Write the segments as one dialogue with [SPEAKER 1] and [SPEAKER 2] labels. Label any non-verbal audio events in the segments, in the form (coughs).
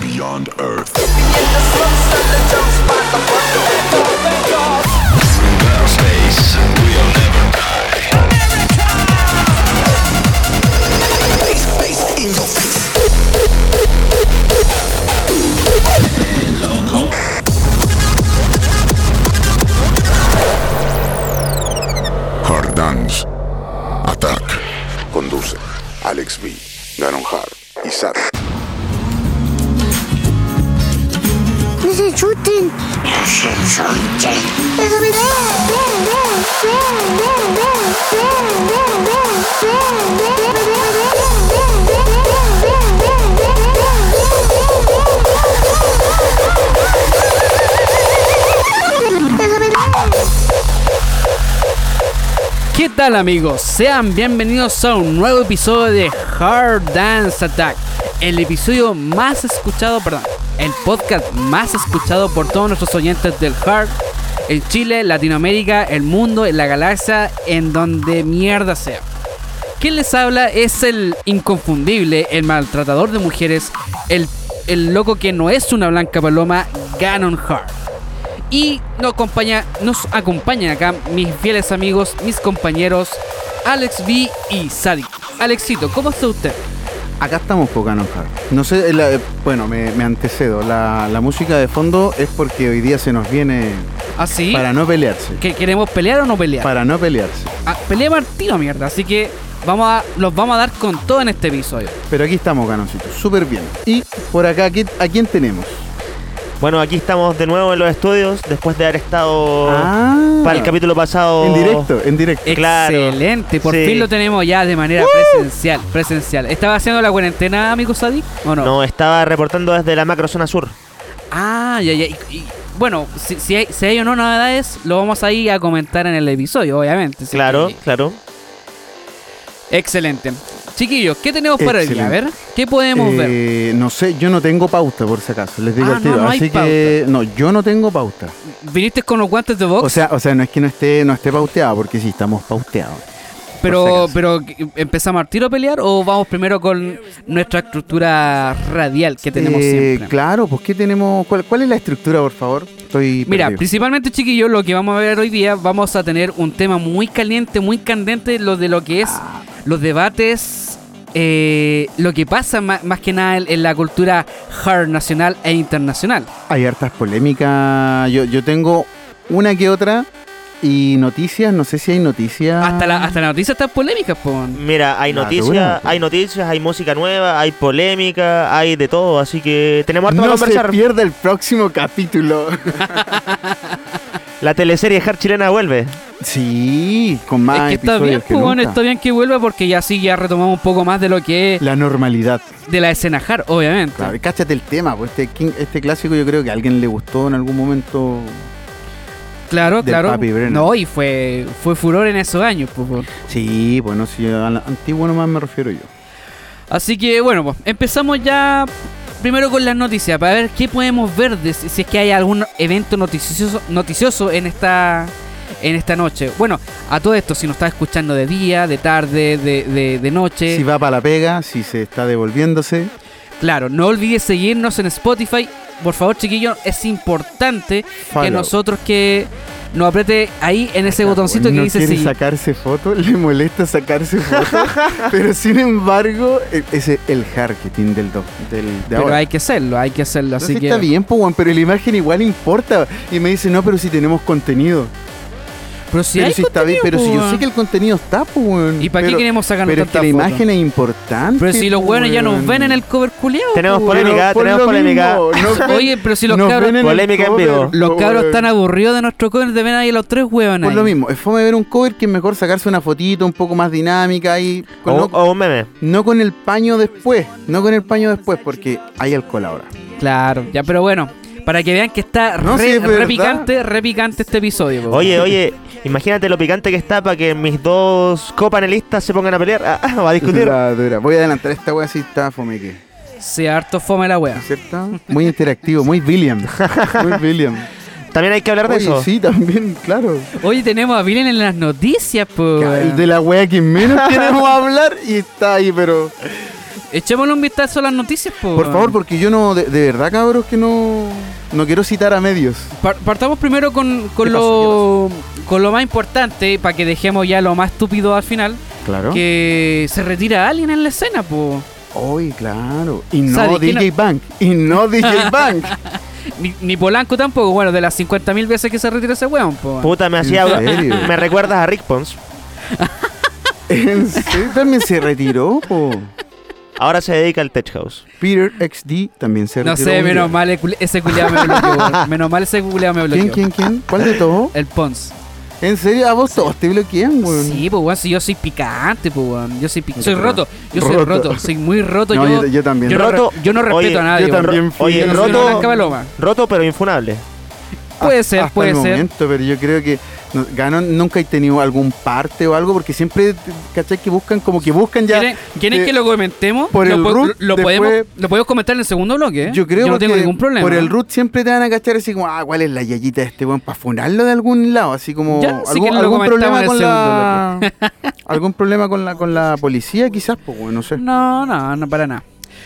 [SPEAKER 1] Beyond Earth.
[SPEAKER 2] Space will never die.
[SPEAKER 1] Hard Dance. Attack.
[SPEAKER 3] Conduce Alex B, Garon Hart y Sara.
[SPEAKER 4] No se chuten. No se chuten.
[SPEAKER 5] ¿Qué tal amigos? Sean bienvenidos a un nuevo episodio de Hard Dance Attack, el episodio más escuchado, perdón, el podcast más escuchado por todos nuestros oyentes del Hard en Chile, Latinoamérica, el mundo, en la galaxia, en donde mierda sea. Quien les habla es el inconfundible, el maltratador de mujeres, el, el loco que no es una blanca paloma, Ganon Hart. Y nos acompaña, nos acompañan acá mis fieles amigos, mis compañeros, Alex B y Sadi. Alexito, ¿cómo está usted?
[SPEAKER 6] Acá estamos Pocano Hard. No sé, eh, la- bueno, me, me antecedo. La, la música de fondo es porque hoy día se nos viene
[SPEAKER 5] ¿Así?
[SPEAKER 6] para no pelearse.
[SPEAKER 5] ¿Que queremos pelear o no pelear?
[SPEAKER 6] Para no pelearse.
[SPEAKER 5] Ah, pelea Martino, mierda. Así que vamos a, los vamos a dar con todo en este episodio.
[SPEAKER 6] Pero aquí estamos, Canoncito. Súper bien. Y por acá, ¿qué- ¿a quién tenemos?
[SPEAKER 7] Bueno, aquí estamos de nuevo en los estudios después de haber
[SPEAKER 5] Oh,
[SPEAKER 7] estado
[SPEAKER 6] Ah.
[SPEAKER 7] para el capítulo pasado.
[SPEAKER 6] En directo, en directo.
[SPEAKER 7] Claro.
[SPEAKER 5] Excelente, por
[SPEAKER 7] Sí.
[SPEAKER 5] fin lo tenemos ya de manera presencial, presencial. ¿Estaba haciendo la cuarentena, amigo Sadi? ¿O no?
[SPEAKER 7] No, estaba reportando desde la macro zona sur.
[SPEAKER 5] Ah, ya, ya. Y- y- bueno, si, si hay, si hay o no novedades, lo vamos ahí a comentar en el episodio, obviamente. así
[SPEAKER 7] claro,
[SPEAKER 5] que-
[SPEAKER 7] claro.
[SPEAKER 5] Excelente. Chiquillos, ¿qué tenemos para el día? A ver,
[SPEAKER 6] Excelente.
[SPEAKER 5] ¿qué podemos ver?
[SPEAKER 6] Eh, no sé, yo no tengo pauta por si acaso, les digo
[SPEAKER 5] Ah,
[SPEAKER 6] al tiro.
[SPEAKER 5] no, no hay
[SPEAKER 6] Así que no, yo no tengo pauta.
[SPEAKER 5] Viniste con los guantes de box,
[SPEAKER 6] O sea, o sea, no es que no esté, no esté pauteado, porque sí, estamos pauteados.
[SPEAKER 5] pero,
[SPEAKER 6] por si
[SPEAKER 5] pero ¿empezamos al tiro a pelear o vamos primero con nuestra estructura radial que tenemos
[SPEAKER 6] Eh,
[SPEAKER 5] siempre?
[SPEAKER 6] Claro, pues ¿qué tenemos? ¿Cuál, cuál es la estructura, por favor? Estoy
[SPEAKER 5] Mira,
[SPEAKER 6] perdido.
[SPEAKER 5] principalmente chiquillos, lo que vamos a ver hoy día, vamos a tener un tema muy caliente, muy candente, lo de lo que es los debates, eh, lo que pasa ma- más, que nada en, en la cultura hard nacional e internacional.
[SPEAKER 6] hay hartas polémicas. Yo, yo tengo una que otra y noticias, no sé si hay noticias.
[SPEAKER 5] Hasta la, hasta la noticia está polémica, pon.
[SPEAKER 7] Mira, hay
[SPEAKER 6] Nah,
[SPEAKER 7] noticias,
[SPEAKER 6] seguramente.
[SPEAKER 7] hay noticias, hay música nueva, hay polémica, hay de todo, así que tenemos harto para
[SPEAKER 6] No se
[SPEAKER 7] conversar.
[SPEAKER 6] pierda el próximo capítulo. (laughs)
[SPEAKER 7] La teleserie Hard chilena vuelve.
[SPEAKER 6] sí, con más
[SPEAKER 5] es que está bien,
[SPEAKER 6] episodios que
[SPEAKER 5] pues, bueno,
[SPEAKER 6] nunca.
[SPEAKER 5] está bien que vuelva porque ya sí, ya retomamos un poco más de lo que es
[SPEAKER 6] La normalidad.
[SPEAKER 5] de la escena hard, obviamente.
[SPEAKER 6] Claro, y cáchate el tema, pues este, king- este clásico yo creo que a alguien le gustó en algún momento.
[SPEAKER 5] Claro,
[SPEAKER 6] Del
[SPEAKER 5] claro.
[SPEAKER 6] Papi Brennan.
[SPEAKER 5] no, y fue, fue furor en esos años, pues, pon.
[SPEAKER 6] Sí, bueno, sí, al antiguo nomás me refiero yo.
[SPEAKER 5] Así que bueno, pues empezamos ya primero con las noticias para ver qué podemos ver de si si es que hay algún evento noticioso, noticioso en esta en esta noche. Bueno, a todo esto, si nos está escuchando de día, de tarde, de, de- de noche,
[SPEAKER 6] Si va para la pega, si se está devolviéndose.
[SPEAKER 5] claro, no olvides seguirnos en Spotify. Por favor, chiquillos, es importante que
[SPEAKER 6] Follow.
[SPEAKER 5] nosotros que nos apriete ahí en ese Este botoncito que
[SPEAKER 6] Ah, no
[SPEAKER 5] dice
[SPEAKER 6] quiere
[SPEAKER 5] sí.
[SPEAKER 6] sacarse fotos, (laughs) le molesta sacarse
[SPEAKER 5] (laughs)
[SPEAKER 6] fotos, pero sin embargo, e- ese es el marketing del, do- del de
[SPEAKER 5] Pero
[SPEAKER 6] ahora.
[SPEAKER 5] hay que hacerlo, hay que hacerlo.
[SPEAKER 6] No,
[SPEAKER 5] Así
[SPEAKER 6] sí
[SPEAKER 5] que
[SPEAKER 6] está bien, po, weón, pero la imagen igual importa. Y me dice, no, pero si tenemos contenido.
[SPEAKER 5] Pero si
[SPEAKER 6] pero
[SPEAKER 5] hay
[SPEAKER 6] si está bien, pero
[SPEAKER 5] contenido,
[SPEAKER 6] si yo
[SPEAKER 5] po,
[SPEAKER 6] sé que el contenido está, pues.
[SPEAKER 5] ¿Y para qué queremos sacarnos
[SPEAKER 6] Pero es que
[SPEAKER 5] tanta
[SPEAKER 6] la
[SPEAKER 5] foto?
[SPEAKER 6] imagen es importante.
[SPEAKER 5] Pero si los
[SPEAKER 6] po,
[SPEAKER 5] buenos ya nos
[SPEAKER 6] weón.
[SPEAKER 5] ven en el cover culiao.
[SPEAKER 7] Tenemos
[SPEAKER 6] Pero
[SPEAKER 7] polémica,
[SPEAKER 6] por
[SPEAKER 7] tenemos
[SPEAKER 6] lo
[SPEAKER 7] polémica.
[SPEAKER 6] mismo,
[SPEAKER 7] (laughs)
[SPEAKER 6] nos ven-
[SPEAKER 5] Oye, pero si los
[SPEAKER 6] nos
[SPEAKER 5] cabros-
[SPEAKER 6] ven el
[SPEAKER 7] Polémica en
[SPEAKER 6] cover,
[SPEAKER 7] vivo.
[SPEAKER 5] Los
[SPEAKER 6] po,
[SPEAKER 5] cabros
[SPEAKER 6] weón.
[SPEAKER 5] están aburridos de nuestro cover de ven ahí los tres huevones.
[SPEAKER 6] Por lo mismo, es fome ver un cover que es mejor sacarse una fotito un poco más dinámica y con-
[SPEAKER 7] O,
[SPEAKER 6] no,
[SPEAKER 7] o un meme.
[SPEAKER 6] no con el paño después, no con el paño después porque hay alcohol ahora.
[SPEAKER 5] Claro, ya, pero bueno, para que vean que está
[SPEAKER 6] No,
[SPEAKER 5] re,
[SPEAKER 6] sí, es
[SPEAKER 5] re
[SPEAKER 6] verdad.
[SPEAKER 5] picante, re picante este episodio. po.
[SPEAKER 7] Oye, oye, imagínate lo picante que está para que mis dos copanelistas se pongan a pelear, (laughs) ah, a discutir.
[SPEAKER 6] Dura, dura. Voy a adelantar esta wea así está fome que,
[SPEAKER 5] Se harto fome la wea.
[SPEAKER 6] ¿cierto? Muy interactivo, muy William. Muy William.
[SPEAKER 7] También hay que hablar de
[SPEAKER 6] Oye,
[SPEAKER 7] eso.
[SPEAKER 6] sí, también, claro.
[SPEAKER 5] Oye, tenemos a Vilen en las noticias, pues.
[SPEAKER 7] (laughs)
[SPEAKER 6] El de la wea que menos queremos hablar y está ahí, pero
[SPEAKER 5] Echémosle un vistazo a las noticias, po,
[SPEAKER 6] Por
[SPEAKER 5] weón.
[SPEAKER 6] favor, porque yo no, de, de verdad, cabros, que no, no quiero citar a medios.
[SPEAKER 5] Par- partamos primero con, con
[SPEAKER 6] ¿Qué
[SPEAKER 5] lo, con lo más importante, para que dejemos ya lo más estúpido al final,
[SPEAKER 6] Claro.
[SPEAKER 5] que se retira alguien en la escena, po.
[SPEAKER 6] Hoy, claro. Y no
[SPEAKER 5] ¿Sabes quién
[SPEAKER 6] DJ Bank. Y no DJ Bank.
[SPEAKER 5] Ni, ni Polanco tampoco, bueno, de las 50.000 veces que se retira ese weón, po.
[SPEAKER 7] Puta, me
[SPEAKER 6] ¿En
[SPEAKER 7] hacía.
[SPEAKER 6] serio?
[SPEAKER 7] Me recuerdas a Rick Pons.
[SPEAKER 6] En serio, también se retiró. po.
[SPEAKER 7] Ahora se dedica al Tech House.
[SPEAKER 6] Peter XD también se
[SPEAKER 5] No
[SPEAKER 6] retiró.
[SPEAKER 5] sé,
[SPEAKER 6] un
[SPEAKER 5] menos
[SPEAKER 6] día.
[SPEAKER 5] mal el cul- ese culiado me bloqueó.
[SPEAKER 6] (laughs)
[SPEAKER 5] weón. Menos mal ese culiado me bloqueó.
[SPEAKER 6] ¿Quién, quién, quién? ¿Cuál
[SPEAKER 5] (laughs)
[SPEAKER 6] de todos?
[SPEAKER 5] El Pons.
[SPEAKER 6] ¿En serio? ¿A vos todos te bloquean, weón?
[SPEAKER 5] Sí, pues weón, si yo soy picante, pues weón. Yo soy picante. Soy
[SPEAKER 6] Roto.
[SPEAKER 5] roto. Yo soy
[SPEAKER 6] Roto.
[SPEAKER 5] roto. Soy muy roto.
[SPEAKER 6] No,
[SPEAKER 5] yo,
[SPEAKER 6] yo- yo también.
[SPEAKER 5] Yo no,
[SPEAKER 7] Roto.
[SPEAKER 5] re- yo no respeto
[SPEAKER 7] Oye,
[SPEAKER 5] a nadie.
[SPEAKER 6] yo
[SPEAKER 5] weón.
[SPEAKER 6] también fui.
[SPEAKER 7] Oye,
[SPEAKER 5] Yo no soy una blanca
[SPEAKER 7] roto.
[SPEAKER 5] paloma.
[SPEAKER 7] Roto, pero infunable.
[SPEAKER 5] Puede ser,
[SPEAKER 6] hasta
[SPEAKER 5] puede
[SPEAKER 6] el
[SPEAKER 5] ser.
[SPEAKER 6] momento, pero yo creo que no- Gano nunca he tenido algún parte o algo, porque siempre, ¿cachai? Que buscan, como que buscan ya.
[SPEAKER 5] ¿Quieren, quieren
[SPEAKER 6] eh,
[SPEAKER 5] que lo comentemos?
[SPEAKER 6] por
[SPEAKER 5] lo,
[SPEAKER 6] el
[SPEAKER 5] po-
[SPEAKER 6] root,
[SPEAKER 5] lo
[SPEAKER 6] después-
[SPEAKER 5] podemos, lo podemos comentar en el segundo bloque. ¿eh?
[SPEAKER 6] Yo creo
[SPEAKER 5] no tengo
[SPEAKER 6] porque
[SPEAKER 5] ningún problema.
[SPEAKER 6] Por el root siempre te van a cachar así como, ah, ¿cuál es la yayita de este weón? Para funarlo de algún lado, así como.
[SPEAKER 5] Ya, si
[SPEAKER 6] algún,
[SPEAKER 5] quieren lo
[SPEAKER 6] algún
[SPEAKER 5] comentamos en
[SPEAKER 6] problema
[SPEAKER 5] el
[SPEAKER 6] con la. (laughs)
[SPEAKER 5] (laughs)
[SPEAKER 6] algún problema con la, con la policía, quizás, pues, weón, no sé.
[SPEAKER 5] No, no, no, para nada.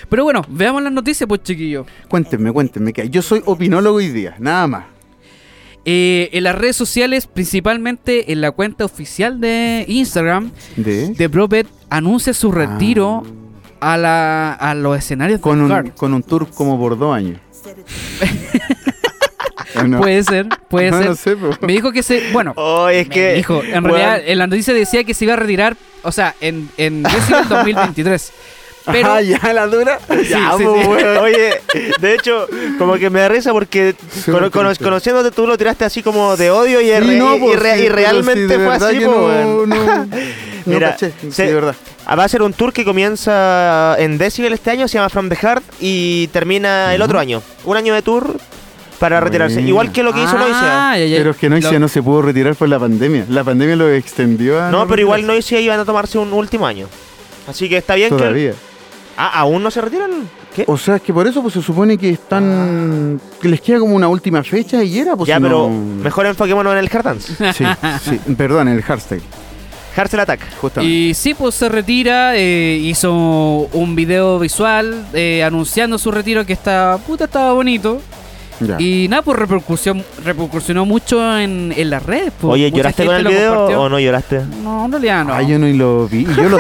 [SPEAKER 5] Pero bueno, veamos las noticias, pues chiquillos.
[SPEAKER 6] Cuéntenme, cuéntenme, que yo soy opinólogo hoy día, nada más.
[SPEAKER 5] Eh, en las redes sociales, principalmente en la cuenta oficial de Instagram,
[SPEAKER 6] De.
[SPEAKER 5] The Prophet anuncia
[SPEAKER 6] Ah.
[SPEAKER 5] su retiro a, la, a los escenarios
[SPEAKER 6] con,
[SPEAKER 5] de
[SPEAKER 6] un,
[SPEAKER 5] Hard.
[SPEAKER 6] con un tour como por dos
[SPEAKER 7] (laughs)
[SPEAKER 6] años. ¿O no?
[SPEAKER 5] Puede ser, puede
[SPEAKER 6] (laughs) No,
[SPEAKER 5] ser.
[SPEAKER 6] no sé, po.
[SPEAKER 5] Me dijo que se.
[SPEAKER 7] (laughs)
[SPEAKER 5] Bueno,
[SPEAKER 7] Oye, es
[SPEAKER 5] me
[SPEAKER 7] que.
[SPEAKER 5] dijo. En
[SPEAKER 7] weón,
[SPEAKER 5] realidad,
[SPEAKER 6] eh,
[SPEAKER 5] en la noticia decía que se iba a retirar, o sea, en, en Jessica
[SPEAKER 6] (laughs)
[SPEAKER 5] el 2023. Pero.
[SPEAKER 6] Ah, ya, la dura. Ya,
[SPEAKER 5] sí,
[SPEAKER 6] po,
[SPEAKER 5] sí.
[SPEAKER 6] weón.
[SPEAKER 7] Oye, de hecho, como que me da risa porque
[SPEAKER 6] (laughs)
[SPEAKER 7] cono- cono-
[SPEAKER 6] triste.
[SPEAKER 7] conociéndote tú lo tiraste así como de odio y,
[SPEAKER 6] Sí,
[SPEAKER 7] es re-
[SPEAKER 6] no,
[SPEAKER 7] y
[SPEAKER 6] po,
[SPEAKER 7] re-
[SPEAKER 6] sí,
[SPEAKER 7] y
[SPEAKER 6] pero sí,
[SPEAKER 7] realmente
[SPEAKER 6] de
[SPEAKER 7] fue
[SPEAKER 6] verdad
[SPEAKER 7] así, pues,
[SPEAKER 6] que
[SPEAKER 7] po,
[SPEAKER 6] no, eh,
[SPEAKER 7] weón.
[SPEAKER 6] no,
[SPEAKER 7] (laughs)
[SPEAKER 6] no
[SPEAKER 7] Mira,
[SPEAKER 6] caché, sí,
[SPEAKER 7] se-
[SPEAKER 6] de verdad.
[SPEAKER 7] Va a ser un tour que comienza en Decibel este año, se llama From the Heart, y termina el otro año. Un año de tour para retirarse.
[SPEAKER 6] Buena.
[SPEAKER 7] Igual que lo que hizo Noisia.
[SPEAKER 5] Ah, ya, ya.
[SPEAKER 6] Pero es que Noisia
[SPEAKER 5] Lo-
[SPEAKER 6] no se pudo retirar por la pandemia. La pandemia lo extendió a.
[SPEAKER 7] No, pero igual Noisia iban a tomarse un último año. Así que está bien que...
[SPEAKER 6] Todavía.
[SPEAKER 7] Ah, ¿aún no se retiran? ¿Qué?
[SPEAKER 6] O sea, es que por eso pues, se supone que están. que les queda como una última fecha y era, pues.
[SPEAKER 7] ya,
[SPEAKER 6] si no-
[SPEAKER 7] pero mejor enfoquémonos en el Hard
[SPEAKER 6] (laughs)
[SPEAKER 7] Dance.
[SPEAKER 6] Sí, sí. Perdón, el hardstyle.
[SPEAKER 7] Hardstyle Attack.
[SPEAKER 6] Justamente.
[SPEAKER 5] Y sí, pues se retira, eh, hizo un video visual eh, anunciando su retiro que está, puta, estaba bonito.
[SPEAKER 6] Ya.
[SPEAKER 5] Y nada, pues repercusión, repercusionó mucho en, en las redes. pues.
[SPEAKER 7] Oye,
[SPEAKER 5] Mucha
[SPEAKER 7] ¿lloraste con
[SPEAKER 5] gente
[SPEAKER 7] el
[SPEAKER 5] lo
[SPEAKER 7] video
[SPEAKER 5] compartió.
[SPEAKER 7] o no lloraste?
[SPEAKER 5] No, en realidad no.
[SPEAKER 6] Ah, yo no lo vi. Yo lo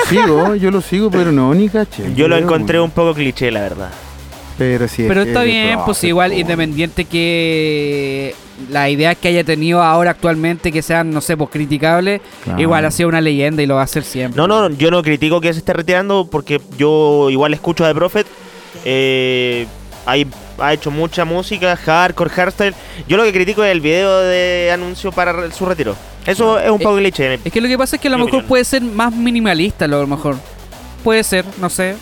[SPEAKER 7] (laughs)
[SPEAKER 6] sigo, yo lo sigo, pero no, ni caché.
[SPEAKER 7] Yo lo
[SPEAKER 6] weón.
[SPEAKER 7] encontré un poco cliché, la verdad.
[SPEAKER 6] Pero sí. es
[SPEAKER 5] Pero
[SPEAKER 6] que
[SPEAKER 5] está
[SPEAKER 6] el
[SPEAKER 5] bien, pues
[SPEAKER 6] profe,
[SPEAKER 5] igual
[SPEAKER 6] weón.
[SPEAKER 5] independiente que la idea que haya tenido ahora actualmente que sean, no sé, pues criticables,
[SPEAKER 6] Claro.
[SPEAKER 5] igual ha sido una leyenda y lo va a hacer siempre.
[SPEAKER 7] No, no, yo no critico que se esté retirando porque yo igual escucho a The Prophet. Eh, hay- ha hecho mucha música, hardcore, hardstyle. Yo lo que critico es el video de anuncio para re- su retiro. Eso es un poco cliché.
[SPEAKER 5] Es que lo que pasa es que a lo
[SPEAKER 7] Mi
[SPEAKER 5] mejor
[SPEAKER 7] opinión.
[SPEAKER 5] puede ser más minimalista, lo- a lo mejor. Puede ser, no sé.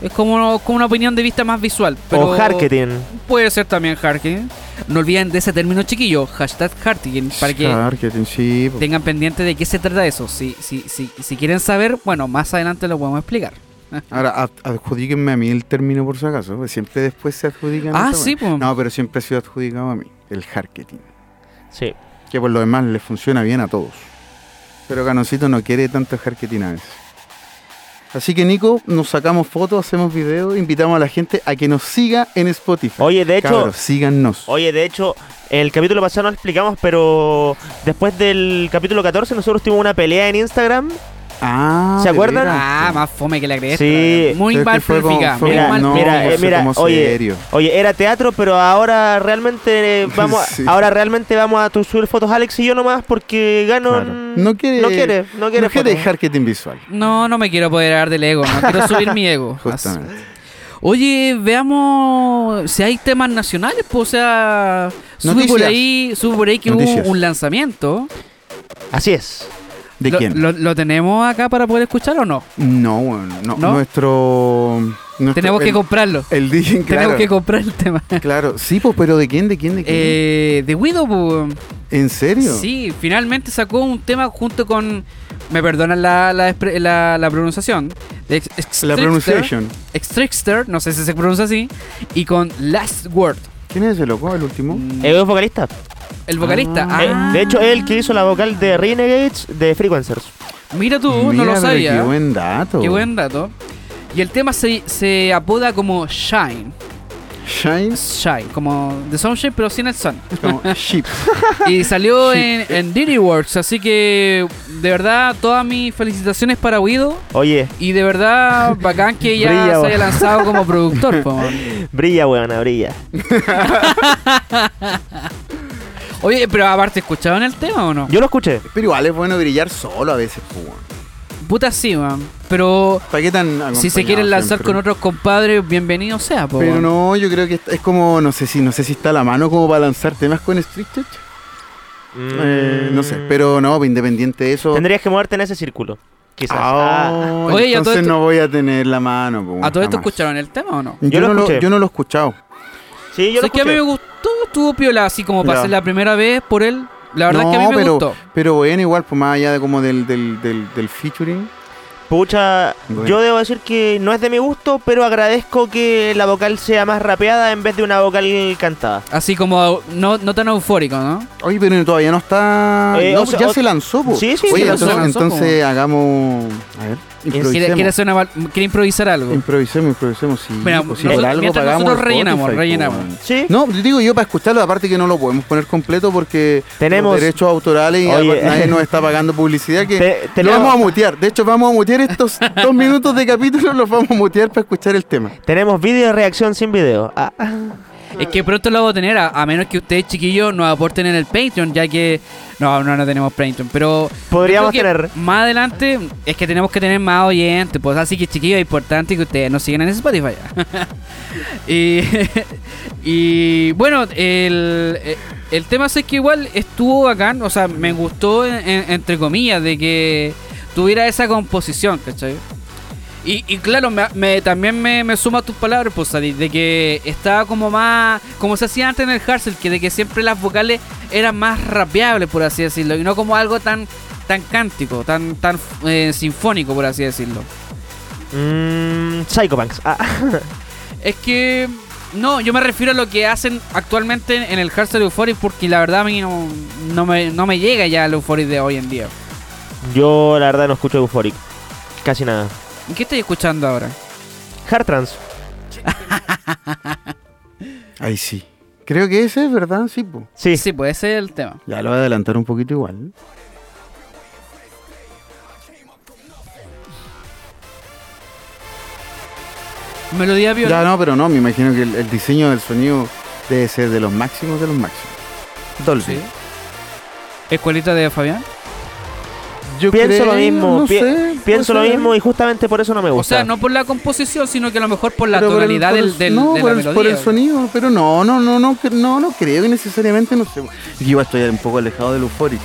[SPEAKER 5] Es como, como una opinión de vista más visual. Pero
[SPEAKER 7] o Harketing.
[SPEAKER 5] Puede ser también Harketing. No olviden de ese término chiquillo, hashtag Harketing, para que
[SPEAKER 6] Marketing, sí, pues. po.
[SPEAKER 5] tengan pendiente de qué se trata eso. Si, si, si, si quieren saber, bueno, más adelante lo podemos explicar.
[SPEAKER 6] Ahora, ad- adjudíquenme a mí el término por si acaso. pues Siempre después se adjudican.
[SPEAKER 5] Ah,
[SPEAKER 6] esa
[SPEAKER 5] sí,
[SPEAKER 6] weá.
[SPEAKER 5] po.
[SPEAKER 6] No, pero siempre ha sido adjudicado a mí, el marketing.
[SPEAKER 7] Sí.
[SPEAKER 6] Que por lo demás le funciona bien a todos. Pero Canoncito no quiere tanto marketing a veces. Así que Nico, nos sacamos fotos, hacemos videos, invitamos a la gente a que nos siga en Spotify.
[SPEAKER 7] Oye, de hecho,
[SPEAKER 6] Cabros, síganos.
[SPEAKER 7] Oye, de hecho, el capítulo pasado no lo explicamos, pero después del capítulo 14 nosotros tuvimos una pelea en Instagram.
[SPEAKER 6] Ah,
[SPEAKER 7] ¿se
[SPEAKER 6] de
[SPEAKER 7] acuerdan?
[SPEAKER 6] veras,
[SPEAKER 5] Ah,
[SPEAKER 6] po.
[SPEAKER 5] más fome que la cresta.
[SPEAKER 7] Sí.
[SPEAKER 5] Muy
[SPEAKER 6] Pero es que
[SPEAKER 5] mal
[SPEAKER 6] fue como-
[SPEAKER 5] planificada.
[SPEAKER 6] fue
[SPEAKER 5] muy
[SPEAKER 7] Mira,
[SPEAKER 6] como-
[SPEAKER 5] mal
[SPEAKER 6] no,
[SPEAKER 7] mira, eh,
[SPEAKER 6] fue
[SPEAKER 7] mira,
[SPEAKER 6] como
[SPEAKER 7] oye,
[SPEAKER 6] serio.
[SPEAKER 7] oye, era teatro, pero ahora realmente
[SPEAKER 6] (laughs)
[SPEAKER 7] eh, vamos, a-
[SPEAKER 6] Sí.
[SPEAKER 7] ahora realmente vamos a tu- subir fotos Alex y yo nomás porque Gano
[SPEAKER 6] Claro.
[SPEAKER 7] mm,
[SPEAKER 6] No quiere.
[SPEAKER 7] no quiere, no quiere fotos.
[SPEAKER 6] marketing visual.
[SPEAKER 5] No, no me quiero apoderar del ego, no quiero subir mi ego.
[SPEAKER 6] (laughs) Justamente.
[SPEAKER 5] Ah, Oye, veamos si hay temas nacionales, pues, o sea, sube por
[SPEAKER 6] Noticias.
[SPEAKER 5] ahí, sube por ahí que
[SPEAKER 6] Noticias.
[SPEAKER 5] hubo un lanzamiento.
[SPEAKER 7] Así es.
[SPEAKER 6] ¿De
[SPEAKER 5] lo,
[SPEAKER 6] quién?
[SPEAKER 5] Lo, lo tenemos acá para poder escuchar o no?
[SPEAKER 6] No, bueno, no.
[SPEAKER 5] ¿No?
[SPEAKER 6] Nuestro, nuestro-
[SPEAKER 5] Tenemos que
[SPEAKER 6] el-
[SPEAKER 5] comprarlo.
[SPEAKER 6] El DJ, claro.
[SPEAKER 5] (laughs) Tenemos que comprar el tema.
[SPEAKER 6] (laughs) Claro, sí, pues, pero ¿de quién? ¿De quién? ¿De quién?
[SPEAKER 5] Eh, de Widow, pues.
[SPEAKER 6] ¿En serio?
[SPEAKER 5] Sí, finalmente sacó un tema junto con. Me perdonan la, la, expre- la- la pronunciación. De Ex-
[SPEAKER 6] La
[SPEAKER 5] Extrixter-
[SPEAKER 6] pronunciación.
[SPEAKER 5] Extrixter, no sé si se pronuncia así. Y con Last Word,
[SPEAKER 6] ¿Quién es ese loco, el último?
[SPEAKER 7] Es un vocalista.
[SPEAKER 5] el vocalista.
[SPEAKER 7] Eh,
[SPEAKER 5] Ah,
[SPEAKER 7] de hecho, es el que hizo la vocal de Renegades de Frequencers.
[SPEAKER 5] mira tú, no
[SPEAKER 6] Mira,
[SPEAKER 5] lo
[SPEAKER 6] pero
[SPEAKER 5] sabía.
[SPEAKER 6] Qué buen dato.
[SPEAKER 5] Qué buen dato. Y el tema se, se apoda como Shine.
[SPEAKER 6] Shine
[SPEAKER 5] Shine, como The Sunshine, pero sin el Sun. (laughs)
[SPEAKER 6] como Sheep.
[SPEAKER 5] Y salió en, en Diddy Works, así que de verdad todas mis felicitaciones para Guido.
[SPEAKER 7] Oye,
[SPEAKER 5] Y de verdad, bacán que ya
[SPEAKER 7] Brilla,
[SPEAKER 5] se
[SPEAKER 7] weón.
[SPEAKER 5] haya lanzado como productor. po, weón.
[SPEAKER 7] brilla, weona, brilla.
[SPEAKER 5] Oye, pero aparte, ¿escucharon el tema o no?
[SPEAKER 7] Yo lo escuché.
[SPEAKER 6] Pero igual es bueno brillar solo a veces, pues, weón.
[SPEAKER 5] Puta sí, man. Pero
[SPEAKER 6] ¿Para qué tan
[SPEAKER 5] si se
[SPEAKER 6] acompañado
[SPEAKER 5] quieren lanzar
[SPEAKER 6] siempre?
[SPEAKER 5] con otros compadres, bienvenido sea, po,
[SPEAKER 6] Pero
[SPEAKER 5] weón.
[SPEAKER 6] no, yo creo que es como, no sé si, no sé si está a la mano como para lanzar temas con Street Church. Eh, no
[SPEAKER 5] Mm.
[SPEAKER 6] sé, pero no, independiente de eso.
[SPEAKER 7] Tendrías que moverte en ese círculo. Quizás. Ah,
[SPEAKER 6] Oh,
[SPEAKER 5] Oye, y a todo
[SPEAKER 6] entonces
[SPEAKER 5] esto-
[SPEAKER 6] no voy a tener la mano. po,
[SPEAKER 5] ¿A todo esto
[SPEAKER 6] jamás.
[SPEAKER 5] escucharon el tema o no?
[SPEAKER 6] Yo,
[SPEAKER 7] Yo lo
[SPEAKER 6] no lo,
[SPEAKER 7] escuché.
[SPEAKER 6] yo no lo he escuchado.
[SPEAKER 7] sí, yo lo
[SPEAKER 5] Sé que a mí
[SPEAKER 7] escuché.
[SPEAKER 5] me gustó, estuvo piola, así como para
[SPEAKER 6] Ya.
[SPEAKER 5] ser la primera vez por él. La verdad es
[SPEAKER 6] no,
[SPEAKER 5] que a mí me
[SPEAKER 6] pero,
[SPEAKER 5] gustó.
[SPEAKER 6] Pero bueno, igual, pues más allá de como del, del, del, del featuring.
[SPEAKER 7] Pucha,
[SPEAKER 6] Bueno.
[SPEAKER 7] yo debo decir que no es de mi gusto, pero agradezco que la vocal sea más rapeada en vez de una vocal cantada.
[SPEAKER 5] Así como no, no tan eufórico, ¿no?
[SPEAKER 6] Oye, pero todavía no está.
[SPEAKER 7] Eh,
[SPEAKER 6] no,
[SPEAKER 7] o sea,
[SPEAKER 6] ya
[SPEAKER 7] o-
[SPEAKER 6] se lanzó, po.
[SPEAKER 7] Sí, sí,
[SPEAKER 6] Oye,
[SPEAKER 7] se lanzó,
[SPEAKER 6] entonces,
[SPEAKER 5] se lanzó, pues.
[SPEAKER 6] entonces hagamos. A ver,
[SPEAKER 5] Quiere,
[SPEAKER 6] improvisemos.
[SPEAKER 5] quiere hacer una val- quiere improvisar algo.
[SPEAKER 6] Improvisemos, improvisemos, sí.
[SPEAKER 5] Mira,
[SPEAKER 6] pues, si
[SPEAKER 5] nosotros-
[SPEAKER 6] por algo
[SPEAKER 5] mientras
[SPEAKER 6] pagamos
[SPEAKER 5] nosotros
[SPEAKER 6] el
[SPEAKER 5] rellenamos,
[SPEAKER 6] Spotify, po,
[SPEAKER 5] rellenamos.
[SPEAKER 6] weón.
[SPEAKER 7] ¿Sí?
[SPEAKER 6] No, digo yo para escucharlo, aparte que no lo podemos poner completo porque
[SPEAKER 7] Tenemos-
[SPEAKER 6] los derechos autorales y
[SPEAKER 7] Oye.
[SPEAKER 6] nadie nos está pagando publicidad que
[SPEAKER 7] Te- te
[SPEAKER 6] lo
[SPEAKER 7] lo-
[SPEAKER 6] vamos a mutear. De hecho, vamos a mutear estos dos minutos de capítulo, los vamos a mutear para escuchar el tema.
[SPEAKER 7] Tenemos vídeo de reacción sin video. Ah,
[SPEAKER 5] Es que pronto lo voy a tener, a, a menos que ustedes, chiquillos, nos aporten en el Patreon, ya que no, no, no tenemos Patreon, pero
[SPEAKER 7] Podríamos
[SPEAKER 5] yo creo que
[SPEAKER 7] tener.
[SPEAKER 5] Más adelante es que tenemos que tener más oyentes, pues así que, chiquillos, es importante que ustedes nos sigan en Spotify. (laughs) y, (laughs) y, bueno, el, eh, el tema es que igual estuvo bacán, o sea, me gustó, en- en- entre comillas, de que tuviera esa composición, ¿cachai? Y, y claro, me, me- también me, me suma tus palabras, pues, Sadi, de que estaba como más. Como se hacía antes en el Harsel, que de que siempre las vocales eran más rapeables, por así decirlo, y no como algo tan tan cántico, tan tan eh, sinfónico, por así decirlo.
[SPEAKER 7] mm, Psychopunks. Ah,
[SPEAKER 6] (laughs)
[SPEAKER 5] Es que. No, yo me refiero a lo que hacen actualmente en el Harsel Euphoric, porque la verdad a mí no, no me, no me llega ya el Euphoric de hoy en día.
[SPEAKER 7] yo la verdad no escucho Euphoric. Casi nada.
[SPEAKER 5] ¿Qué estoy escuchando ahora?
[SPEAKER 7] Hard Trans.
[SPEAKER 6] Ahí sí. Creo que ese es verdad, sí, po.
[SPEAKER 7] Sí.
[SPEAKER 5] Sí, pues ese es el tema.
[SPEAKER 6] Ya lo voy a adelantar un poquito igual.
[SPEAKER 5] Melodía viola.
[SPEAKER 6] Ya no, pero no, me imagino que el, el diseño del sonido debe ser de los máximos de los máximos. Dolby.
[SPEAKER 5] Sí. ¿Escuelita de Fabián?
[SPEAKER 6] Yo
[SPEAKER 7] Pienso
[SPEAKER 6] creo-
[SPEAKER 7] lo mismo.
[SPEAKER 6] no
[SPEAKER 7] pi-
[SPEAKER 6] sé,
[SPEAKER 7] pienso
[SPEAKER 6] puede
[SPEAKER 7] lo
[SPEAKER 6] ser.
[SPEAKER 7] mismo y justamente por eso no me
[SPEAKER 5] O
[SPEAKER 7] gusta.
[SPEAKER 5] sea, no por la composición, sino que a lo mejor por la
[SPEAKER 6] Pero por el-
[SPEAKER 5] tonalidad
[SPEAKER 6] por el-
[SPEAKER 5] del, del-
[SPEAKER 6] no,
[SPEAKER 5] de la
[SPEAKER 6] por el,
[SPEAKER 5] melodía.
[SPEAKER 6] por el sonido, pero no, no, no, no, cre- no, no creo que necesariamente, no sé. Yo igual estoy un poco alejado del euforia.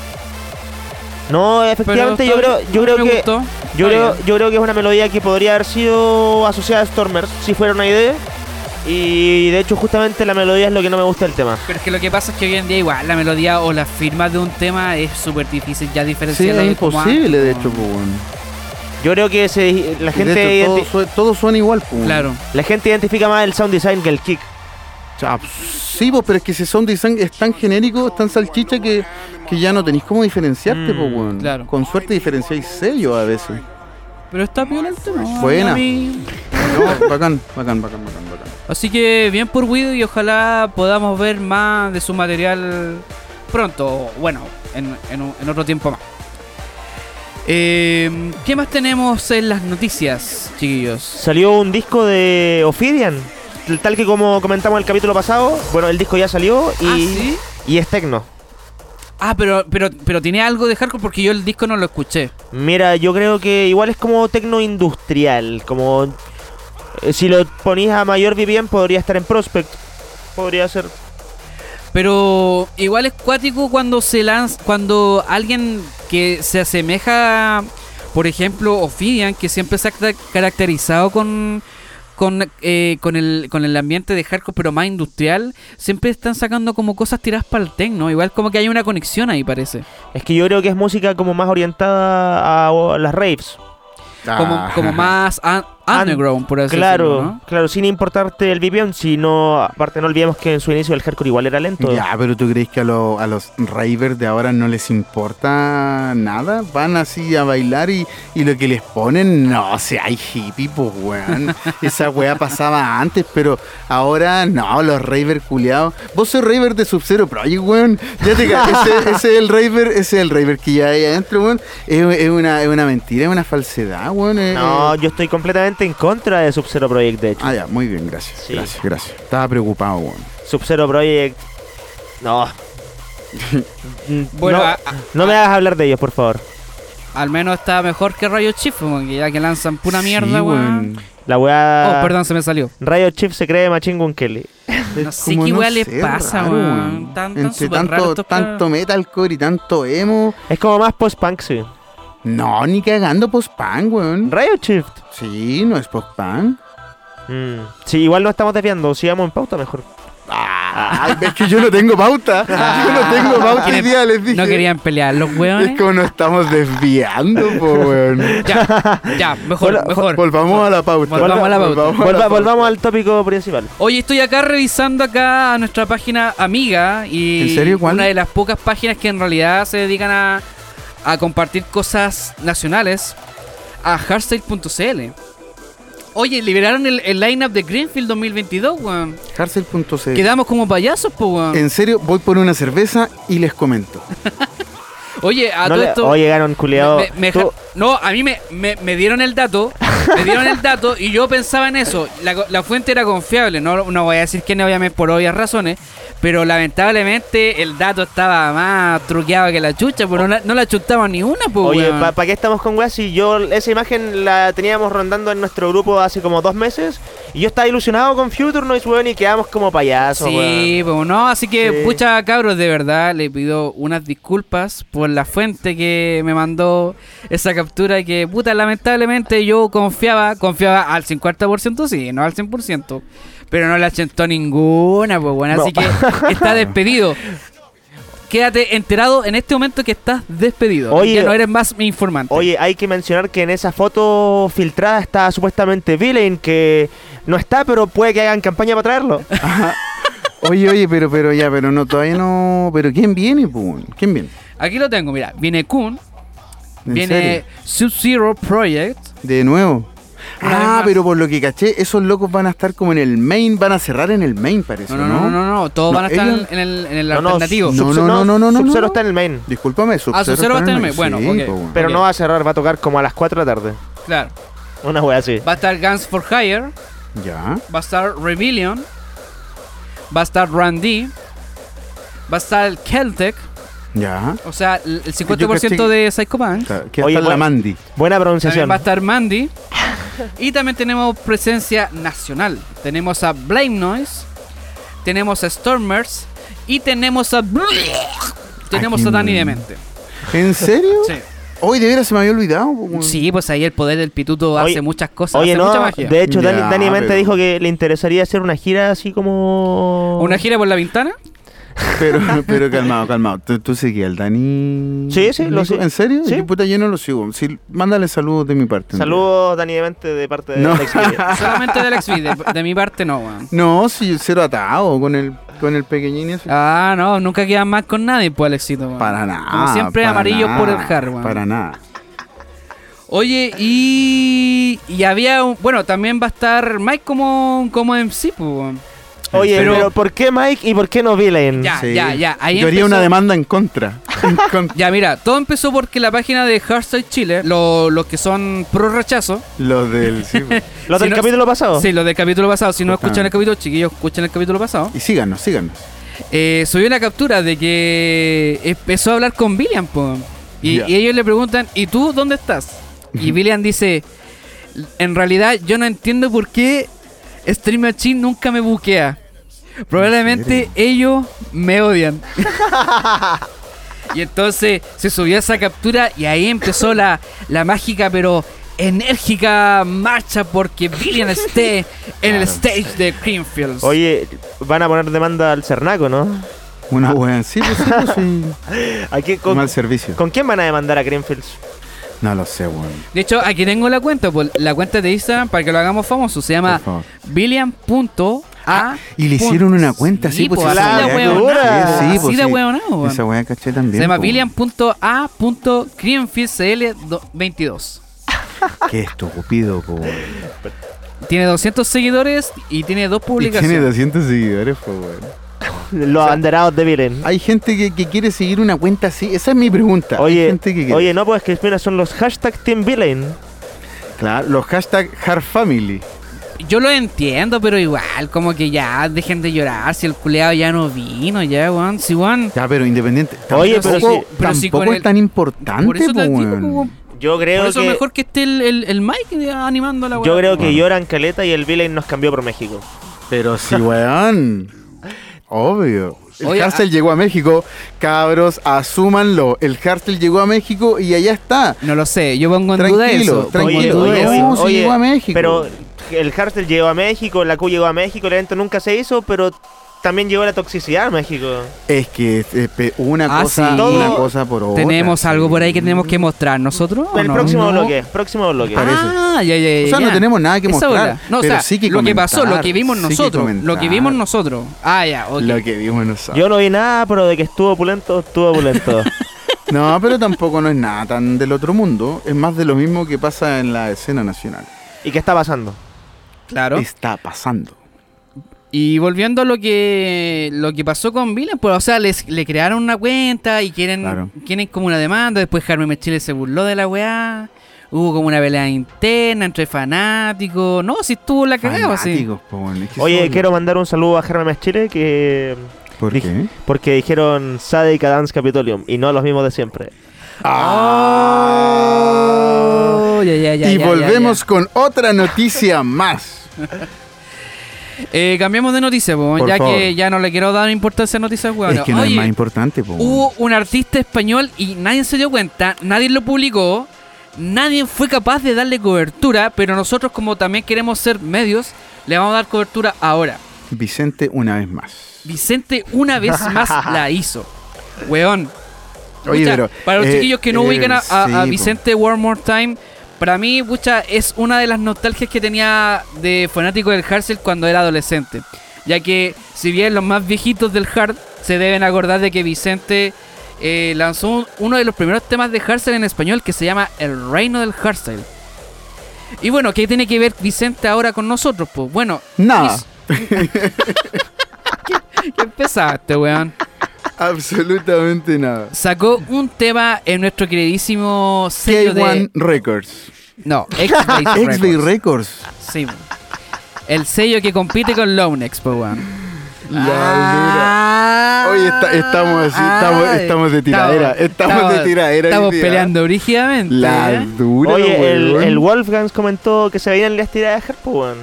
[SPEAKER 7] No, efectivamente yo creo, yo creo
[SPEAKER 5] me
[SPEAKER 7] que
[SPEAKER 5] gustó.
[SPEAKER 7] yo
[SPEAKER 5] Está
[SPEAKER 7] creo,
[SPEAKER 5] bien.
[SPEAKER 7] yo creo que es una melodía que podría haber sido asociada a Stormers si fuera una idea. Y de hecho justamente la melodía es lo que no me gusta del tema.
[SPEAKER 5] Pero es que lo que pasa es que hoy en día igual la melodía o las firmas de un tema es súper difícil ya
[SPEAKER 6] Sí,
[SPEAKER 5] diferenciarla.
[SPEAKER 6] es
[SPEAKER 5] de como
[SPEAKER 6] imposible, de
[SPEAKER 5] antes,
[SPEAKER 6] hecho, pues, bueno.
[SPEAKER 7] Yo creo que se- la
[SPEAKER 6] Y de
[SPEAKER 7] gente
[SPEAKER 6] hecho, todo,
[SPEAKER 7] identi-
[SPEAKER 6] sue- todo suena igual, pues. bueno.
[SPEAKER 5] Claro.
[SPEAKER 7] la gente identifica más el sound design que el kick.
[SPEAKER 6] O sea, sí, pues, pero es que ese sound design es tan genérico, es tan salchicha que, que ya no tenéis cómo diferenciarte,
[SPEAKER 7] Mm,
[SPEAKER 6] pues, bueno.
[SPEAKER 5] claro.
[SPEAKER 6] Con suerte diferenciáis sellos
[SPEAKER 5] (laughs)
[SPEAKER 6] a veces.
[SPEAKER 5] Pero está bien el tema.
[SPEAKER 6] Buena.
[SPEAKER 5] a mí-
[SPEAKER 6] No, bacán, bacán, bacán, bacán, bacán.
[SPEAKER 5] Así que bien por Guido y ojalá podamos ver más de su material pronto. o Bueno, en, en un- en otro tiempo más. Eh, ¿Qué más tenemos en las noticias, chiquillos?
[SPEAKER 7] Salió un disco de Ophidian, tal que como comentamos en el capítulo pasado. Bueno, el disco ya salió y,
[SPEAKER 5] Ah, ¿sí?
[SPEAKER 7] y es tecno.
[SPEAKER 5] Ah, pero, pero, pero tiene algo de hardcore porque yo el disco no lo escuché.
[SPEAKER 7] Mira, yo creo que igual es como tecno industrial, como eh, si lo ponís a mayor VPN podría estar en Prospect. Podría ser.
[SPEAKER 5] Pero igual es cuático cuando se lanza, cuando alguien que se asemeja, por ejemplo, Ophidian, que siempre se ha ca- caracterizado con con, eh, con, el, con el ambiente de hardcore, pero más industrial, siempre están sacando como cosas tiradas para el techno. Igual como que hay una conexión ahí, parece.
[SPEAKER 7] Es que yo creo que es música como más orientada a, a las raves.
[SPEAKER 6] Ah.
[SPEAKER 5] Como, como más an- underground, por así
[SPEAKER 7] claro,
[SPEAKER 5] decirlo, ¿no?
[SPEAKER 7] claro, sin importarte el vipión, sino aparte no olvidemos que en su inicio el hardcore igual era lento.
[SPEAKER 6] Ya, pero ¿tú crees que a, lo- a los ravers de ahora no les importa nada? Van así a bailar y, y lo que les ponen, no, o sea, hay hippie, pues, weón. Esa weá pasaba antes, pero ahora no, los ravers culiados. Vos sos raver de Sub-Zero Project, weón. Ya te ca- ese, ese es el raver, ese es el raver que ya hay adentro, weón. Es, es una, es una mentira, es una falsedad, weón. es-
[SPEAKER 7] No, yo estoy completamente en contra de Sub-Zero Project, de hecho.
[SPEAKER 6] Ah, ya, muy bien, gracias,
[SPEAKER 7] Sí.
[SPEAKER 6] gracias, gracias. Estaba preocupado, weón.
[SPEAKER 7] Sub-Zero Project. No. Mm,
[SPEAKER 5] (laughs) Bueno,
[SPEAKER 7] no,
[SPEAKER 5] a- a-
[SPEAKER 7] no me hagas hablar de ellos, por favor.
[SPEAKER 5] Al menos está mejor que Rayo Chief, weón, que ya que lanzan pura
[SPEAKER 6] Sí,
[SPEAKER 5] mierda, weón.
[SPEAKER 7] La weá.
[SPEAKER 5] Oh, perdón, se me salió.
[SPEAKER 7] Rayo Chief se cree Machine Gun Kelly.
[SPEAKER 5] No sé
[SPEAKER 6] Como
[SPEAKER 5] qué
[SPEAKER 6] no
[SPEAKER 5] weá le
[SPEAKER 6] sé,
[SPEAKER 5] pasa,
[SPEAKER 6] raro,
[SPEAKER 5] weón.
[SPEAKER 6] weón.
[SPEAKER 5] Tan, tan
[SPEAKER 6] Entre
[SPEAKER 5] súper raro
[SPEAKER 6] tanto,
[SPEAKER 5] estos
[SPEAKER 6] tanto
[SPEAKER 5] cabros.
[SPEAKER 6] metalcore y tanto emo.
[SPEAKER 7] Es como más post-punk, sí.
[SPEAKER 6] No, ni cagando post-punk, weón.
[SPEAKER 7] Rayo Chief.
[SPEAKER 6] Sí, no es post-punk.
[SPEAKER 7] Mm, Sí, igual no estamos desviando. Sigamos en pauta
[SPEAKER 6] (laughs)
[SPEAKER 7] mejor.
[SPEAKER 6] Ah, es que yo no
[SPEAKER 5] (laughs)
[SPEAKER 6] tengo pauta. Yo no tengo pauta hoy día, les dije.
[SPEAKER 5] No querían pelear, los
[SPEAKER 6] Es
[SPEAKER 5] weones.
[SPEAKER 6] como nos estamos
[SPEAKER 5] (laughs)
[SPEAKER 6] desviando, po, weón.
[SPEAKER 5] Ya, ya, mejor,
[SPEAKER 7] Hola,
[SPEAKER 5] mejor.
[SPEAKER 6] Volvamos a la pauta.
[SPEAKER 5] Volvamos a la pauta.
[SPEAKER 6] Volvamos a la
[SPEAKER 7] Volva-
[SPEAKER 6] pauta.
[SPEAKER 7] volvamos al tópico principal.
[SPEAKER 5] Oye, estoy acá revisando acá a nuestra página amiga y
[SPEAKER 6] ¿En serio? ¿Cuál?
[SPEAKER 5] una de las pocas páginas que en realidad se dedican a, a compartir cosas nacionales a hardstyle.cl. Oye, liberaron el, el lineup de Greenfield 2022, weón.
[SPEAKER 6] Carcel.cl.
[SPEAKER 5] Quedamos como payasos, po, weón.
[SPEAKER 6] En serio, voy por una cerveza y
[SPEAKER 5] (laughs)
[SPEAKER 6] les comento.
[SPEAKER 5] Oye, a
[SPEAKER 7] No
[SPEAKER 5] todo
[SPEAKER 7] le-
[SPEAKER 5] esto.
[SPEAKER 7] Oh, llegaron, culiado.
[SPEAKER 5] me- me- me
[SPEAKER 7] Tú-
[SPEAKER 5] ja- no, a mí me, me- me dieron el dato. Me dieron el dato y yo pensaba en eso. La, co- la fuente era confiable. No, no voy a decir quién, obviamente, por obvias razones. Pero lamentablemente el dato estaba más truqueado que la chucha. Pero no, la- no la chutaba ni una, pues,
[SPEAKER 7] Oye,
[SPEAKER 5] weón.
[SPEAKER 7] ¿para qué estamos con weas? Si yo esa imagen la teníamos rondando en nuestro grupo hace como dos meses y yo estaba ilusionado con Future Noise, weón, y quedamos como payasos,
[SPEAKER 5] Sí, pues no, así que
[SPEAKER 7] Sí.
[SPEAKER 5] pucha cabros, de verdad le pido unas disculpas por la fuente que me mandó esa captura que puta lamentablemente yo confiaba, confiaba al 50%, sí, no al 100%, pero no la chentó ninguna, pues bueno, así
[SPEAKER 7] No. (laughs)
[SPEAKER 5] que está despedido. Quédate enterado en este momento que estás despedido.
[SPEAKER 7] Oye.
[SPEAKER 5] ya no eres más mi informante.
[SPEAKER 7] Oye, hay que mencionar que en esa foto filtrada está supuestamente Villain, que no está, pero puede que hagan campaña para traerlo.
[SPEAKER 6] Oye, oye, pero, pero ya, pero no, todavía no. Pero ¿quién viene, po, weón? ¿Quién viene?
[SPEAKER 5] Aquí lo tengo, mira, viene Kun,
[SPEAKER 6] ¿En
[SPEAKER 5] viene
[SPEAKER 6] serio?
[SPEAKER 5] Sub-Zero Project.
[SPEAKER 6] De nuevo.
[SPEAKER 5] Una vez
[SPEAKER 6] Ah,
[SPEAKER 5] más.
[SPEAKER 6] pero por lo que caché, esos locos van a estar como en el main, van a cerrar en el main, parece.
[SPEAKER 5] No,
[SPEAKER 6] No,
[SPEAKER 5] no, no, no, no, no, todos
[SPEAKER 6] No,
[SPEAKER 5] van a estar
[SPEAKER 6] ellos-
[SPEAKER 5] en el, en el
[SPEAKER 7] No, no,
[SPEAKER 5] alternativo.
[SPEAKER 7] Sub-
[SPEAKER 6] No, no, no, no, no,
[SPEAKER 7] Sub-Zero
[SPEAKER 6] no.
[SPEAKER 7] está en el main,
[SPEAKER 6] Discúlpame, Sub-Zero
[SPEAKER 5] Sub-Zero Ah, va a estar en el main. pues, Bueno, ok.
[SPEAKER 6] po, weón.
[SPEAKER 7] pero
[SPEAKER 5] Ok.
[SPEAKER 7] no va a cerrar, va a tocar como a las 4 de la tarde.
[SPEAKER 5] Claro.
[SPEAKER 7] Una wea así.
[SPEAKER 5] Va a estar Guns for Hire,
[SPEAKER 6] Ya.
[SPEAKER 5] va a estar Rebellion, va a estar Randy, va a estar el Keltec,
[SPEAKER 6] Ya.
[SPEAKER 5] o sea, el el
[SPEAKER 6] Yo
[SPEAKER 5] 50%
[SPEAKER 6] caché-
[SPEAKER 5] de Psycho Punk.
[SPEAKER 6] ¿Qué
[SPEAKER 7] Oye,
[SPEAKER 6] tal la
[SPEAKER 7] bueno.
[SPEAKER 6] Mandy?
[SPEAKER 7] Buena pronunciación.
[SPEAKER 5] También va a estar Mandy. Y también tenemos presencia nacional. Tenemos a Blame Noise, tenemos a Stormers y tenemos a. Tenemos a
[SPEAKER 6] quién?
[SPEAKER 5] Danny Demente.
[SPEAKER 6] ¿En serio?
[SPEAKER 5] Sí.
[SPEAKER 6] Hoy de veras se me había olvidado. po, weón.
[SPEAKER 5] Sí, pues ahí el poder del pituto
[SPEAKER 7] Oye-
[SPEAKER 5] hace muchas cosas,
[SPEAKER 7] Oye,
[SPEAKER 5] hace
[SPEAKER 7] no,
[SPEAKER 5] mucha magia.
[SPEAKER 7] de hecho, Dani,
[SPEAKER 6] Ya,
[SPEAKER 7] Dani Mente
[SPEAKER 6] pero-
[SPEAKER 7] dijo que le interesaría hacer una gira así como...
[SPEAKER 5] ¿Una gira por la ventana?
[SPEAKER 6] Pero, pero calmado, calmado. ¿Tú, tú seguías al Dani?
[SPEAKER 7] Sí, sí, lo
[SPEAKER 6] Nico?
[SPEAKER 7] sigo.
[SPEAKER 6] ¿En serio?
[SPEAKER 7] Sí.
[SPEAKER 6] Yo, puta, yo no lo sigo. Sí, mándale saludos de mi parte.
[SPEAKER 7] Saludos, Dani Demente, de parte de
[SPEAKER 6] No.
[SPEAKER 7] Alex
[SPEAKER 6] (laughs)
[SPEAKER 7] Miguel.
[SPEAKER 5] Solamente del Xvideos, de, de mi parte no, weón.
[SPEAKER 6] No, sí, cero atado con el, con el pequeñín ese.
[SPEAKER 5] Ah, no, nunca quedan más con nadie, pues, Alexito. weón.
[SPEAKER 6] Para nada.
[SPEAKER 5] Como siempre,
[SPEAKER 6] para
[SPEAKER 5] amarillo
[SPEAKER 6] nada,
[SPEAKER 5] por el hardware.
[SPEAKER 6] Para nada.
[SPEAKER 5] Oye, y. Y había. un- bueno, también va a estar Mike como, como MC, pues, weón.
[SPEAKER 7] Oye,
[SPEAKER 6] Pero-
[SPEAKER 7] pero, ¿por qué Mike y por qué no Villain?
[SPEAKER 5] Ya,
[SPEAKER 6] Sí.
[SPEAKER 5] ya, ya. Ahí
[SPEAKER 6] Yo haría
[SPEAKER 5] empezó-
[SPEAKER 6] una demanda en
[SPEAKER 5] (laughs)
[SPEAKER 6] contra. En contra.
[SPEAKER 5] Ya, mira, todo empezó porque la página de Hardstyle Chile, lo- los que son pro rechazo,
[SPEAKER 6] Los del. sí, pues. po.
[SPEAKER 7] ¿Lo
[SPEAKER 5] Si
[SPEAKER 7] del
[SPEAKER 5] no-
[SPEAKER 7] capítulo pasado?
[SPEAKER 5] sí, los del capítulo pasado, si no escuchan el
[SPEAKER 6] Justamente.
[SPEAKER 5] capítulo, chiquillos, escuchen el capítulo pasado.
[SPEAKER 6] Y síganos, síganos.
[SPEAKER 5] eh, subió una captura de que empezó a hablar con Villian, po. Y,
[SPEAKER 6] Ya.
[SPEAKER 5] y ellos le preguntan, ¿y tú dónde estás? Y Villian dice, en realidad yo no entiendo por qué Stream Machine nunca me buquea. Probablemente ellos me odian. (laughs) y entonces se subió esa captura y ahí empezó la, la mágica pero enérgica marcha porque Villian esté en el stage de Greenfields.
[SPEAKER 7] Oye, van a poner demanda al Cernaco, ¿no?
[SPEAKER 5] Ah.
[SPEAKER 6] Una wea. Sí, pues, sí, pues, sí.
[SPEAKER 5] (laughs)
[SPEAKER 7] ¿A qué- con,
[SPEAKER 6] Mal servicio.
[SPEAKER 7] ¿Con quién van a demandar a Greenfields?
[SPEAKER 6] No lo sé, weón.
[SPEAKER 5] De hecho, aquí tengo la cuenta, pues, la cuenta de Instagram para que lo hagamos famoso. Se llama
[SPEAKER 6] Por favor.
[SPEAKER 5] Billiam.a.
[SPEAKER 6] Ah, y le hicieron una cuenta, sí, pues,
[SPEAKER 5] pues.
[SPEAKER 6] esa
[SPEAKER 5] Así de
[SPEAKER 6] weá que-
[SPEAKER 5] hueonao,
[SPEAKER 6] Sí, sí, pues,
[SPEAKER 5] así de
[SPEAKER 6] sí.
[SPEAKER 5] hueonao, weón.
[SPEAKER 6] Esa weá caché también.
[SPEAKER 5] Se llama
[SPEAKER 6] po.
[SPEAKER 5] Billiam.a.creamfieldcl22.
[SPEAKER 6] Qué estúpido, po.
[SPEAKER 5] Tiene 200 seguidores y tiene dos
[SPEAKER 6] Y tiene
[SPEAKER 5] publicaciones.
[SPEAKER 6] 200 seguidores, po, weón.
[SPEAKER 7] Los anderados de Viren.
[SPEAKER 6] Hay gente que, que quiere seguir una cuenta así. Esa es mi pregunta. Hay
[SPEAKER 7] Oye,
[SPEAKER 6] gente que quiere-
[SPEAKER 7] oye, no, pues que espera, son los hashtags Team Villain.
[SPEAKER 6] Claro, los hashtag HardFamily.
[SPEAKER 5] Yo lo entiendo, pero igual, como que ya dejen de llorar si el culeado ya no vino, ya, weón. Si, weón.
[SPEAKER 6] Ya, pero independiente.
[SPEAKER 7] Oye, pero
[SPEAKER 6] tampoco,
[SPEAKER 7] si-
[SPEAKER 5] pero si
[SPEAKER 6] tampoco
[SPEAKER 5] con
[SPEAKER 6] es
[SPEAKER 5] el-
[SPEAKER 6] tan
[SPEAKER 5] Por
[SPEAKER 6] importante,
[SPEAKER 5] eso
[SPEAKER 6] po,
[SPEAKER 5] te digo,
[SPEAKER 6] weón.
[SPEAKER 5] weón.
[SPEAKER 7] Yo creo
[SPEAKER 5] Por eso
[SPEAKER 7] que.
[SPEAKER 5] mejor que esté el, el, el Mike animando la
[SPEAKER 7] Yo
[SPEAKER 5] weá.
[SPEAKER 7] creo que lloran caleta y el Villain nos cambió por México.
[SPEAKER 6] Pero sí, weón. Obvio. El
[SPEAKER 5] Oye, ah.
[SPEAKER 6] Harsel llegó a México. Cabros, asúmanlo. El Harsel llegó a México y allá está.
[SPEAKER 5] No lo sé, yo pongo en duda
[SPEAKER 6] Tranquilo,
[SPEAKER 5] eso.
[SPEAKER 6] tranquilo.
[SPEAKER 5] Pongo en duda
[SPEAKER 6] Oye,
[SPEAKER 5] eso.
[SPEAKER 6] oye. sí llegó a México.
[SPEAKER 7] Pero el Hartel llegó a México, la Q llegó a México, el evento nunca se hizo, pero también llegó la toxicidad a México.
[SPEAKER 6] Es que eh, pe- una,
[SPEAKER 5] Ah,
[SPEAKER 6] cosa,
[SPEAKER 5] sí.
[SPEAKER 6] una
[SPEAKER 7] Todo-
[SPEAKER 6] cosa por otra.
[SPEAKER 5] ¿Tenemos algo
[SPEAKER 6] sí.
[SPEAKER 5] por ahí que tenemos que mostrar nosotros? o
[SPEAKER 7] el
[SPEAKER 5] no?
[SPEAKER 7] próximo
[SPEAKER 5] No.
[SPEAKER 7] bloque, próximo bloque.
[SPEAKER 6] Parece.
[SPEAKER 5] Ah, ya, ya, ya.
[SPEAKER 6] O sea, no
[SPEAKER 5] ya.
[SPEAKER 6] tenemos nada que
[SPEAKER 5] Esa
[SPEAKER 6] mostrar,
[SPEAKER 5] bola. No, o
[SPEAKER 6] pero
[SPEAKER 5] sea,
[SPEAKER 6] sí que
[SPEAKER 5] lo que pasó, lo
[SPEAKER 6] comentar,
[SPEAKER 5] que vimos
[SPEAKER 6] sí que
[SPEAKER 5] nosotros. lo que
[SPEAKER 6] comentar.
[SPEAKER 5] vimos nosotros. Ah, ya, ok.
[SPEAKER 6] Lo que vimos nosotros.
[SPEAKER 7] Yo no vi nada, pero de que estuvo opulento, estuvo
[SPEAKER 6] (laughs)
[SPEAKER 7] opulento.
[SPEAKER 6] No, pero tampoco no es nada tan del otro mundo. Es más de lo mismo que pasa en la escena nacional.
[SPEAKER 7] ¿Y qué está pasando?
[SPEAKER 5] Claro.
[SPEAKER 6] Está pasando.
[SPEAKER 5] Y volviendo a lo que lo que pasó con Villain, pues, o sea, les, le crearon una cuenta y quieren,
[SPEAKER 6] Claro.
[SPEAKER 5] quieren como una demanda. Después Carmen Mechile se burló de la weá. Hubo como una pelea interna entre fanáticos. No, si estuvo la cagada, sí.
[SPEAKER 6] Fanáticos, po, weón. Es que
[SPEAKER 7] Oye,
[SPEAKER 6] son-
[SPEAKER 7] quiero mandar un saludo a Germán Chile que.
[SPEAKER 6] ¿Por
[SPEAKER 7] dij-
[SPEAKER 6] qué?
[SPEAKER 7] Porque dijeron Sade Dance Capitolium y no los mismos de siempre.
[SPEAKER 5] Oh, ya, ya, ya,
[SPEAKER 6] Ah. y
[SPEAKER 5] ya, ya,
[SPEAKER 6] volvemos
[SPEAKER 5] ya.
[SPEAKER 6] con otra noticia más.
[SPEAKER 5] (laughs) Eh, cambiamos de noticia, po,
[SPEAKER 6] Por
[SPEAKER 5] ya
[SPEAKER 6] favor.
[SPEAKER 5] que ya no le quiero dar importancia a noticias, weón.
[SPEAKER 6] es que no
[SPEAKER 5] Oye,
[SPEAKER 6] es más importante, po, weón.
[SPEAKER 5] Hubo un artista español y nadie se dio cuenta, nadie lo publicó, nadie fue capaz de darle cobertura, pero nosotros como también queremos ser medios, le vamos a dar cobertura ahora.
[SPEAKER 6] Vicente una vez más.
[SPEAKER 5] Vicente una vez más
[SPEAKER 6] (laughs)
[SPEAKER 5] la hizo. Weón.
[SPEAKER 6] Oye,
[SPEAKER 5] Pucha,
[SPEAKER 6] pero,
[SPEAKER 5] para los
[SPEAKER 6] eh,
[SPEAKER 5] chiquillos que no
[SPEAKER 6] eh,
[SPEAKER 5] ubican a, a-
[SPEAKER 6] sí,
[SPEAKER 5] a
[SPEAKER 6] po.
[SPEAKER 5] Vicente One More Time, para mí, pucha, es una de las nostalgias que tenía de fanático del Harsel cuando era adolescente. Ya que, si bien los más viejitos del Hard se deben acordar de que Vicente eh, lanzó un- uno de los primeros temas de Harsel en español que se llama El Reino del Harsel. Y bueno, ¿qué tiene que ver Vicente ahora con nosotros? Pues bueno,
[SPEAKER 6] Nada.
[SPEAKER 5] hizo- ¿qué empezaste, weón?
[SPEAKER 6] Absolutamente nada.
[SPEAKER 5] sacó un tema en nuestro queridísimo sello de...
[SPEAKER 6] K1 Records. (laughs)
[SPEAKER 5] No, X-Base
[SPEAKER 6] X-Bay
[SPEAKER 5] Records.
[SPEAKER 6] Records.
[SPEAKER 5] Sí. El sello que compite con Lownex, po, weón.
[SPEAKER 6] La
[SPEAKER 5] Ah,
[SPEAKER 6] dura. Oye, está- estamos así, estamos- estamos de tiradera, estamos de tiradera hoy
[SPEAKER 5] Estamos
[SPEAKER 6] día.
[SPEAKER 5] peleando brígidamente.
[SPEAKER 6] La
[SPEAKER 5] ¿eh?
[SPEAKER 6] dura.
[SPEAKER 7] Oye, el,
[SPEAKER 6] weón.
[SPEAKER 7] el Wolfgang comentó que se venían las tiraderas Hart, pues, weón.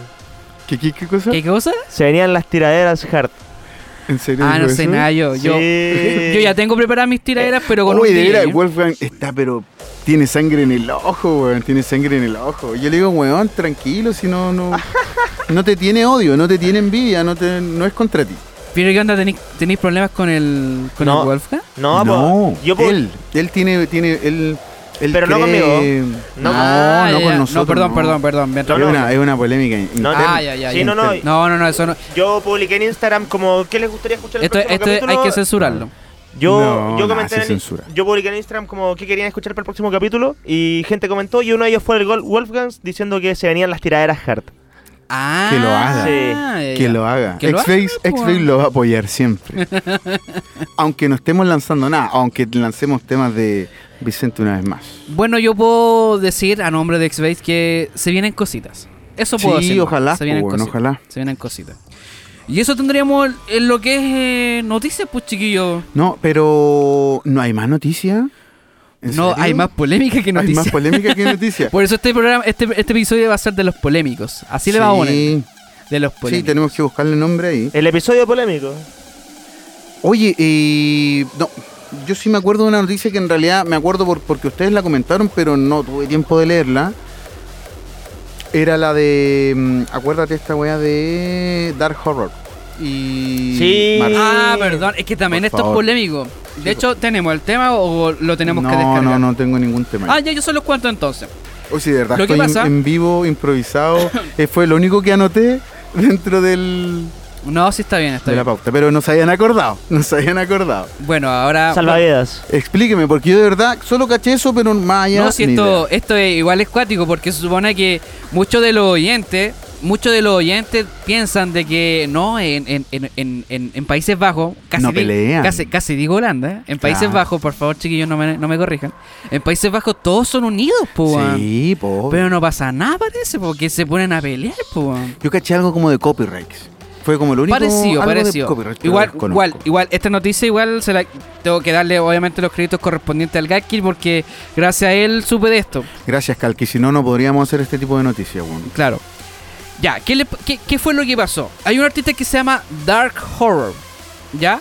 [SPEAKER 6] ¿Qué, qué, qué cosa?
[SPEAKER 5] ¿Qué cosa?
[SPEAKER 7] Se venían las tiraderas Hart.
[SPEAKER 6] ¿En serio?
[SPEAKER 5] Ah, no
[SPEAKER 6] dijo
[SPEAKER 5] sé
[SPEAKER 6] eso?
[SPEAKER 5] nada, yo, yo,
[SPEAKER 7] Sí.
[SPEAKER 5] yo ya tengo preparadas mis tiraderas, pero con
[SPEAKER 6] Oye,
[SPEAKER 5] un
[SPEAKER 6] de
[SPEAKER 5] delay,
[SPEAKER 6] veras,
[SPEAKER 5] ¿eh?
[SPEAKER 6] Wolfgang está, pero tiene sangre en el ojo, weón. Tiene sangre en el ojo. Yo le digo, weón, tranquilo, si no, no.
[SPEAKER 7] (laughs)
[SPEAKER 6] No te tiene odio, no te tiene envidia, no, te, no es contra ti.
[SPEAKER 5] Pero ¿qué onda? ¿Tenéis tenéis problemas con el, con
[SPEAKER 7] No.
[SPEAKER 5] el Wolfgang?
[SPEAKER 7] No, pues, yo puedo-
[SPEAKER 6] él, él tiene, tiene, él. él
[SPEAKER 7] Pero no
[SPEAKER 6] conmigo.
[SPEAKER 7] No
[SPEAKER 6] No,
[SPEAKER 5] Ah,
[SPEAKER 6] no
[SPEAKER 5] ya,
[SPEAKER 6] con
[SPEAKER 5] ya.
[SPEAKER 6] nosotros.
[SPEAKER 5] No, perdón, perdón, perdón. me
[SPEAKER 6] Es
[SPEAKER 7] No, no.
[SPEAKER 6] una, es una polémica.
[SPEAKER 7] No,
[SPEAKER 6] interna.
[SPEAKER 5] Ah, ya, ya,
[SPEAKER 7] Sí,
[SPEAKER 5] ya.
[SPEAKER 7] no, no.
[SPEAKER 5] No, no, no, eso no.
[SPEAKER 7] Yo publiqué en Instagram como ¿qué les gustaría escuchar el
[SPEAKER 5] Esto,
[SPEAKER 7] próximo
[SPEAKER 5] esto hay
[SPEAKER 7] capítulo?
[SPEAKER 5] que censurarlo.
[SPEAKER 7] Yo,
[SPEAKER 6] No,
[SPEAKER 7] yo
[SPEAKER 6] nah,
[SPEAKER 7] comenté
[SPEAKER 6] se
[SPEAKER 7] en,
[SPEAKER 6] censura.
[SPEAKER 7] yo publiqué en Instagram como qué querían escuchar para el próximo capítulo y gente comentó y uno de ellos fue el Gol- Wolfgang diciendo que se venían las tiraderas Hart.
[SPEAKER 5] Ah,
[SPEAKER 6] Que lo haga.
[SPEAKER 7] Sí.
[SPEAKER 5] ya,
[SPEAKER 6] Que
[SPEAKER 5] ya.
[SPEAKER 6] lo haga. pues.
[SPEAKER 5] Que lo
[SPEAKER 6] X-Face
[SPEAKER 5] haga, po.
[SPEAKER 6] X-Face lo va a
[SPEAKER 5] (laughs)
[SPEAKER 6] apoyar siempre. aunque no estemos lanzando nada, aunque lancemos temas de Vicente una vez más.
[SPEAKER 5] Bueno, yo puedo decir a nombre de X-Base que se vienen cositas. Eso puedo
[SPEAKER 6] Sí,
[SPEAKER 5] decir.
[SPEAKER 6] ojalá,
[SPEAKER 5] Se vienen
[SPEAKER 6] po, bueno,
[SPEAKER 5] cositas.
[SPEAKER 6] ojalá.
[SPEAKER 5] Se vienen cositas. Y eso tendríamos en lo que es eh, noticias, pues chiquillo.
[SPEAKER 6] No, pero ¿no hay más noticias?
[SPEAKER 5] No, hay más polémica que
[SPEAKER 6] (laughs) Hay más
[SPEAKER 5] noticias.
[SPEAKER 6] polémica
[SPEAKER 5] (laughs)
[SPEAKER 6] que noticias.
[SPEAKER 5] Por eso este programa, este, este episodio va a ser de los polémicos. Así le vamos a poner.
[SPEAKER 6] Sí,
[SPEAKER 5] De los
[SPEAKER 6] sí,
[SPEAKER 5] polémicos.
[SPEAKER 6] tenemos que buscarle nombre ahí.
[SPEAKER 7] El episodio polémico.
[SPEAKER 6] Oye, eh, no, yo sí me acuerdo de una noticia que en realidad me acuerdo por, porque ustedes la comentaron, pero no tuve tiempo de leerla. Era la de. mm, Acuérdate esta weá de Dark Horror. y
[SPEAKER 7] Sí.
[SPEAKER 6] Marshall.
[SPEAKER 5] Ah, perdón, es que también
[SPEAKER 6] Por
[SPEAKER 5] esto
[SPEAKER 6] favor. pues.
[SPEAKER 5] es polémico. De hecho, ¿tenemos el tema o lo tenemos
[SPEAKER 6] no,
[SPEAKER 5] que descargar?
[SPEAKER 6] No, no tengo ningún tema.
[SPEAKER 5] Ah, ya yo solo cuento entonces.
[SPEAKER 6] Hoy Oh, sí, de verdad,
[SPEAKER 5] Lo que
[SPEAKER 6] estoy en-
[SPEAKER 5] pasa-
[SPEAKER 6] en
[SPEAKER 5] (coughs)
[SPEAKER 6] vivo, improvisado. Eh, fue lo único que anoté dentro del,
[SPEAKER 5] No, sí está bien, está
[SPEAKER 6] de la
[SPEAKER 5] bien.
[SPEAKER 6] pauta, pero no se habían acordado, (laughs) no se habían acordado.
[SPEAKER 5] Bueno, ahora...
[SPEAKER 7] Salvavidas.
[SPEAKER 6] Explíqueme, porque yo de verdad solo caché eso, pero más allá
[SPEAKER 5] No, si
[SPEAKER 6] ni
[SPEAKER 5] esto,
[SPEAKER 6] idea.
[SPEAKER 5] esto es igual es cuático porque se supone que muchos de los oyentes, muchos de los oyentes piensan de que no, en, en, en, en, en- en Países Bajos, casi,
[SPEAKER 6] No
[SPEAKER 5] di-
[SPEAKER 6] pelean.
[SPEAKER 5] casi, casi digo Holanda, ¿eh? en Países
[SPEAKER 6] Claro.
[SPEAKER 5] Bajos, por favor chiquillos no me, no me corrijan, en Países Bajos todos son unidos, po, weón.
[SPEAKER 6] Sí, po.
[SPEAKER 5] pero no pasa nada parece porque se ponen a pelear, po. weón.
[SPEAKER 6] Yo caché algo como de copyrights. Fue como lo único
[SPEAKER 5] Parecido,
[SPEAKER 6] algo de
[SPEAKER 5] parecido.
[SPEAKER 6] copyright que
[SPEAKER 5] Igual,
[SPEAKER 6] desconozco.
[SPEAKER 5] igual, igual, esta noticia igual se la tengo que darle obviamente los créditos correspondientes al Gatkir porque gracias a él supe de esto.
[SPEAKER 6] Gracias, Calqui, si no, no podríamos hacer este tipo de noticias, weón.
[SPEAKER 5] Claro. Ya, ¿qué, le- qué- qué fue lo que pasó? Hay un artista que se llama Dark Horror, ¿ya?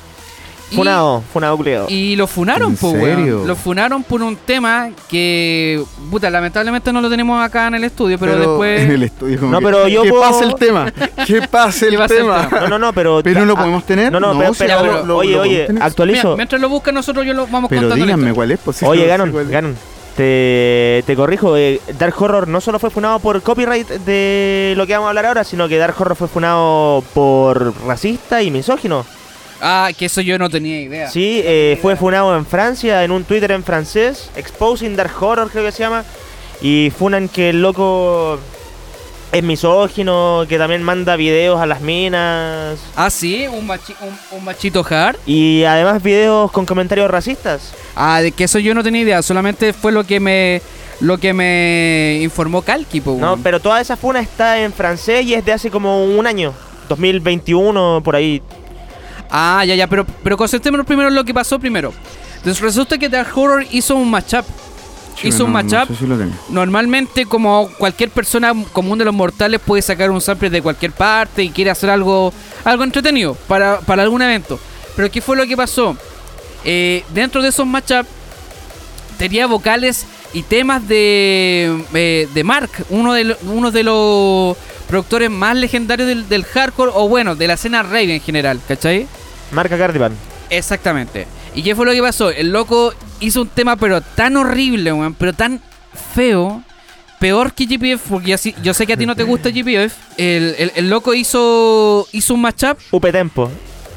[SPEAKER 5] Y-
[SPEAKER 7] Funado, funado culiado.
[SPEAKER 5] Y lo funaron,
[SPEAKER 6] ¿En
[SPEAKER 5] pues,
[SPEAKER 6] serio?
[SPEAKER 5] Lo funaron por un tema que, puta, lamentablemente no lo tenemos acá en el estudio, pero,
[SPEAKER 6] En
[SPEAKER 5] después...
[SPEAKER 6] (laughs) el estudio, como
[SPEAKER 7] No,
[SPEAKER 6] que,
[SPEAKER 7] pero yo
[SPEAKER 6] Que
[SPEAKER 7] puedo-
[SPEAKER 6] pase el tema. Que pase
[SPEAKER 5] (laughs) Que
[SPEAKER 6] el
[SPEAKER 5] pase el
[SPEAKER 6] tema.
[SPEAKER 5] tema.
[SPEAKER 7] No, no, no, pero.
[SPEAKER 6] Pero lo
[SPEAKER 7] ah,
[SPEAKER 6] podemos tener.
[SPEAKER 7] No, no, pero,
[SPEAKER 6] sí,
[SPEAKER 7] pero-
[SPEAKER 6] lo-
[SPEAKER 7] pero-
[SPEAKER 6] lo-
[SPEAKER 7] oye,
[SPEAKER 6] lo
[SPEAKER 7] oye,
[SPEAKER 6] podemos tener.
[SPEAKER 7] actualizo.
[SPEAKER 5] Mira, mientras lo busca nosotros yo lo vamos
[SPEAKER 6] Pero
[SPEAKER 5] contando. la
[SPEAKER 6] díganme
[SPEAKER 5] historia.
[SPEAKER 6] cuál es, pues. si
[SPEAKER 7] Oye,
[SPEAKER 6] no sé
[SPEAKER 7] Ganon,
[SPEAKER 6] cuál es.
[SPEAKER 7] Ganon, te, te corrijo, eh, Dark Horror no solo fue funado por copyright de lo que vamos a hablar ahora, sino que Dark Horror fue funado por racista y misógino.
[SPEAKER 5] Ah, que eso yo no tenía idea.
[SPEAKER 7] Sí, eh, fue funado en Francia, en un Twitter en francés, Exposing Dark Horror creo que se llama, y funan que el loco es misógino, que también manda videos a las minas,
[SPEAKER 5] Ah, sí, un, machi- un, un machito hard.
[SPEAKER 7] y además videos con comentarios racistas.
[SPEAKER 5] Ah, de que eso yo no tenía idea, solamente fue lo que me lo que me informó Kalki, pues.
[SPEAKER 7] No,
[SPEAKER 5] weón.
[SPEAKER 7] pero toda esa funa está en francés y es de hace como un año, 2021, por ahí.
[SPEAKER 5] Ah, ya, ya, pero, pero concentrémonos primero en lo que pasó primero. Entonces resulta que Dark Horror hizo un matchup.
[SPEAKER 6] Chuta,
[SPEAKER 5] hizo un
[SPEAKER 6] no- no
[SPEAKER 5] matchup.
[SPEAKER 6] sé si lo tengo.
[SPEAKER 5] Normalmente, como cualquier persona común de los mortales, puede sacar un sample de cualquier parte y quiere hacer algo, algo entretenido para, para algún evento. Pero ¿qué fue lo que pasó? Eh, dentro de esos matchups tenía vocales y temas de, eh, de Mark, uno de, lo- uno de los productores más legendarios del, del hardcore, o bueno, de la escena rave en general, ¿cachai?
[SPEAKER 7] Marca Cardivan.
[SPEAKER 5] Exactamente. ¿Y qué fue lo que pasó? El loco hizo un tema, pero tan horrible, weón, pero tan feo. Peor que GPF, porque yo, sí- yo sé que a ti no te gusta GPF. El, el- el loco hizo hizo un matchup,
[SPEAKER 7] UP Tempo.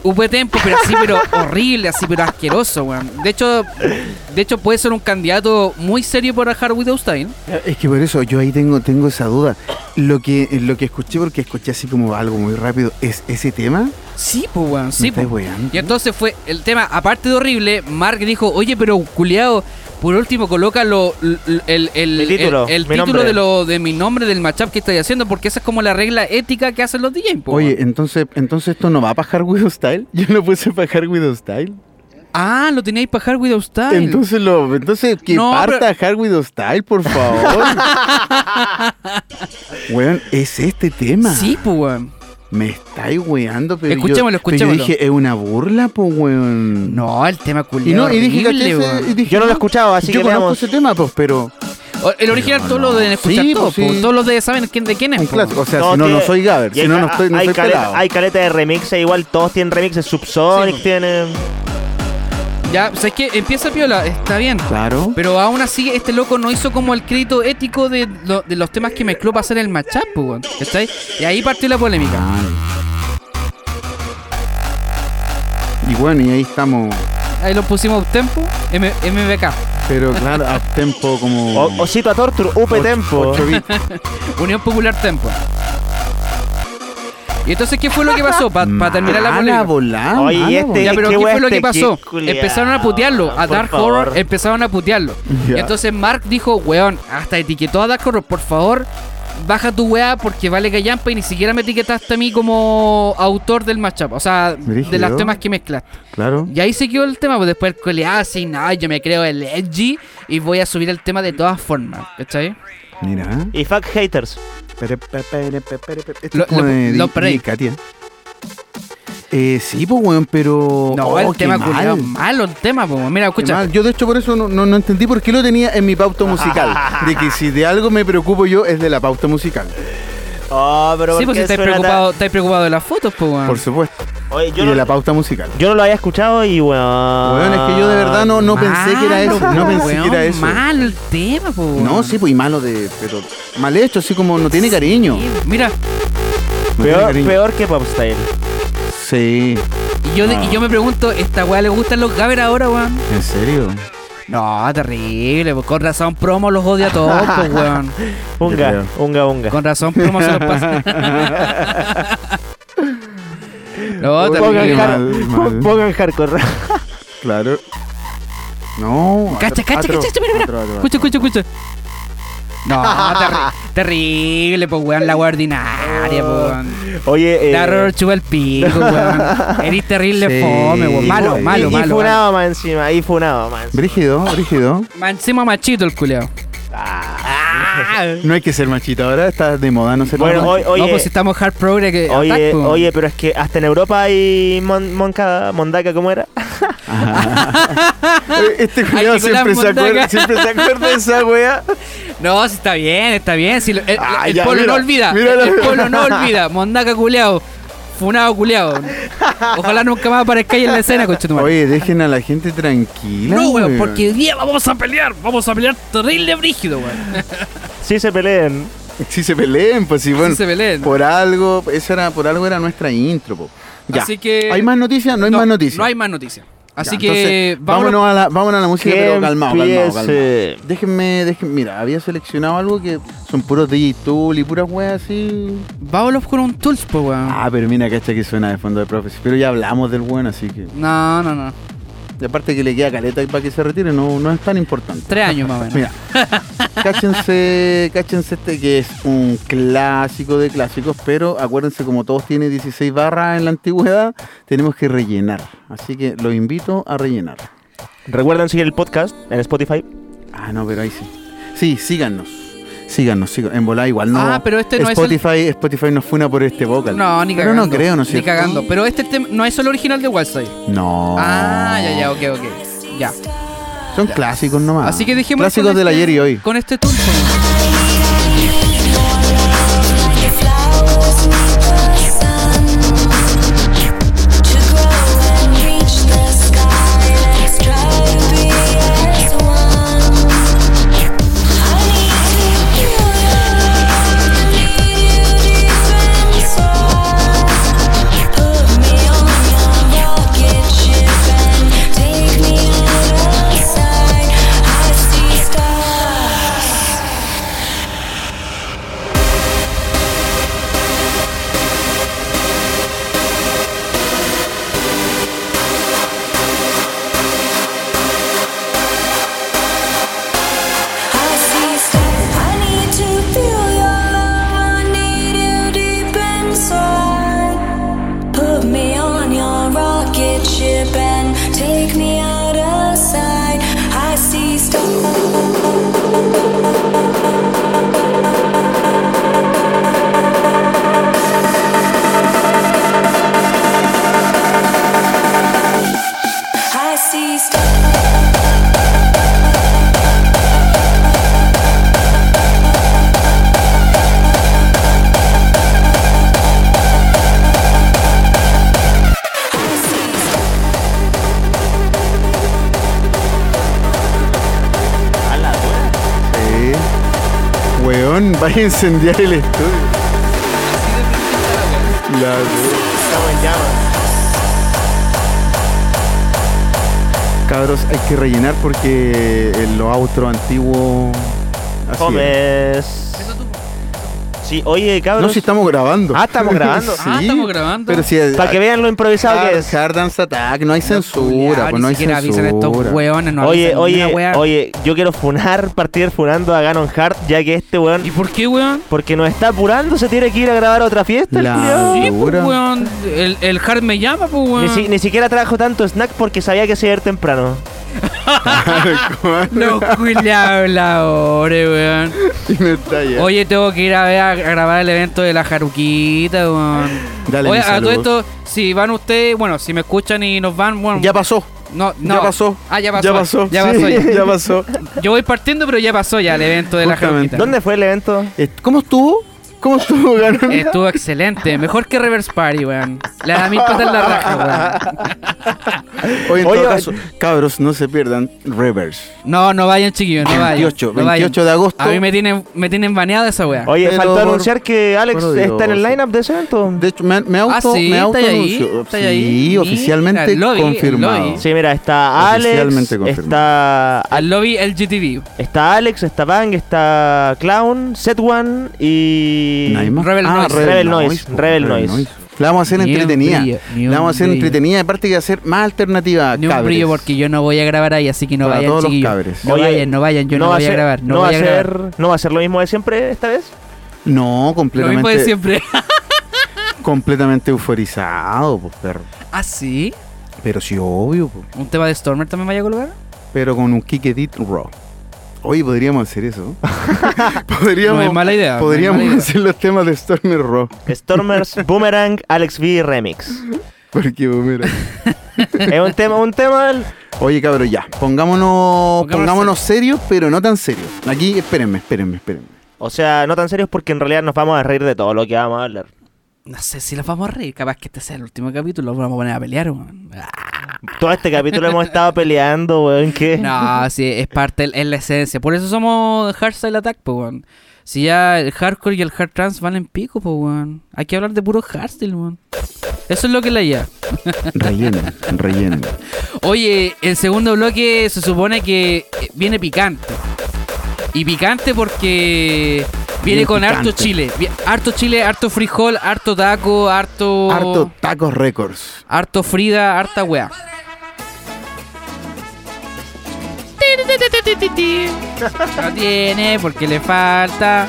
[SPEAKER 5] UP Tempo, pero así, pero horrible, así, pero asqueroso, weón. De hecho, de hecho puede ser un candidato muy serio para Hard Without Style.
[SPEAKER 6] Es que por eso yo ahí tengo, tengo esa duda. Lo que, lo que escuché, porque escuché así como algo muy rápido, es ese tema.
[SPEAKER 5] Sí, pues, weón, sí,
[SPEAKER 6] Me estáis
[SPEAKER 5] pues.
[SPEAKER 6] weando.
[SPEAKER 5] Y entonces fue el tema, aparte de horrible, Mark dijo, oye, pero culiao, por último coloca lo, l- l- el, el-
[SPEAKER 7] Mi título,
[SPEAKER 5] el- el
[SPEAKER 7] mi
[SPEAKER 5] título
[SPEAKER 7] nombre".
[SPEAKER 5] de lo de mi nombre del matchup que estoy haciendo, porque esa es como la regla ética que hacen los DJs. po,
[SPEAKER 6] Oye,
[SPEAKER 5] weón.
[SPEAKER 6] entonces, entonces esto no va a pajar Widow Style. (laughs) Yo no puse pajar Widow Style.
[SPEAKER 5] ah, lo teníais para Hard Without Style.
[SPEAKER 6] Entonces lo, entonces que
[SPEAKER 5] No,
[SPEAKER 6] parta Hard Widow Style, por favor. weón, es este tema.
[SPEAKER 5] sí, pues, weón.
[SPEAKER 6] Me estáis weando, pero. yo-
[SPEAKER 5] Escuchémoslo,
[SPEAKER 6] pero
[SPEAKER 5] escuchémoslo.
[SPEAKER 6] yo dije, es una burla, po, weón.
[SPEAKER 5] No, el tema
[SPEAKER 6] Y
[SPEAKER 5] culiao.
[SPEAKER 6] no, y dije,
[SPEAKER 5] horrible,
[SPEAKER 6] caché ese-
[SPEAKER 5] weón.
[SPEAKER 6] y dije,
[SPEAKER 7] Yo no lo he
[SPEAKER 6] no,
[SPEAKER 7] escuchado, así
[SPEAKER 6] Yo
[SPEAKER 7] que
[SPEAKER 6] conozco
[SPEAKER 7] veamos.
[SPEAKER 6] ese tema, pues, pero.
[SPEAKER 5] O- El original
[SPEAKER 6] Pero
[SPEAKER 5] todo lo
[SPEAKER 6] no.
[SPEAKER 5] deben escuchar
[SPEAKER 6] Sí,
[SPEAKER 5] todos,
[SPEAKER 6] pues,
[SPEAKER 5] po,
[SPEAKER 6] sí.
[SPEAKER 5] todos los de saben quién, de quién es.
[SPEAKER 6] Un
[SPEAKER 5] po,
[SPEAKER 6] clásico. O sea,
[SPEAKER 7] Todos
[SPEAKER 6] si no, no
[SPEAKER 7] tienen-
[SPEAKER 6] soy Gaber.
[SPEAKER 7] y
[SPEAKER 6] Si
[SPEAKER 7] hay
[SPEAKER 6] no,
[SPEAKER 7] ca-
[SPEAKER 6] no estoy, no
[SPEAKER 7] hay
[SPEAKER 6] soy
[SPEAKER 7] caleta,
[SPEAKER 6] pelado.
[SPEAKER 7] Hay caleta de remixes, igual todos tienen remixes. Subsonic
[SPEAKER 5] Sí,
[SPEAKER 7] tienen.
[SPEAKER 5] weón. Ya, o sea, es que empieza piola, está bien.
[SPEAKER 6] Claro.
[SPEAKER 5] Pero aún así, este loco no hizo como el crédito ético de, lo- de los temas que mezcló para hacer el matchup, po, weón, ¿cachai? Y ahí partió la polémica.
[SPEAKER 6] Y bueno, y ahí estamos.
[SPEAKER 5] Ahí lo pusimos a tempo, M- MBK.
[SPEAKER 6] Pero claro, a tempo como.
[SPEAKER 7] O- Osito a Torture, UP
[SPEAKER 6] ocho-
[SPEAKER 7] Tempo. (laughs)
[SPEAKER 6] ocho bits.
[SPEAKER 5] Unión Popular Tempo. Y entonces, ¿qué fue lo que pasó? Para terminar la
[SPEAKER 6] Mala
[SPEAKER 5] polémica.
[SPEAKER 6] volá,
[SPEAKER 7] Oye,
[SPEAKER 6] mala
[SPEAKER 7] y este-
[SPEAKER 5] Ya,
[SPEAKER 6] volá.
[SPEAKER 5] pero
[SPEAKER 7] qué
[SPEAKER 5] ¿qué
[SPEAKER 7] wea
[SPEAKER 5] fue lo
[SPEAKER 7] este
[SPEAKER 5] que pasó?
[SPEAKER 7] kid culiao,
[SPEAKER 5] Empezaron a putearlo, a
[SPEAKER 7] por
[SPEAKER 5] Dark
[SPEAKER 7] favor.
[SPEAKER 5] Horror empezaron a putearlo.
[SPEAKER 6] Ya.
[SPEAKER 5] Y entonces Mark dijo, weón, hasta etiquetó a Dark Horror, por favor, baja tu weá porque vale callampa y ni siquiera me etiquetaste a mí como autor del matchup, o sea, de
[SPEAKER 6] Brígido.
[SPEAKER 5] los temas que mezclaste.
[SPEAKER 6] Claro.
[SPEAKER 5] Y ahí se quedó el tema, pues después el cole, ah, sí, no, yo me creo el edgy y voy a subir el tema de todas formas, ¿cachai?
[SPEAKER 6] Mira.
[SPEAKER 7] Y fuck haters.
[SPEAKER 6] Pere, pe, pere, pe, pere, pe. Esto
[SPEAKER 5] Lo-
[SPEAKER 6] es como
[SPEAKER 5] lo-
[SPEAKER 6] de
[SPEAKER 5] lo
[SPEAKER 6] Di-
[SPEAKER 5] paré.
[SPEAKER 6] Di Katia. Eh, sí, pues, weón, pero.
[SPEAKER 5] No,
[SPEAKER 6] Oh,
[SPEAKER 5] el
[SPEAKER 6] qué
[SPEAKER 5] tema
[SPEAKER 6] mal,
[SPEAKER 5] culiao,
[SPEAKER 6] qué
[SPEAKER 5] malo el tema, pues, mira, escucha.
[SPEAKER 6] mal. Yo, de hecho, por eso no, no- no entendí por
[SPEAKER 5] (laughs)
[SPEAKER 6] qué lo tenía en mi pauta musical. De que si de algo me preocupo yo es de la pauta musical.
[SPEAKER 7] Oh, pero
[SPEAKER 5] Sí,
[SPEAKER 7] ¿por
[SPEAKER 5] pues si
[SPEAKER 7] qué
[SPEAKER 5] estáis
[SPEAKER 7] suena tan-
[SPEAKER 5] preocupado, estáis preocupado de las fotos, pues, weón.
[SPEAKER 6] Por supuesto.
[SPEAKER 7] Oye, yo
[SPEAKER 6] y
[SPEAKER 7] no,
[SPEAKER 6] de la pauta musical.
[SPEAKER 7] yo no lo había escuchado y weón.
[SPEAKER 6] Weón, es que yo de verdad no, no pensé que era
[SPEAKER 5] Ah. Malo,
[SPEAKER 6] eso. No
[SPEAKER 5] po,
[SPEAKER 6] pensé
[SPEAKER 5] weón,
[SPEAKER 6] que era eso.
[SPEAKER 5] Mal el tema, pues.
[SPEAKER 6] No, sí, pues y malo de. Pero mal hecho, así como no tiene cariño. No
[SPEAKER 5] Mira,
[SPEAKER 6] tiene
[SPEAKER 7] Peor,
[SPEAKER 6] cariño.
[SPEAKER 7] peor que Popstyle.
[SPEAKER 6] Sí,
[SPEAKER 5] y yo, y yo me pregunto, ¿esta weá le gustan los gaber ahora, weón?
[SPEAKER 6] en serio.
[SPEAKER 5] No, terrible, pues, con razón promo los odia a todos, (laughs) pues, weón.
[SPEAKER 7] Unga,
[SPEAKER 6] creo.
[SPEAKER 7] unga, unga.
[SPEAKER 5] Con razón promo se los (laughs) pasa. no,
[SPEAKER 6] Oye,
[SPEAKER 7] Pongan,
[SPEAKER 6] qué
[SPEAKER 5] terrible.
[SPEAKER 7] jar-
[SPEAKER 6] mal, mal.
[SPEAKER 7] (laughs) pongan hardcore.
[SPEAKER 6] Claro. No.
[SPEAKER 5] Cacha,
[SPEAKER 6] atro-
[SPEAKER 5] cacha,
[SPEAKER 6] atro-
[SPEAKER 5] cacha, mira, mira.
[SPEAKER 6] atro- atro-
[SPEAKER 5] Escucha, escucha, escucha. No, (laughs) terri- terrible, pues, weón, la weá ordinaria, pues, weón.
[SPEAKER 7] Oye, eh,
[SPEAKER 5] La error chupa el
[SPEAKER 6] (laughs)
[SPEAKER 5] pico, weón. Eres terrible
[SPEAKER 6] Sí.
[SPEAKER 5] fome, weón. Malo,
[SPEAKER 6] Y-
[SPEAKER 5] malo,
[SPEAKER 7] y, Y
[SPEAKER 5] malo. malo.
[SPEAKER 7] funado más encima, y funado más encima.
[SPEAKER 6] Brígido, brígido.
[SPEAKER 5] Más Encima machito el culeado.
[SPEAKER 6] No hay que ser machito ahora, está de moda no ser
[SPEAKER 7] Bueno,
[SPEAKER 6] machito.
[SPEAKER 7] hoy-
[SPEAKER 5] no, pues si estamos hard progress que
[SPEAKER 7] Oye,
[SPEAKER 5] attack, po.
[SPEAKER 7] oye, pero es que hasta en Europa hay mon- monca, mondaca, ¿cómo era? (laughs)
[SPEAKER 6] Eh, (laughs) Este culiao
[SPEAKER 5] Nicolás
[SPEAKER 6] siempre se,
[SPEAKER 5] Mondaca.
[SPEAKER 6] acuerda, siempre se acuerda de esa wea.
[SPEAKER 5] No, si está bien, está bien. si lo- el,
[SPEAKER 6] Ah,
[SPEAKER 5] el
[SPEAKER 6] ya,
[SPEAKER 5] pueblo
[SPEAKER 6] mira,
[SPEAKER 5] no olvida.
[SPEAKER 6] mira
[SPEAKER 5] el
[SPEAKER 6] la-
[SPEAKER 5] pueblo no olvida. Mondaca culeado. Funado culeado. Ojalá nunca más aparezca ahí en la escena, conchetumadre.
[SPEAKER 6] (laughs) Oye, dejen a la gente tranquila.
[SPEAKER 5] No, weón,
[SPEAKER 6] weón.
[SPEAKER 5] porque hoy día vamos a pelear. Vamos a pelear terrible brígido, weón.
[SPEAKER 7] Sí se peleen.
[SPEAKER 6] Si se peleen, pues si bueno,
[SPEAKER 5] se peleen.
[SPEAKER 6] Por algo, esa era, por algo era nuestra intro, po. Ya.
[SPEAKER 5] Así que-
[SPEAKER 6] ¿Hay más noticias? No hay más noticias.
[SPEAKER 5] No hay más noticias.
[SPEAKER 6] Ya,
[SPEAKER 5] Así que
[SPEAKER 6] entonces, vámonos, a la, vámonos a la música,
[SPEAKER 7] Que
[SPEAKER 6] pero calmado, calmado,
[SPEAKER 7] empiece.
[SPEAKER 6] calmado. Déjenme, déjenme, mira, había seleccionado algo que son puros DJ Tool y puras weas así.
[SPEAKER 5] Vámonos con un tools, po, weón.
[SPEAKER 6] Ah, pero mira, cacha que suena de fondo de Prophecy. Pero ya hablamos del buen, así que.
[SPEAKER 5] No, no, no.
[SPEAKER 6] Y aparte que le queda caleta para que se retire, no, no es tan importante.
[SPEAKER 5] Tres años más o menos. (laughs)
[SPEAKER 6] Mira, cáchense, cáchense este que es un clásico de clásicos, pero acuérdense como todos tienen 16 barras en la antigüedad, tenemos que rellenar. Así que los invito a rellenar.
[SPEAKER 7] Recuerden seguir el podcast en Spotify.
[SPEAKER 6] Ah, no, pero ahí sí. Sí, síganos. Síganos, síganos. En volada igual no.
[SPEAKER 5] Ah, pero este no es el-
[SPEAKER 6] Spotify, Spotify nos funa por este vocal.
[SPEAKER 5] No, ni
[SPEAKER 6] Pero
[SPEAKER 5] cagando.
[SPEAKER 6] no creo, ¿no es
[SPEAKER 5] Ni
[SPEAKER 6] cierto? Oh.
[SPEAKER 5] cagando. Pero este tem- no es el original de Wildside.
[SPEAKER 6] No.
[SPEAKER 5] Ah, ya, ya, ok, ok. Ya.
[SPEAKER 6] Son clásicos nomás.
[SPEAKER 5] Así que dejemos.
[SPEAKER 6] Ah, Clásicos del ayer y hoy.
[SPEAKER 5] Con este tool. po.
[SPEAKER 8] Take me outside, I see stars. I see stars. I need to feel your love. I need you deep inside. Put me on your rocket ship and take me out of sight. I see stars. I see stars.
[SPEAKER 6] Sí. Weón, (laughs) vaya a incendiar el estudio. La Cabros, hay que rellenar porque en los outros antiguos. así es.
[SPEAKER 7] Comes.
[SPEAKER 5] este
[SPEAKER 7] Sí, oye, cabros.
[SPEAKER 6] No, si estamos grabando.
[SPEAKER 7] Ah,
[SPEAKER 6] (laughs)
[SPEAKER 7] estamos grabando.
[SPEAKER 5] Ah, estamos grabando.
[SPEAKER 6] Pero si
[SPEAKER 7] Para que vean lo improvisado que es.
[SPEAKER 6] Hard Dance Attack, no hay censura,
[SPEAKER 5] Culeado,
[SPEAKER 6] pues no
[SPEAKER 5] ni
[SPEAKER 6] hay
[SPEAKER 5] siquiera
[SPEAKER 6] censura.
[SPEAKER 5] avisan a estos weones, no
[SPEAKER 7] Oye,
[SPEAKER 5] avisan ni una
[SPEAKER 7] oye,
[SPEAKER 5] wea.
[SPEAKER 7] oye, yo quiero funar, (laughs) partir funando a Ganon Hart, ya que este weón,
[SPEAKER 5] ¿Y por qué, weón?
[SPEAKER 7] porque nos está apurando, se tiene que ir a grabar otra fiesta. el
[SPEAKER 6] La-
[SPEAKER 7] culiao.
[SPEAKER 5] Sí, pues, (laughs)
[SPEAKER 6] Segura. (laughs)
[SPEAKER 5] weón. El, el hard me llama, pues,
[SPEAKER 7] Ni, si-
[SPEAKER 5] weón.
[SPEAKER 7] ni siquiera trajo tanto snack porque sabía que se iba a ir temprano.
[SPEAKER 5] Los culiabladores, weón.
[SPEAKER 6] Y no está ya.
[SPEAKER 5] Oye, tengo que ir a, ver, a grabar el evento de la Jaruquita, weón.
[SPEAKER 6] Dale,
[SPEAKER 5] Oye,
[SPEAKER 6] mis
[SPEAKER 5] a todo
[SPEAKER 6] saludos.
[SPEAKER 5] esto, si van ustedes, bueno, si me escuchan y nos van, bueno,
[SPEAKER 6] Ya pasó.
[SPEAKER 5] no, no.
[SPEAKER 6] Ya pasó.
[SPEAKER 5] Ah, ya pasó.
[SPEAKER 6] Ya pasó.
[SPEAKER 5] Ya
[SPEAKER 6] sí,
[SPEAKER 5] pasó. ya. (laughs)
[SPEAKER 6] ya pasó.
[SPEAKER 5] Yo voy partiendo, pero ya pasó ya el evento de la
[SPEAKER 6] Justamente.
[SPEAKER 5] Jaruquita.
[SPEAKER 7] ¿Dónde fue el evento?
[SPEAKER 6] Eh, ¿Cómo estuvo? ¿Cómo (laughs) estuvo, Ganon?
[SPEAKER 5] Estuvo excelente. Mejor que Reverse Party, weón. Le da mil patas en la raja, weón.
[SPEAKER 6] (laughs) Oye, en todo
[SPEAKER 7] Oye,
[SPEAKER 6] caso, cabros, no se pierdan Reverse.
[SPEAKER 5] No, no vayan, chiquillos, no vayan.
[SPEAKER 6] 28,
[SPEAKER 5] no vayan.
[SPEAKER 6] 28 de agosto.
[SPEAKER 5] A mí me tienen, me tienen baneado esa weá.
[SPEAKER 7] Oye,
[SPEAKER 6] Pero
[SPEAKER 7] faltó
[SPEAKER 6] por-
[SPEAKER 7] anunciar que Alex
[SPEAKER 6] por Dios.
[SPEAKER 7] está en el lineup de ese evento.
[SPEAKER 6] De hecho, me, me auto,
[SPEAKER 5] Ah, sí,
[SPEAKER 6] me
[SPEAKER 5] está
[SPEAKER 6] auto
[SPEAKER 5] ahí,
[SPEAKER 6] anuncio.
[SPEAKER 5] está
[SPEAKER 6] sí,
[SPEAKER 5] ahí. Mira,
[SPEAKER 6] oficialmente
[SPEAKER 5] lo vi, lo
[SPEAKER 6] confirmado.
[SPEAKER 5] vi.
[SPEAKER 7] Sí, mira, está Alex,
[SPEAKER 6] Oficialmente confirmado.
[SPEAKER 7] está,
[SPEAKER 5] Al lobby LGTB.
[SPEAKER 7] está Alex, está Bang, está Clown, Set One y...
[SPEAKER 6] ¿Nadie más? Ah,
[SPEAKER 5] Rebel Noise.
[SPEAKER 7] Rebel Noise,
[SPEAKER 6] po,
[SPEAKER 7] Rebel Noise.
[SPEAKER 6] La vamos a hacer
[SPEAKER 5] Ni un
[SPEAKER 6] entretenida.
[SPEAKER 5] brillo, ni
[SPEAKER 6] la vamos a
[SPEAKER 5] un
[SPEAKER 6] hacer
[SPEAKER 5] brillo.
[SPEAKER 6] entretenida. Aparte que va a ser más alternativa.
[SPEAKER 5] Ni un
[SPEAKER 6] cabres.
[SPEAKER 5] brillo porque yo no voy a grabar ahí, así que no
[SPEAKER 6] Para
[SPEAKER 5] vayan,
[SPEAKER 6] todos los
[SPEAKER 5] chiquillos.
[SPEAKER 6] cabres.
[SPEAKER 5] No
[SPEAKER 7] Oye,
[SPEAKER 5] vayan, no vayan, yo no,
[SPEAKER 7] va
[SPEAKER 5] voy a
[SPEAKER 7] ser-
[SPEAKER 5] grabar. No,
[SPEAKER 7] no va
[SPEAKER 5] voy
[SPEAKER 7] a
[SPEAKER 5] a
[SPEAKER 7] ser,
[SPEAKER 5] grabar.
[SPEAKER 7] no va a ser lo mismo de siempre esta vez.
[SPEAKER 6] No,
[SPEAKER 5] Lo mismo de
[SPEAKER 6] completamente,
[SPEAKER 5] siempre. (laughs)
[SPEAKER 6] completamente euforizado, pues, perro.
[SPEAKER 5] ah, sí.
[SPEAKER 6] Pero sí, obvio, pues. po.
[SPEAKER 5] Un tema de Stormer también vaya a colocar.
[SPEAKER 6] pero con un kick edit raw. Hoy podríamos
[SPEAKER 5] (laughs)
[SPEAKER 6] hacer eso.
[SPEAKER 5] No
[SPEAKER 6] podríamos
[SPEAKER 5] es mala idea. no es
[SPEAKER 6] podríamos
[SPEAKER 5] mala idea.
[SPEAKER 6] hacer los temas de Stormer raw.
[SPEAKER 7] Stormers,
[SPEAKER 5] (laughs)
[SPEAKER 7] Boomerang, Alex V Remix.
[SPEAKER 6] Porque, mira.
[SPEAKER 7] Es un tema, un tema.
[SPEAKER 6] Oye, cabrón, ya. Pongámonos,
[SPEAKER 5] Pongámonos
[SPEAKER 6] pongámonos serios, pero no tan serios. Aquí, espérenme, espérenme, espérenme.
[SPEAKER 7] O sea, no tan serios porque en realidad nos vamos a reír de todo lo que vamos a hablar.
[SPEAKER 5] No sé si los vamos a reír. Capaz que este sea el último capítulo. Vamos a poner a pelear,
[SPEAKER 6] (laughs)
[SPEAKER 5] weón. Ah,
[SPEAKER 7] Todo este capítulo hemos estado peleando, weón. ¿Qué?
[SPEAKER 5] No, sí, es parte, es la esencia. Por eso somos Hardstyle Attack, po, weón. Si ya el hardcore y el hard trans valen pico, po, weón. Hay que hablar de puro hardstyle, weón. Eso es lo que la lleva. (laughs)
[SPEAKER 6] Relleno, relleno.
[SPEAKER 5] Oye, el segundo bloque se supone que viene picante. Y picante porque viene
[SPEAKER 6] Bien
[SPEAKER 5] con harto
[SPEAKER 6] picante.
[SPEAKER 5] chile. Vi- Harto chile, harto frijol, harto taco, harto.
[SPEAKER 6] Harto Tacos Records.
[SPEAKER 5] Harto Frida, harta weá. (laughs) No tiene porque le falta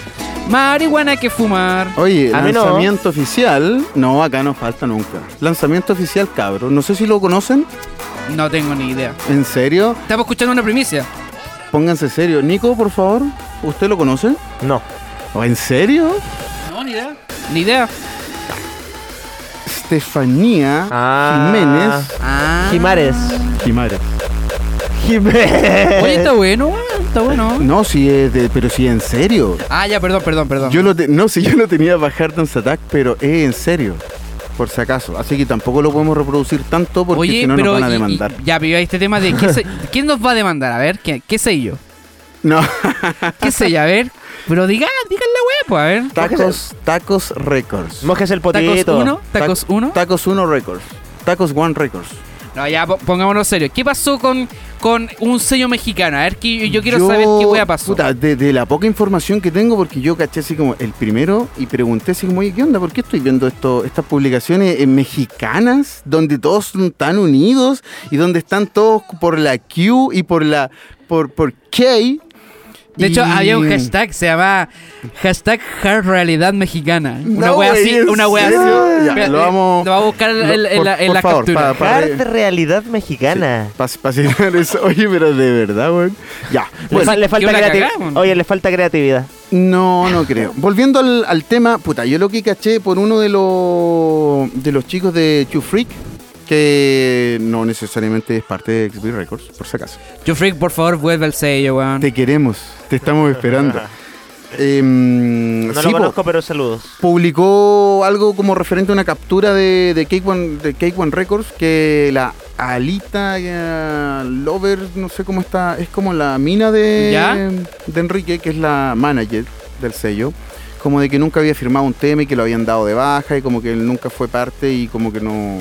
[SPEAKER 5] marihuana que fumar.
[SPEAKER 6] Oye,
[SPEAKER 7] A mí no.
[SPEAKER 6] lanzamiento oficial. No, acá no falta nunca. Lanzamiento oficial, cabrón. No sé si lo conocen.
[SPEAKER 5] No tengo ni idea.
[SPEAKER 6] ¿En serio?
[SPEAKER 5] Estamos escuchando una primicia.
[SPEAKER 6] Pónganse serio. Nico, por favor. ¿Usted lo conoce?
[SPEAKER 7] No.
[SPEAKER 6] ¿O en serio?
[SPEAKER 5] No, ni idea. Ni idea.
[SPEAKER 6] Estefanía
[SPEAKER 7] Ah.
[SPEAKER 6] Jiménez.
[SPEAKER 5] Ah.
[SPEAKER 7] Jimares.
[SPEAKER 6] Jiménez.
[SPEAKER 7] Jiménez.
[SPEAKER 5] Oye, está bueno, weón, está bueno.
[SPEAKER 6] No, si es de, pero si es en serio.
[SPEAKER 5] Ah, ya, perdón, perdón, perdón.
[SPEAKER 6] Yo lo te- no, si yo lo tenía bajar Dance Attack, pero es en serio. Por si acaso. Así que tampoco lo podemos reproducir tanto porque
[SPEAKER 5] Oye,
[SPEAKER 6] si no nos
[SPEAKER 5] pero
[SPEAKER 6] van a
[SPEAKER 5] y- y-
[SPEAKER 6] demandar.
[SPEAKER 5] ya, pero este tema de ¿quién, se- quién nos va a demandar, a ver, ¿qué, qué sé yo? (laughs)
[SPEAKER 6] No.
[SPEAKER 5] ¿Qué sé yo? A ver, pero diga, digan la web, pues, a ver.
[SPEAKER 6] tacos, tacos Records.
[SPEAKER 7] Mojes el
[SPEAKER 5] Tacos
[SPEAKER 7] potito.
[SPEAKER 5] 1, Tacos
[SPEAKER 6] Tac-
[SPEAKER 5] 1.
[SPEAKER 6] Tacos 1 Records. Tacos 1 Records.
[SPEAKER 5] No, ya po- pongámonos serios. ¿Qué pasó con, con un sello mexicano? A ver, que yo, yo quiero saber qué wea pasó.
[SPEAKER 6] Puta, de, de la poca información que tengo, porque yo caché así como el primero y pregunté así como, oye, ¿qué onda? ¿Por qué estoy viendo esto, estas publicaciones eh, mexicanas donde todos son tan unidos y donde están todos por la Q y por la por, por K?
[SPEAKER 5] de hecho,
[SPEAKER 6] Y-
[SPEAKER 5] había un hashtag, se llamaba hashtag hard realidad mexicana. Una
[SPEAKER 6] No,
[SPEAKER 5] wea
[SPEAKER 6] güey,
[SPEAKER 5] así,
[SPEAKER 6] ¿en
[SPEAKER 5] una wea así.
[SPEAKER 6] serio? Ya,
[SPEAKER 5] Espera,
[SPEAKER 6] lo
[SPEAKER 5] eh,
[SPEAKER 6] vamos-
[SPEAKER 5] lo va a buscar en,
[SPEAKER 6] lo-
[SPEAKER 5] en
[SPEAKER 6] por-
[SPEAKER 5] la, en
[SPEAKER 6] por
[SPEAKER 5] la
[SPEAKER 6] favor,
[SPEAKER 5] captura.
[SPEAKER 6] pa-
[SPEAKER 7] Hard realidad mexicana.
[SPEAKER 6] Pasillar eso. (laughs) Oye, pero de verdad, weón. Ya.
[SPEAKER 7] Le,
[SPEAKER 6] Bueno,
[SPEAKER 7] fal- le falta
[SPEAKER 5] yo la
[SPEAKER 7] creati-
[SPEAKER 5] cagamos.
[SPEAKER 7] Oye, le falta creatividad.
[SPEAKER 6] No, no creo. Volviendo al, al tema, puta, yo lo que caché por uno de los de los chicos de Two Freak, que no necesariamente es parte de XP Records, por si acaso.
[SPEAKER 5] Yo, Freak, por favor, vuelve al sello, weón.
[SPEAKER 6] Te queremos, te estamos
[SPEAKER 7] (laughs)
[SPEAKER 6] esperando. Em,
[SPEAKER 7] No
[SPEAKER 6] sí,
[SPEAKER 7] lo
[SPEAKER 6] po,
[SPEAKER 7] conozco, pero saludos.
[SPEAKER 6] publicó algo como referente a una captura de, de, Cake, One, de Cake One Records, que la Alita eh, Lover, no sé cómo está, es como la mina de,
[SPEAKER 5] ¿Ya?
[SPEAKER 6] de Enrique, que es la manager del sello, como de que nunca había firmado un tema y que lo habían dado de baja y como que él nunca fue parte y como que no...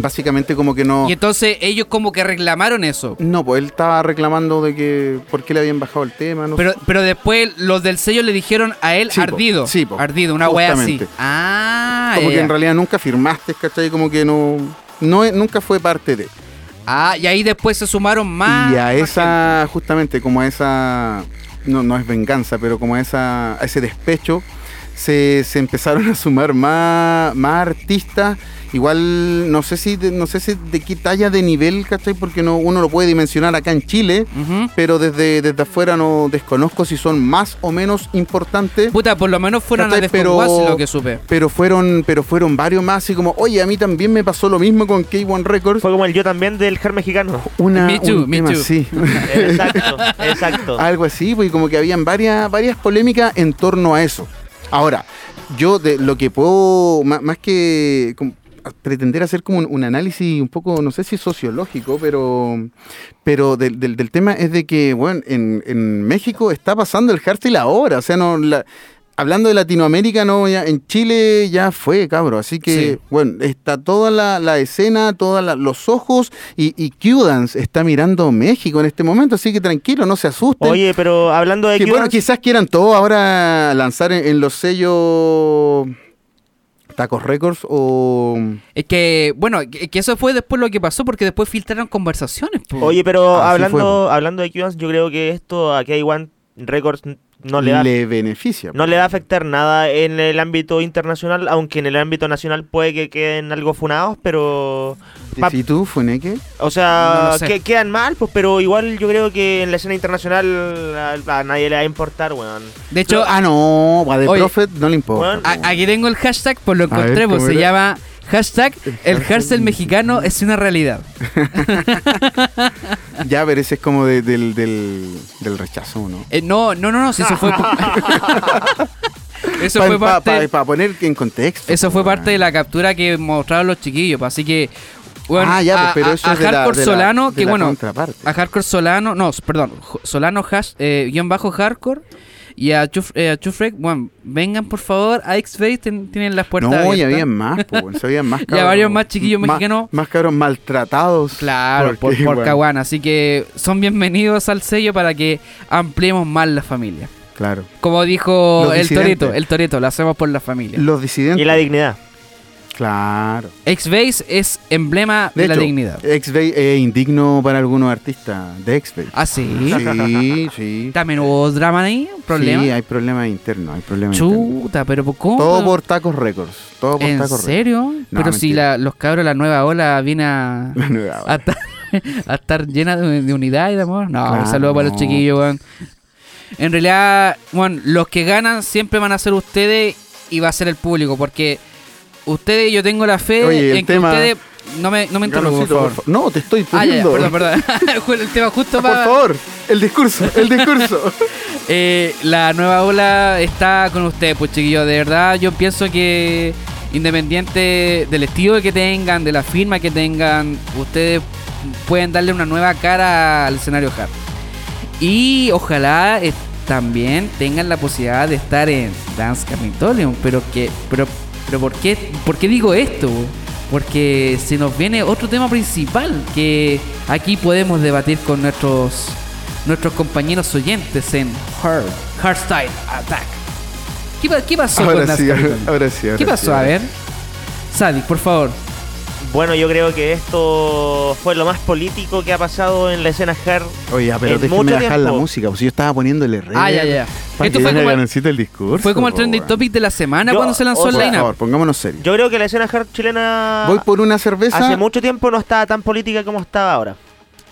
[SPEAKER 6] Básicamente como que no...
[SPEAKER 5] Y entonces ellos como que reclamaron eso.
[SPEAKER 6] No, pues él estaba reclamando de que por qué le habían bajado el tema, no
[SPEAKER 5] Pero, pero después los del sello le dijeron a él
[SPEAKER 6] Sí, po.
[SPEAKER 5] ardido.
[SPEAKER 6] Sí, po.
[SPEAKER 5] Ardido, una wea así.
[SPEAKER 6] Justamente.
[SPEAKER 5] Ah,
[SPEAKER 6] como
[SPEAKER 5] ya,
[SPEAKER 6] que
[SPEAKER 5] ya.
[SPEAKER 6] en realidad nunca firmaste, ¿cachai? Como que no, no es- nunca fue parte de.
[SPEAKER 5] Ah, y ahí después se sumaron más.
[SPEAKER 6] y a
[SPEAKER 5] más
[SPEAKER 6] esa, justamente como a esa, no, no es venganza, pero como a, esa, a ese despecho, se, se empezaron a sumar más, más artistas. Igual, no sé si de, no sé si de qué talla de nivel, ¿cachai? Porque no, uno lo puede dimensionar acá en Chile,
[SPEAKER 5] gente. Ujú.
[SPEAKER 6] pero desde, desde afuera no desconozco si son más o menos importantes.
[SPEAKER 5] Puta, por lo menos fueron a
[SPEAKER 6] ¿Cachai? Pero-
[SPEAKER 5] Desconguas, lo que supe.
[SPEAKER 6] Pero fueron, pero fueron varios más, así como, oye, a mí también me pasó lo mismo con K1 Records.
[SPEAKER 7] Fue como el yo también del hard
[SPEAKER 6] (laughs)
[SPEAKER 7] mexicano.
[SPEAKER 6] Una,
[SPEAKER 5] Me too,
[SPEAKER 6] un
[SPEAKER 5] me
[SPEAKER 6] tema
[SPEAKER 5] too.
[SPEAKER 6] (laughs) así.
[SPEAKER 7] Exacto, exacto.
[SPEAKER 6] Ah, Algo así, pues, y como que habían varias, varias polémicas en torno a eso. Ahora, yo de lo que puedo, ma- más que com- pretender hacer como un, un análisis un poco, no sé si sociológico, pero, pero del, del- del tema es de que, bueno, en, en México está pasando el hardstyle ahora, o sea, no... la- Hablando de Latinoamérica, no, ya en Chile ya fue, cabro. Así que,
[SPEAKER 5] Sí.
[SPEAKER 6] bueno, está toda la, la escena, todos los ojos y, y Q-Dance está mirando México en este momento. Así que tranquilo, no se asusten.
[SPEAKER 7] Oye, pero hablando de
[SPEAKER 6] Que, bueno,
[SPEAKER 7] Cubans,
[SPEAKER 6] quizás quieran todo ahora lanzar en, en los sellos Tacos Records o...
[SPEAKER 5] Es que, bueno, que que eso fue después lo que pasó porque después filtraron conversaciones. po.
[SPEAKER 7] Mm. Oye, pero
[SPEAKER 6] Así
[SPEAKER 7] hablando,
[SPEAKER 6] Ah, fue,
[SPEAKER 7] hablando de Cubans, yo creo que esto a K1 Records no le da
[SPEAKER 6] beneficia.
[SPEAKER 7] no le va a afectar nada en el ámbito internacional, aunque en el ámbito nacional puede que queden algo funados, pero pa-
[SPEAKER 6] ¿Y tú, Funeque?
[SPEAKER 7] o sea,
[SPEAKER 5] No lo sé.
[SPEAKER 7] que quedan mal, pues pero igual yo creo que en la escena internacional a, a nadie le va a importar, weón.
[SPEAKER 5] de hecho,
[SPEAKER 6] ah, no, a The
[SPEAKER 5] Oye.
[SPEAKER 6] Prophet no le importa.
[SPEAKER 7] Bueno,
[SPEAKER 5] a- aquí tengo el hashtag, pues lo
[SPEAKER 6] ver,
[SPEAKER 5] encontré, pues
[SPEAKER 6] ¿cómo
[SPEAKER 5] se
[SPEAKER 6] era?
[SPEAKER 5] llama hashtag el Harsel mexicano es una realidad.
[SPEAKER 6] Ya, pero ese es como de- del, del, del rechazo, ¿no?
[SPEAKER 5] Eh, no, no, no, no, si eso
[SPEAKER 6] (laughs)
[SPEAKER 5] fue... (laughs) eso fue
[SPEAKER 6] Para
[SPEAKER 5] parte...
[SPEAKER 6] poner en contexto.
[SPEAKER 5] Eso fue
[SPEAKER 6] weón.
[SPEAKER 5] parte de la captura que mostraron los chiquillos, pues, así que. bueno,
[SPEAKER 6] Ah, ya, pues,
[SPEAKER 5] a-
[SPEAKER 6] pero
[SPEAKER 5] a-
[SPEAKER 6] eso
[SPEAKER 5] a
[SPEAKER 6] es de la-
[SPEAKER 5] Hardcore
[SPEAKER 6] de la-
[SPEAKER 5] Solano,
[SPEAKER 6] de
[SPEAKER 5] que
[SPEAKER 6] la
[SPEAKER 5] bueno.
[SPEAKER 6] contraparte.
[SPEAKER 5] A Hardcore Solano, no, s- perdón, jo- Solano hash, eh, guión bajo Hardcore y a Chuf, eh, a Chufrek, bueno, vengan por favor, a X-Face ten- tienen las puertas
[SPEAKER 6] No, y
[SPEAKER 5] abiertas.
[SPEAKER 6] había más, po, weón, se habían más
[SPEAKER 5] (laughs) Ya varios más chiquillos
[SPEAKER 6] ma-
[SPEAKER 5] mexicanos.
[SPEAKER 6] Más cabros maltratados.
[SPEAKER 5] Claro, por,
[SPEAKER 6] Porque,
[SPEAKER 5] por
[SPEAKER 6] weón,
[SPEAKER 5] Caguana, así que son bienvenidos al sello para que ampliemos más la familia.
[SPEAKER 6] Claro.
[SPEAKER 5] Como dijo
[SPEAKER 6] Los
[SPEAKER 5] el
[SPEAKER 6] disidentes.
[SPEAKER 5] Torito, el Torito, lo hacemos por la familia.
[SPEAKER 6] Los
[SPEAKER 7] y
[SPEAKER 6] disidentes.
[SPEAKER 7] la dignidad.
[SPEAKER 6] Claro.
[SPEAKER 5] X-Face es emblema de, la
[SPEAKER 6] hecho,
[SPEAKER 5] dignidad.
[SPEAKER 6] X-Bay es indigno para algunos artistas de X-Bay.
[SPEAKER 5] Ah, sí. (laughs)
[SPEAKER 6] Sí, sí.
[SPEAKER 5] También hubo drama ahí, problema.
[SPEAKER 6] eh, Sí, hay problemas internos, hay problemas internos.
[SPEAKER 5] Chuta, pero ¿por ¿cómo?
[SPEAKER 6] Todo por Tacos Records. Todo por
[SPEAKER 5] ¿En
[SPEAKER 6] Tacos (laughs)
[SPEAKER 5] serio?
[SPEAKER 6] No,
[SPEAKER 5] pero si
[SPEAKER 6] mentira.
[SPEAKER 5] la- los cabros, la nueva ola viene
[SPEAKER 6] (laughs)
[SPEAKER 5] a,
[SPEAKER 6] Records. Nueva,
[SPEAKER 5] a, estar, (laughs) a estar llena de, de unidad y de amor. No,
[SPEAKER 6] Claro,
[SPEAKER 5] un saludo para los
[SPEAKER 6] no.
[SPEAKER 5] chiquillos, weón. En realidad, bueno, los que ganan siempre van a ser ustedes y va a ser el público, porque ustedes, yo tengo la fe
[SPEAKER 6] Oye, el
[SPEAKER 5] en que
[SPEAKER 6] tema-
[SPEAKER 5] ustedes. No me, no me interrumpo, por
[SPEAKER 6] Carlosito,
[SPEAKER 5] favor.
[SPEAKER 6] por fa- (laughs) No, te estoy
[SPEAKER 5] Ah, ya, ya,
[SPEAKER 6] poniendo.
[SPEAKER 5] perdón, perdón. (laughs) Justo el tema justo
[SPEAKER 6] Por
[SPEAKER 5] para.
[SPEAKER 6] favor, el discurso, el
[SPEAKER 5] (laughs)
[SPEAKER 6] discurso.
[SPEAKER 5] Eh, la nueva ola está con ustedes, pues chiquillos. De verdad, yo pienso que independiente del estilo que tengan, de la firma que tengan, ustedes pueden darle una nueva cara al escenario hard. Y ojalá eh, también tengan la posibilidad de estar en Dance Capitolium. Pero que, pero, pero ¿por qué, por qué digo esto? Porque se nos viene otro tema principal que aquí podemos debatir con nuestros nuestros compañeros oyentes en Hard Hardstyle Attack. ¿Qué, pa- qué pasó con
[SPEAKER 6] Ahora
[SPEAKER 5] Dance
[SPEAKER 6] sí, ahora,
[SPEAKER 5] Capitolium?
[SPEAKER 6] ahora sí. ahora
[SPEAKER 5] ¿Qué
[SPEAKER 6] sí,
[SPEAKER 5] pasó?
[SPEAKER 6] ahora
[SPEAKER 5] A
[SPEAKER 6] sí.
[SPEAKER 5] ver. Sadik, por favor.
[SPEAKER 7] Bueno, yo creo que esto fue lo más político que ha pasado en la escena hard.
[SPEAKER 6] Oye, ya, pero
[SPEAKER 7] en
[SPEAKER 6] déjame
[SPEAKER 7] mucho
[SPEAKER 6] bajar la
[SPEAKER 7] tiempo.
[SPEAKER 6] música, pues yo estaba poniéndole re.
[SPEAKER 5] Ah, ya, ya.
[SPEAKER 6] Para
[SPEAKER 5] Esto fue
[SPEAKER 6] que deje
[SPEAKER 5] como el-
[SPEAKER 6] Garencito el discurso.
[SPEAKER 5] Fue como el
[SPEAKER 6] po,
[SPEAKER 5] trending
[SPEAKER 6] weón.
[SPEAKER 5] topic de la semana
[SPEAKER 7] Yo-
[SPEAKER 5] cuando se lanzó
[SPEAKER 7] o
[SPEAKER 5] el
[SPEAKER 7] sea,
[SPEAKER 6] Por
[SPEAKER 5] lineup.
[SPEAKER 6] favor, pongámonos serios.
[SPEAKER 7] Yo creo que la escena hard chilena
[SPEAKER 6] Voy por una cerveza.
[SPEAKER 7] hace mucho tiempo no estaba tan política como estaba ahora.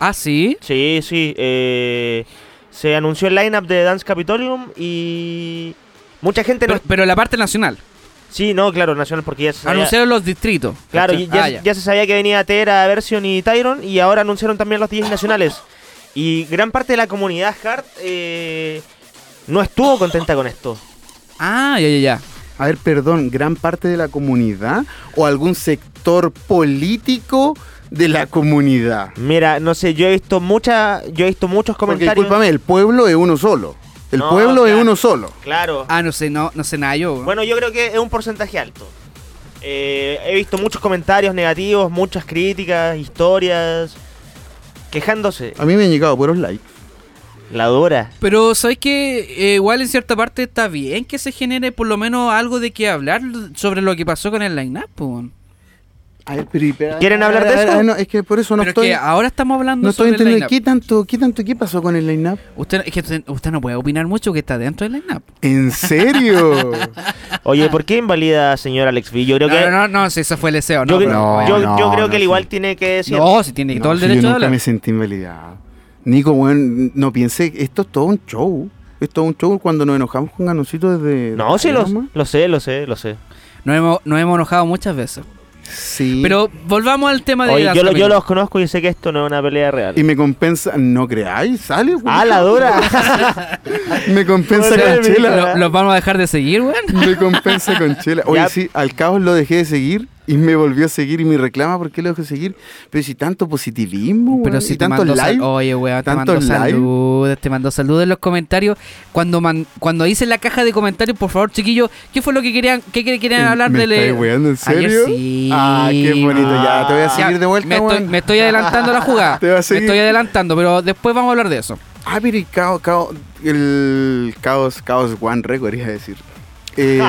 [SPEAKER 5] Ah, sí.
[SPEAKER 7] Sí, sí. eh, se anunció el lineup de Dance Capitolium y mucha gente
[SPEAKER 5] Pero,
[SPEAKER 7] no.
[SPEAKER 5] pero la parte nacional.
[SPEAKER 7] Sí, no, claro, Nacional porque ya se sabía-
[SPEAKER 5] Anunciaron Ah, los distritos.
[SPEAKER 7] claro,
[SPEAKER 5] ¿cachai?
[SPEAKER 7] y- ya,
[SPEAKER 5] Ah, ya.
[SPEAKER 7] ya se sabía que venía E Tera, Version y Tyron y ahora anunciaron también los DJs nacionales. Y gran parte de la comunidad hard eh, no estuvo contenta con esto.
[SPEAKER 5] Ah, ya, ya, ya.
[SPEAKER 6] A ver, perdón, gran parte de la comunidad o algún sector político de la comunidad.
[SPEAKER 7] Mira, no sé, yo he visto mucha, yo he visto muchos
[SPEAKER 6] Porque
[SPEAKER 7] comentarios.
[SPEAKER 6] discúlpame, el pueblo es uno solo. El
[SPEAKER 7] No,
[SPEAKER 6] pueblo
[SPEAKER 7] claro.
[SPEAKER 6] es uno solo.
[SPEAKER 7] Claro.
[SPEAKER 5] Ah, no sé, no, no sé nada yo.
[SPEAKER 7] Bueno, yo creo que es un porcentaje alto. Eh, he visto muchos comentarios negativos, muchas críticas, historias, quejándose.
[SPEAKER 6] A mí me han llegado puros likes.
[SPEAKER 7] La dura.
[SPEAKER 5] Pero sabes que igual en cierta parte está bien que se genere por lo menos algo de qué hablar sobre lo que pasó con el line-up. po, weón.
[SPEAKER 6] A ver, pero, pero-
[SPEAKER 7] ¿Quieren
[SPEAKER 6] a
[SPEAKER 7] hablar
[SPEAKER 6] ver,
[SPEAKER 7] de
[SPEAKER 6] a ver,
[SPEAKER 7] eso?
[SPEAKER 6] a ver, no, es que por eso no
[SPEAKER 5] Pero
[SPEAKER 6] estoy.
[SPEAKER 5] es que ahora estamos hablando
[SPEAKER 6] no estoy
[SPEAKER 5] sobre el
[SPEAKER 6] entendiendo.
[SPEAKER 5] line-up.
[SPEAKER 6] ¿Qué tanto, ¿Qué tanto qué pasó con el line-up?
[SPEAKER 5] Usted, es que usted, usted no puede opinar mucho que está dentro del line-up.
[SPEAKER 6] ¿En (laughs) serio?
[SPEAKER 7] Oye, ¿por qué invalida, señor Alex B? Yo creo
[SPEAKER 5] No,
[SPEAKER 7] que.
[SPEAKER 5] no, no, no, si eso fue el deseo.
[SPEAKER 7] yo,
[SPEAKER 5] No, pero-
[SPEAKER 7] yo-
[SPEAKER 6] no,
[SPEAKER 7] yo creo
[SPEAKER 6] no,
[SPEAKER 7] que él
[SPEAKER 6] sí.
[SPEAKER 7] igual tiene que decir.
[SPEAKER 5] no, si tiene
[SPEAKER 6] No,
[SPEAKER 5] todo el
[SPEAKER 6] si yo
[SPEAKER 5] derecho de
[SPEAKER 6] nunca
[SPEAKER 5] hablar.
[SPEAKER 6] me sentí invalidado. Nico, bueno, no piense, esto es todo un show. Esto es todo un show cuando nos enojamos con Ganoncito desde.
[SPEAKER 7] No, sí, lo,
[SPEAKER 6] Roma.
[SPEAKER 7] lo sé, lo sé, lo sé.
[SPEAKER 5] Nos hemos, nos hemos enojado muchas veces.
[SPEAKER 6] Sí.
[SPEAKER 5] Pero volvamos al tema de
[SPEAKER 7] Oye,
[SPEAKER 5] Dance
[SPEAKER 7] yo, lo- yo
[SPEAKER 5] Capitalism.
[SPEAKER 7] los conozco y sé que esto no es una pelea real.
[SPEAKER 6] Y me compensa, no creáis, sale. güey.
[SPEAKER 7] ¡Ah,
[SPEAKER 6] (laughs)
[SPEAKER 7] la dura!
[SPEAKER 6] Me compensa
[SPEAKER 7] No,
[SPEAKER 6] con
[SPEAKER 7] no,
[SPEAKER 6] chela.
[SPEAKER 5] Lo- ¿Los vamos a dejar de seguir, weón?
[SPEAKER 6] Me compensa con chela. Oye,
[SPEAKER 7] Ya.
[SPEAKER 6] sí, al caos lo dejé de seguir y me volvió a seguir y me reclama por qué lo dejé de seguir. Pero si tanto positivismo,
[SPEAKER 5] Pero
[SPEAKER 6] weón,
[SPEAKER 5] si
[SPEAKER 6] y
[SPEAKER 5] te
[SPEAKER 6] tanto
[SPEAKER 5] mando sal-
[SPEAKER 6] live.
[SPEAKER 5] Oye, weón, te
[SPEAKER 6] tanto
[SPEAKER 5] mando
[SPEAKER 6] live.
[SPEAKER 5] saludos, te mando saludos en los comentarios. Cuando man- cuando hice la caja de comentarios, por favor, chiquillos, ¿qué fue lo que querían, qué que querían
[SPEAKER 6] Eh,
[SPEAKER 5] hablar
[SPEAKER 6] ¿Me
[SPEAKER 5] de
[SPEAKER 6] estáis weando, en
[SPEAKER 5] Ayer
[SPEAKER 6] serio?
[SPEAKER 5] sí.
[SPEAKER 6] Ah, qué bonito. Ya, te voy a
[SPEAKER 5] Ya,
[SPEAKER 6] seguir de vuelta,
[SPEAKER 5] me estoy,
[SPEAKER 6] weón.
[SPEAKER 5] me estoy adelantando la jugada.
[SPEAKER 6] (laughs) Te voy a seguir.
[SPEAKER 5] Me estoy adelantando, pero después vamos a hablar de eso.
[SPEAKER 6] Ah, pero y caos, caos, el caos, caos One Record, iba a decir.
[SPEAKER 5] (laughs)
[SPEAKER 6] Eh,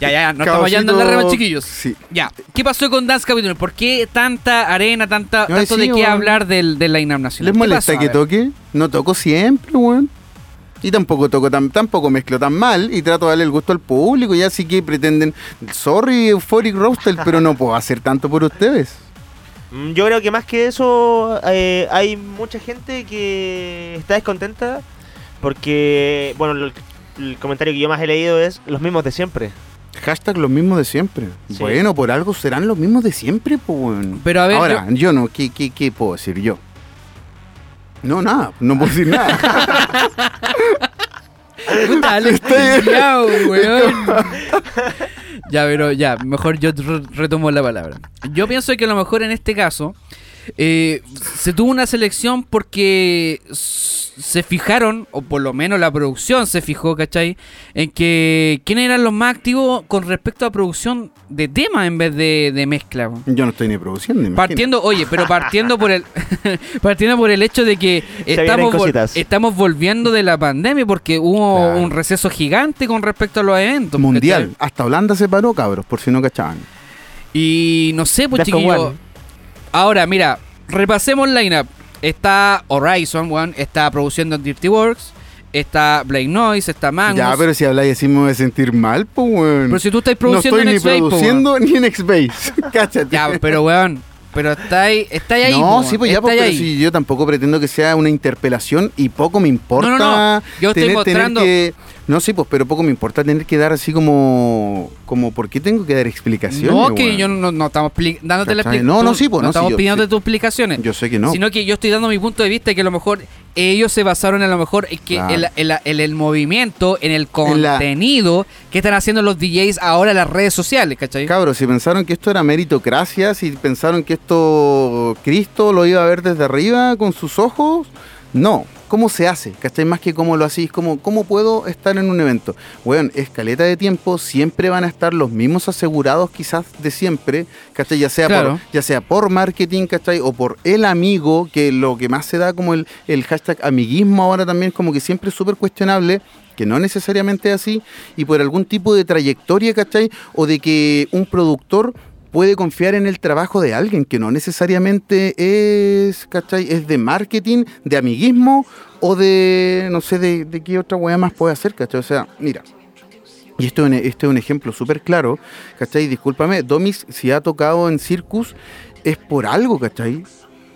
[SPEAKER 5] Ya, ya, ya, no estamos yendo en la
[SPEAKER 6] Caosito-
[SPEAKER 5] rema, chiquillos.
[SPEAKER 6] sí.
[SPEAKER 5] Ya, ¿qué pasó con Dance Capital? ¿Por qué tanta arena, tanta,
[SPEAKER 6] No,
[SPEAKER 5] tanto
[SPEAKER 6] sí,
[SPEAKER 5] de qué
[SPEAKER 6] weón.
[SPEAKER 5] hablar del, de la inamnación?
[SPEAKER 6] (laughs) ¿Les molesta que toque? No toco siempre, weón. Y tampoco toco tan, tampoco mezclo tan mal y trato de darle el gusto al público. Ya así que pretenden, sorry, Euphoric Roastel, pero no puedo hacer tanto por ustedes.
[SPEAKER 7] Mm, Yo creo que más que eso, eh, hay mucha gente que está descontenta porque, bueno, lo- el comentario que yo más he leído es los mismos de siempre.
[SPEAKER 6] Hashtag los mismos de siempre.
[SPEAKER 7] Sí.
[SPEAKER 6] Bueno, por algo serán los mismos de siempre, pues, weón.
[SPEAKER 5] Pero a ver,
[SPEAKER 6] Ahora, yo, no, ¿qué, qué, ¿qué puedo decir yo? No, nada, no puedo decir nada.
[SPEAKER 5] (laughs) Puta, le estoy pillado, weón. Ya, pero ya, mejor yo re- retomo la palabra. Yo pienso que a lo mejor en este caso eh, se tuvo una selección porque s- se fijaron, o por lo menos la producción se fijó, ¿cachai? En que quiénes eran los más activos con respecto a producción de tema en vez de, de mezcla. weón.
[SPEAKER 6] Yo no estoy ni produciendo. imagínate.
[SPEAKER 5] Partiendo, oye, pero partiendo por el (laughs) partiendo por el hecho de que
[SPEAKER 7] vienen
[SPEAKER 5] estamos, vol-
[SPEAKER 7] cositas.
[SPEAKER 5] estamos volviendo de la pandemia porque hubo
[SPEAKER 6] Claro.
[SPEAKER 5] un receso gigante con respecto a los eventos.
[SPEAKER 6] Mundial.
[SPEAKER 5] ¿cachai?
[SPEAKER 6] Hasta Holanda se paró, cabros, por si no cachaban.
[SPEAKER 5] Y no sé, pues
[SPEAKER 7] Last of
[SPEAKER 5] chiquillos.
[SPEAKER 7] One.
[SPEAKER 5] Ahora, mira, repasemos el lineup. Está Horizon, weón, está produciendo Dirty Works, está Blake Noise, está Magnus.
[SPEAKER 6] Ya, pero si habláis así me voy a sentir mal, pues, weón.
[SPEAKER 5] Ah, Pero si tú estás produciendo
[SPEAKER 6] No
[SPEAKER 5] en
[SPEAKER 6] estoy
[SPEAKER 5] X-Base,
[SPEAKER 6] ni
[SPEAKER 5] po,
[SPEAKER 6] produciendo ni en X-Base. (laughs) Cáchate.
[SPEAKER 5] Ya, pero weón, pero está ahí, está ahí. po,
[SPEAKER 6] no, sí, pues ya,
[SPEAKER 5] está
[SPEAKER 6] pues, pero
[SPEAKER 5] ahí.
[SPEAKER 6] si yo tampoco pretendo que sea una interpelación y poco me importa.
[SPEAKER 5] No, no, no. Yo estoy mostrando-
[SPEAKER 6] que- no, sí, pues, pero poco me importa tener que dar así como. como ¿Por qué tengo que dar explicaciones?
[SPEAKER 5] No, que
[SPEAKER 6] weón?
[SPEAKER 5] yo no, no estamos pli- dándote la
[SPEAKER 6] ¿Cachai?
[SPEAKER 5] explicación.
[SPEAKER 6] No, no, sí, pues, no, sí,
[SPEAKER 5] estamos
[SPEAKER 6] yo
[SPEAKER 5] pidiéndote
[SPEAKER 6] sé.
[SPEAKER 5] tus explicaciones.
[SPEAKER 6] Yo sé que no.
[SPEAKER 5] Sino que yo estoy dando mi punto de vista que a lo mejor ellos se basaron en lo mejor es que
[SPEAKER 6] Claro.
[SPEAKER 5] en, la- en la- en el movimiento, en el
[SPEAKER 6] En la-
[SPEAKER 5] contenido que están haciendo los DJs ahora en las redes sociales, ¿cachai?
[SPEAKER 6] Cabros, si pensaron que esto era meritocracia, si pensaron que esto Cristo lo iba a ver desde arriba con sus ojos, no. ¿Cómo se hace? ¿Cachai? Más que cómo lo hacéis, cómo, cómo puedo estar en un evento. Bueno, escaleta de tiempo, siempre van a estar los mismos asegurados quizás de siempre, ¿cachai? Ya sea,
[SPEAKER 5] Claro.
[SPEAKER 6] por, ya sea por marketing, ¿cachai? O por el amigo, que lo que más se da como el, el hashtag amiguismo ahora también, como que siempre es súper cuestionable, que no necesariamente es así, y por algún tipo de trayectoria, ¿cachai? O de que un productor puede confiar en el trabajo de alguien que no necesariamente es, ¿cachai? Es de marketing, de amiguismo o de, no sé, de, de qué otra weá más puede hacer, ¿cachai? O sea, mira. Y esto, es un- este es un ejemplo súper claro, ¿cachai? Discúlpame, Domis, si ha tocado en Circus, es por algo, ¿cachai?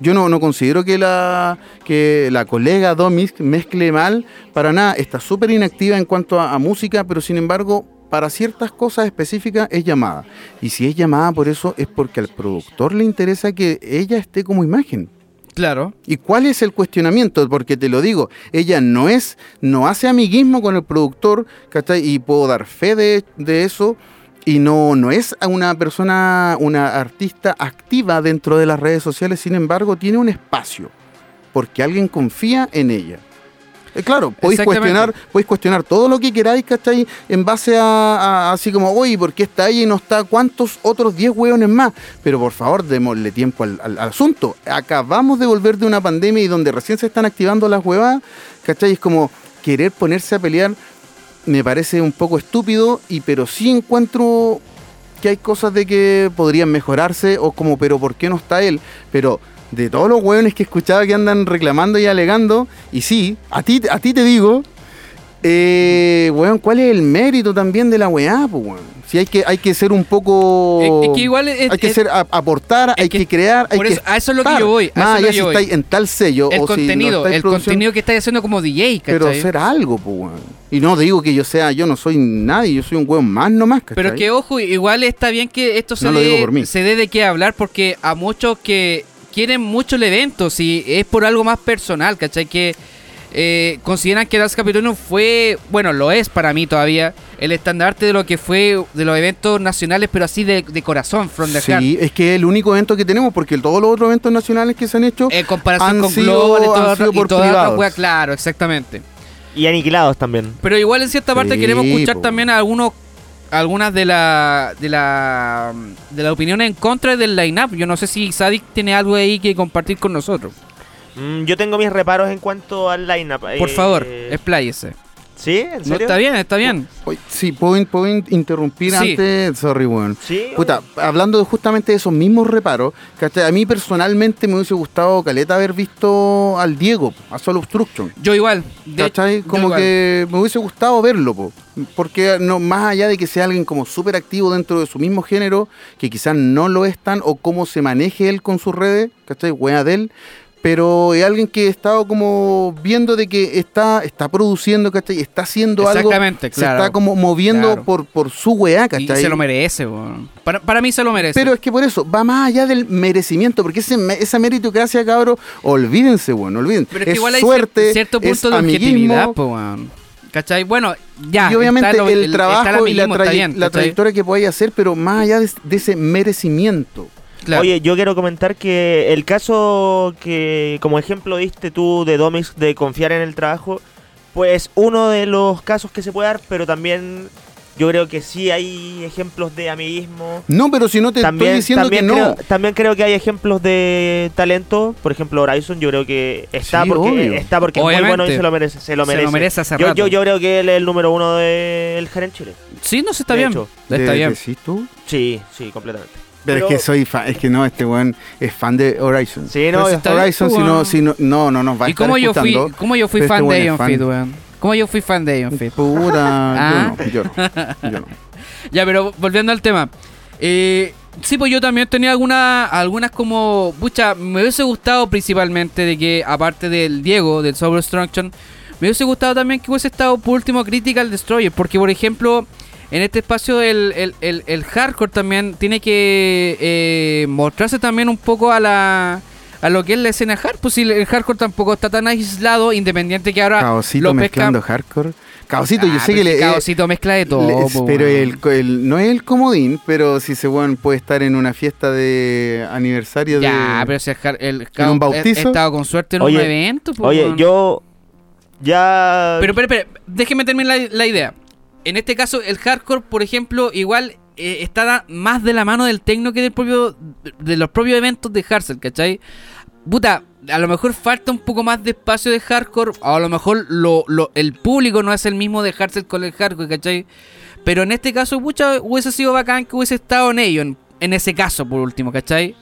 [SPEAKER 6] Yo no, no considero que la, que la colega Domis mezcle mal, para nada, está súper inactiva en cuanto a, a música, pero sin embargo, para ciertas cosas específicas es llamada. Y si es llamada por eso, es porque al productor le interesa que ella esté como imagen.
[SPEAKER 5] Claro.
[SPEAKER 6] ¿Y cuál es el cuestionamiento? Porque te lo digo, ella no es, no hace amiguismo con el productor, ¿cachai? Y puedo dar fe de, de eso. Y no, no es a una persona, una artista activa dentro de las redes sociales, sin embargo, tiene un espacio, porque alguien confía en ella. Eh, claro, podéis
[SPEAKER 5] Exactamente.
[SPEAKER 6] cuestionar, podéis cuestionar todo lo que queráis, ¿cachai? En base a, a- así como, oye, ¿por qué está ella y no está cuántos otros 10 hueones más? Pero por favor, démosle tiempo al, al- al asunto. Acabamos de volver de una pandemia y donde recién se están activando las huevas, ¿cachai? Es como querer ponerse a pelear me parece un poco estúpido, y pero sí encuentro que hay cosas de que podrían mejorarse o como, pero ¿por qué no está él? Pero de todos los hueones que escuchaba que andan reclamando y alegando, y sí, a ti, a ti te digo Eh, weón, ¿cuál es el mérito también de la weá, pues, weón? Si hay que, hay que ser un poco.
[SPEAKER 5] Es- es que igual es-
[SPEAKER 6] hay que
[SPEAKER 5] es-
[SPEAKER 6] ser, a- aportar, hay que,
[SPEAKER 5] que-
[SPEAKER 6] crear, hay
[SPEAKER 5] por
[SPEAKER 6] que.
[SPEAKER 5] eso- a eso es lo que
[SPEAKER 6] estar.
[SPEAKER 5] yo voy, a eso es
[SPEAKER 6] Más
[SPEAKER 5] lo
[SPEAKER 6] allá
[SPEAKER 5] que
[SPEAKER 6] si
[SPEAKER 5] yo voy.
[SPEAKER 6] estáis en tal sello
[SPEAKER 5] El
[SPEAKER 6] o si no
[SPEAKER 5] contenido,
[SPEAKER 6] estáis
[SPEAKER 5] el
[SPEAKER 6] produciendo,
[SPEAKER 5] contenido que estás haciendo como DJ, ¿cachai?
[SPEAKER 6] Pero hacer algo, pues, weón. Y no digo que yo sea, yo no soy nadie, yo soy un weón más nomás, ¿cachai?
[SPEAKER 5] Pero que ojo, igual está bien que esto se,
[SPEAKER 6] No lo digo por
[SPEAKER 5] dé,
[SPEAKER 6] mí.
[SPEAKER 5] se dé de qué hablar porque a muchos que quieren mucho el evento, si es por algo más personal, ¿cachai? Que eh, consideran que Dance Capitolino fue, bueno, lo es para mí todavía, el estandarte de lo que fue de los eventos nacionales, pero así de, de corazón, from the heart.
[SPEAKER 6] Sí, es que es el único evento que tenemos, porque todos los otros eventos nacionales que se han hecho
[SPEAKER 5] Eh, En comparación
[SPEAKER 6] han
[SPEAKER 5] con
[SPEAKER 6] sido-
[SPEAKER 5] Global y toda,
[SPEAKER 6] han sido
[SPEAKER 5] y
[SPEAKER 6] por
[SPEAKER 5] toda la
[SPEAKER 6] privados.
[SPEAKER 5] wea, claro, exactamente.
[SPEAKER 7] Y aniquilados también.
[SPEAKER 5] Pero igual en cierta parte
[SPEAKER 6] Sí,
[SPEAKER 5] queremos escuchar
[SPEAKER 6] po.
[SPEAKER 5] también a algunos algunas de la de la de la opinión en contra del line-up. Yo no sé si Sadik tiene algo ahí que compartir con nosotros.
[SPEAKER 7] Mm, yo tengo mis reparos en cuanto al lineup.
[SPEAKER 5] Por
[SPEAKER 7] eh,
[SPEAKER 5] favor,
[SPEAKER 7] eh,
[SPEAKER 5] expláyese.
[SPEAKER 7] ¿Sí? ¿En
[SPEAKER 5] No,
[SPEAKER 7] serio?
[SPEAKER 5] está bien, está bien.
[SPEAKER 6] Oye, Sí, puedo, in- puedo in- interrumpir
[SPEAKER 5] Sí.
[SPEAKER 6] antes, sorry, weón.
[SPEAKER 7] Sí,
[SPEAKER 6] Puta, hablando de- justamente de esos mismos reparos, ¿cachai? a mí personalmente me hubiese gustado, Caleta, haber visto al Diego, a Solo Obstruction.
[SPEAKER 5] Yo igual. de-
[SPEAKER 6] ¿Cachai?
[SPEAKER 5] yo
[SPEAKER 6] Como
[SPEAKER 5] igual.
[SPEAKER 6] que me hubiese gustado verlo, po. porque no, más allá de que sea alguien como súper activo dentro de su mismo género, que quizás no lo es tan, o cómo se maneje él con sus redes, ¿cachai? Wea de él, pero es alguien que he estado como viendo de que está, está produciendo, ¿cachai? Está haciendo algo.
[SPEAKER 5] Exactamente, claro.
[SPEAKER 6] Se está como moviendo
[SPEAKER 5] Claro.
[SPEAKER 6] por, por su weá,
[SPEAKER 5] Y
[SPEAKER 6] ¿cachai?
[SPEAKER 5] se lo merece, weón. Para, para mí se lo merece.
[SPEAKER 6] Pero es que por eso, va más allá del merecimiento, porque ese, me- esa meritocracia, cabro, olvídense, bueno, olvídense.
[SPEAKER 5] Pero es que igual hay cier-
[SPEAKER 6] suerte,
[SPEAKER 5] cierto
[SPEAKER 6] es
[SPEAKER 5] punto de
[SPEAKER 6] amiguismo,
[SPEAKER 5] objetividad, po, weón. ¿Cachai? Bueno, ya.
[SPEAKER 6] y obviamente
[SPEAKER 5] Ah, está lo-
[SPEAKER 6] el,
[SPEAKER 5] está
[SPEAKER 6] trabajo y la,
[SPEAKER 5] amiguismo, está
[SPEAKER 6] traye-
[SPEAKER 5] bien,
[SPEAKER 6] la
[SPEAKER 5] ¿cachai?
[SPEAKER 6] trayectoria que podáis hacer, pero más allá de, de ese merecimiento.
[SPEAKER 5] Claro.
[SPEAKER 7] Oye, yo quiero comentar que el caso que como ejemplo diste tú de Domix de confiar en el trabajo, pues uno de los casos que se puede dar, pero también yo creo que sí hay ejemplos de amiguismo.
[SPEAKER 6] No, pero si no te
[SPEAKER 7] También,
[SPEAKER 6] estoy diciendo
[SPEAKER 7] también,
[SPEAKER 6] que
[SPEAKER 7] creo,
[SPEAKER 6] no.
[SPEAKER 7] también creo que hay ejemplos de talento. Por ejemplo, Horizon, yo creo que está
[SPEAKER 6] Sí,
[SPEAKER 7] porque
[SPEAKER 6] obvio.
[SPEAKER 7] está porque es muy bueno y
[SPEAKER 5] Obviamente.
[SPEAKER 7] se lo merece. Se lo
[SPEAKER 5] Se lo
[SPEAKER 7] merece,
[SPEAKER 5] merece hace
[SPEAKER 7] yo,
[SPEAKER 5] rato.
[SPEAKER 7] Yo, yo creo que él es el número uno del Jaren Chile.
[SPEAKER 5] sí, no, sí, está
[SPEAKER 7] de
[SPEAKER 5] bien.
[SPEAKER 7] hecho,
[SPEAKER 5] está
[SPEAKER 6] ¿De-
[SPEAKER 5] bien.
[SPEAKER 6] Eh, decís tú?
[SPEAKER 7] Sí, sí, completamente.
[SPEAKER 6] Pero, es que soy fan, es que no, este weón es fan de Horizon.
[SPEAKER 7] Sí,
[SPEAKER 5] Pero
[SPEAKER 7] no,
[SPEAKER 5] si
[SPEAKER 7] yo-
[SPEAKER 5] está-
[SPEAKER 6] Horizon,
[SPEAKER 5] bien,
[SPEAKER 6] si no,
[SPEAKER 5] weón.
[SPEAKER 6] si no, no, no nos va a
[SPEAKER 5] ¿Y
[SPEAKER 6] estar
[SPEAKER 5] cómo yo, fui,
[SPEAKER 6] escuchando,
[SPEAKER 5] cómo yo fui
[SPEAKER 6] pero este
[SPEAKER 5] fan
[SPEAKER 6] weón
[SPEAKER 5] de
[SPEAKER 6] es
[SPEAKER 5] Ion
[SPEAKER 6] fan.
[SPEAKER 5] Fit, weón? ¿Cómo yo fui fan de Ion Fit?
[SPEAKER 6] Pura,
[SPEAKER 5] (laughs) Ah.
[SPEAKER 6] yo no, yo no, yo no.
[SPEAKER 5] Ya, pero volviendo al tema. Eh, sí, pues yo también tenía algunas, algunas como, pucha, me hubiese gustado principalmente de que, aparte del Diego, del Sober Struction, me hubiese gustado también que hubiese estado por último Critical Destroyer, porque por ejemplo, en este espacio el, el- el- el hardcore también tiene que eh, mostrarse también un poco a la... A lo que es la escena hardcore, pues si el hardcore tampoco está tan aislado, independiente que ahora
[SPEAKER 6] Caosito
[SPEAKER 5] pescan-
[SPEAKER 6] mezclando hardcore. Caosito, yo
[SPEAKER 5] Ah,
[SPEAKER 6] sé
[SPEAKER 5] pero
[SPEAKER 6] que
[SPEAKER 5] es
[SPEAKER 6] le. eh,
[SPEAKER 5] Caosito mezcla de todo.
[SPEAKER 6] Les-
[SPEAKER 5] po,
[SPEAKER 6] pero
[SPEAKER 5] weón.
[SPEAKER 6] el, el- no es el comodín, pero si ese weón puede estar en una fiesta de aniversario de.
[SPEAKER 5] Ya, pero si el, jar- el
[SPEAKER 6] un
[SPEAKER 5] cabo-
[SPEAKER 6] bautizo?
[SPEAKER 5] he- he estado con suerte en un evento. po,
[SPEAKER 7] oye,
[SPEAKER 5] weón.
[SPEAKER 7] yo ya
[SPEAKER 5] Pero, pero, pero, déjeme terminar la, la idea. En este caso, el hardcore, por ejemplo, igual eh, está da- más de la mano del techno que del propio, de los propios eventos de Harsel, ¿cachai? Puta, a lo mejor falta un poco más de espacio de hardcore, o a lo mejor lo, lo- el público no es el mismo de Harsel con el hardcore, ¿cachai? Pero en este caso, pucha, hubiese sido bacán que hubiese estado en ello, en, en ese caso, por último, ¿cachai?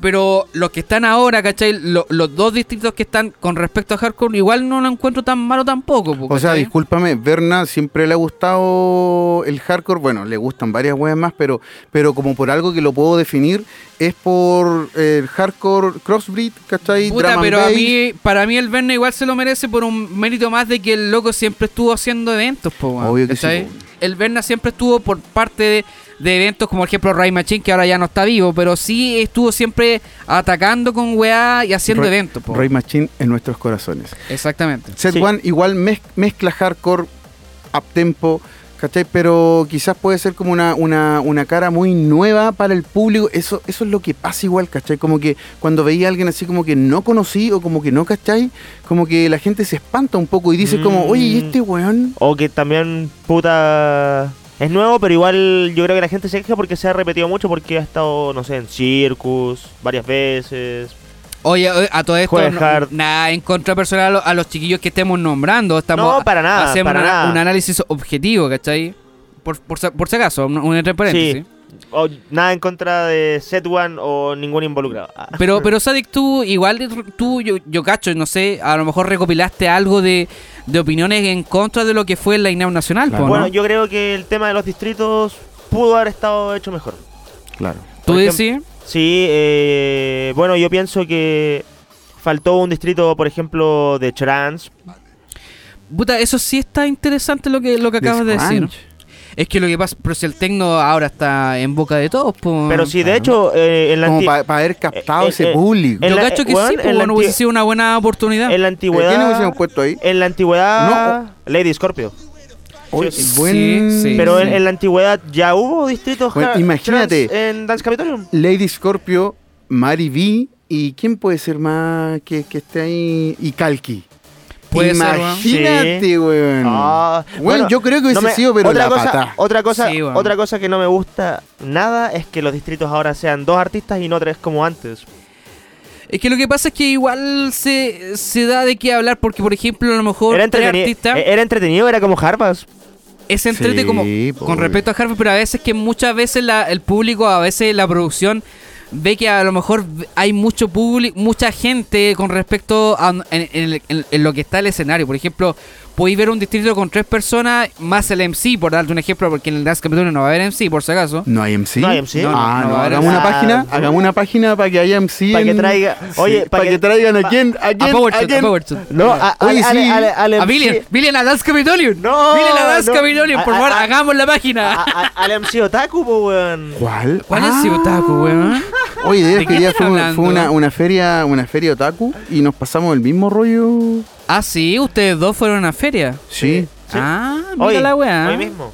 [SPEAKER 5] Pero los que están ahora, ¿cachai? Lo- los dos distritos que están con respecto a Hardcore, igual no lo encuentro tan malo tampoco. po,
[SPEAKER 6] O sea,
[SPEAKER 5] ¿cachai?
[SPEAKER 6] discúlpame, Berna siempre le ha gustado el hardcore. Bueno, le gustan varias weas más, pero, pero como por algo que lo puedo definir, es por el hardcore crossbreed, ¿cachai?
[SPEAKER 5] Puta,
[SPEAKER 6] Drum and
[SPEAKER 5] pero a
[SPEAKER 6] bass.
[SPEAKER 5] mí, para mí el Verne igual se lo merece por un mérito más de que el loco siempre estuvo haciendo eventos, po, weón,
[SPEAKER 6] Obvio que sí,
[SPEAKER 5] ¿cachai?
[SPEAKER 6] po.
[SPEAKER 5] El Verne siempre estuvo por parte de, de eventos como, por ejemplo, Ray Machine, que ahora ya no está vivo, pero sí estuvo siempre atacando con weá y haciendo
[SPEAKER 6] Ray-
[SPEAKER 5] eventos, po.
[SPEAKER 6] Ray Machine en nuestros corazones.
[SPEAKER 5] Exactamente.
[SPEAKER 6] Set
[SPEAKER 7] Sí.
[SPEAKER 6] One igual mez- mezcla hardcore, uptempo, ¿cachai? Pero quizás puede ser como una, una, una cara muy nueva para el público. Eso, eso es lo que pasa igual, ¿cachai? Como que cuando veía a alguien así como que no conocí o como que no, ¿cachai? Como que la gente se espanta un poco y dice como,
[SPEAKER 7] Mm.
[SPEAKER 6] oye, ¿y este weón?
[SPEAKER 7] O que también, puta. Es nuevo, pero igual yo creo que la gente se queja porque se ha repetido mucho, porque ha estado, no sé, en Circus varias veces.
[SPEAKER 5] Oye, oye, a todo esto,
[SPEAKER 7] Juega
[SPEAKER 5] no-
[SPEAKER 7] hard.
[SPEAKER 5] nada en contra personal a lo- a los, chiquillos que estemos nombrando. Estamos,
[SPEAKER 7] No, para nada,
[SPEAKER 5] Hacemos
[SPEAKER 7] para
[SPEAKER 5] una-
[SPEAKER 7] nada.
[SPEAKER 5] un análisis objetivo, ¿cachai? Por, por, si- por si acaso, un, un entre paréntesis.
[SPEAKER 7] Sí. O nada en contra de Set One o ningún involucrado. Ah.
[SPEAKER 5] Pero, pero Sadik, tú igual, tú, yo, yo cacho, no sé, a lo mejor recopilaste algo de, de opiniones en contra de lo que fue la INAU Nacional,
[SPEAKER 6] Claro.
[SPEAKER 5] po, ¿no?
[SPEAKER 7] Bueno, yo creo que el tema de los distritos pudo haber estado hecho mejor.
[SPEAKER 6] Claro.
[SPEAKER 5] ¿Tú
[SPEAKER 7] por ejem-
[SPEAKER 5] decís?
[SPEAKER 7] Sí, eh, bueno, yo pienso que faltó un distrito, por ejemplo, de Trans.
[SPEAKER 5] Puta, eso sí está interesante lo que, lo que acabas de decir.
[SPEAKER 6] Scrunch.
[SPEAKER 5] Es que lo que pasa, pero si el tecno ahora está en boca de todos, po.
[SPEAKER 7] Pero sí, de
[SPEAKER 6] claro.
[SPEAKER 7] hecho, eh, en la
[SPEAKER 6] Como
[SPEAKER 7] anti-
[SPEAKER 6] para haber captado
[SPEAKER 7] Eh, eh,
[SPEAKER 6] ese
[SPEAKER 7] eh,
[SPEAKER 6] público.
[SPEAKER 7] en
[SPEAKER 5] Yo
[SPEAKER 7] la-
[SPEAKER 5] cacho que
[SPEAKER 7] weón,
[SPEAKER 5] sí,
[SPEAKER 7] en
[SPEAKER 5] po,
[SPEAKER 7] la
[SPEAKER 5] bueno, hubiese
[SPEAKER 7] anti-
[SPEAKER 5] sido una buena oportunidad.
[SPEAKER 7] en la antigüedad.
[SPEAKER 6] ¿Quién hubiésemos puesto ahí?
[SPEAKER 7] En la antigüedad, Lady Scorpio.
[SPEAKER 6] Oye,
[SPEAKER 7] sí,
[SPEAKER 5] sí,
[SPEAKER 6] buen...
[SPEAKER 5] sí.
[SPEAKER 7] Pero en, en la antigüedad ya hubo distritos
[SPEAKER 6] Bueno,
[SPEAKER 7] ja-
[SPEAKER 6] imagínate.
[SPEAKER 7] trans en Dance Capitolium.
[SPEAKER 6] Lady Scorpio, Mari B. ¿Y quién puede ser más que, que esté ahí? Y Kalki.
[SPEAKER 5] Puede ser, weón.
[SPEAKER 6] Imagínate,
[SPEAKER 7] Sí.
[SPEAKER 6] weón.
[SPEAKER 7] Ah,
[SPEAKER 6] Weón, yo creo que hubiese
[SPEAKER 7] no me-
[SPEAKER 6] sido, pero
[SPEAKER 7] otra
[SPEAKER 6] la
[SPEAKER 7] cosa,
[SPEAKER 6] pata.
[SPEAKER 7] Otra cosa,
[SPEAKER 5] Sí, bueno.
[SPEAKER 7] otra cosa que no me gusta nada es que los distritos ahora sean dos artistas y no tres como antes.
[SPEAKER 5] Es que lo que pasa es que igual se, se da de qué hablar, porque por ejemplo, a lo mejor
[SPEAKER 7] Era,
[SPEAKER 5] tres
[SPEAKER 7] entreteni-
[SPEAKER 5] artistas
[SPEAKER 7] eh, era entretenido, era como Harpas.
[SPEAKER 5] es entrete
[SPEAKER 6] Sí,
[SPEAKER 5] como
[SPEAKER 6] po,
[SPEAKER 5] con respecto a Harvey, pero a veces que muchas veces la- el público, a veces la producción ve que a lo mejor hay mucho público, mucha gente con respecto a en, en- en- en lo que está el escenario. Por ejemplo, podéis ver un distrito con tres personas más el MC, por darte un ejemplo, porque en el Dance Capitolio no va a haber MC, por si acaso.
[SPEAKER 6] ¿No hay MC?
[SPEAKER 7] No hay MC.
[SPEAKER 6] Ah,
[SPEAKER 5] No,
[SPEAKER 6] no,
[SPEAKER 5] no,
[SPEAKER 6] hagamos
[SPEAKER 5] no.
[SPEAKER 6] una
[SPEAKER 7] Ah,
[SPEAKER 6] página,
[SPEAKER 7] sí.
[SPEAKER 6] hagamos una página para que haya MC.
[SPEAKER 7] Pa' que
[SPEAKER 6] en-
[SPEAKER 7] traiga- oye, pa'
[SPEAKER 6] pa'
[SPEAKER 7] que-
[SPEAKER 6] que, traigan
[SPEAKER 7] pa-
[SPEAKER 6] a quién, a quién,
[SPEAKER 5] A Powershot, a
[SPEAKER 6] quién.
[SPEAKER 5] Powershot.
[SPEAKER 7] No, a,
[SPEAKER 6] Oye,
[SPEAKER 7] al-
[SPEAKER 6] sí.
[SPEAKER 7] al- al- al
[SPEAKER 5] Ah, A
[SPEAKER 7] MC
[SPEAKER 5] Billion, Billion al Dance Capitolio.
[SPEAKER 7] No,
[SPEAKER 5] Billion al Dance
[SPEAKER 7] no.
[SPEAKER 5] Capitolio, por
[SPEAKER 7] A-
[SPEAKER 5] favor,
[SPEAKER 7] a-
[SPEAKER 5] hagamos la página.
[SPEAKER 7] a- a- al MC Otaku, po, weón.
[SPEAKER 6] ¿Cuál? Ah,
[SPEAKER 5] ¿Cuál es el otaku, weón?
[SPEAKER 6] Oye, de
[SPEAKER 5] ¿De
[SPEAKER 6] veras que
[SPEAKER 5] qué
[SPEAKER 6] ya
[SPEAKER 5] están
[SPEAKER 6] fue,
[SPEAKER 5] hablando?
[SPEAKER 6] fue una, una feria, una feria otaku y nos pasamos el mismo rollo.
[SPEAKER 5] Ah, sí, ustedes dos fueron a una feria.
[SPEAKER 6] Sí.
[SPEAKER 5] Ah, mira
[SPEAKER 7] Hoy,
[SPEAKER 5] la weá.
[SPEAKER 7] hoy mismo.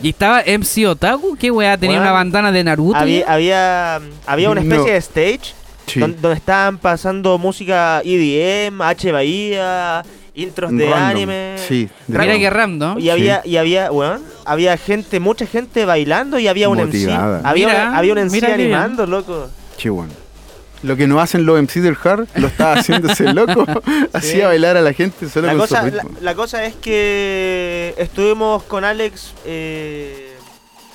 [SPEAKER 5] Y estaba MC Otaku, qué weá, tenía
[SPEAKER 7] Weón.
[SPEAKER 5] una bandana de Naruto.
[SPEAKER 7] Había, había, había una especie
[SPEAKER 6] No.
[SPEAKER 7] de stage
[SPEAKER 6] Sí.
[SPEAKER 7] don- donde, estaban pasando música EDM, H Bahía, intros de
[SPEAKER 6] Random.
[SPEAKER 7] anime.
[SPEAKER 6] Sí. de
[SPEAKER 5] Mira
[SPEAKER 6] random.
[SPEAKER 5] que random.
[SPEAKER 7] Y había, y había, weón, había gente, mucha gente bailando y había un MC.
[SPEAKER 6] Motivada.
[SPEAKER 7] Había,
[SPEAKER 5] Mira,
[SPEAKER 7] una- había un MC
[SPEAKER 5] mira que bien.
[SPEAKER 7] animando, loco.
[SPEAKER 6] Che, bueno. Lo que no hacen los MC del hard, lo está haciendo
[SPEAKER 7] (laughs)
[SPEAKER 6] ese loco. Hacía bailar a la gente solo
[SPEAKER 7] La
[SPEAKER 6] con su
[SPEAKER 7] cosa, la,
[SPEAKER 6] ritmo.
[SPEAKER 7] la cosa es que estuvimos con Alex eh,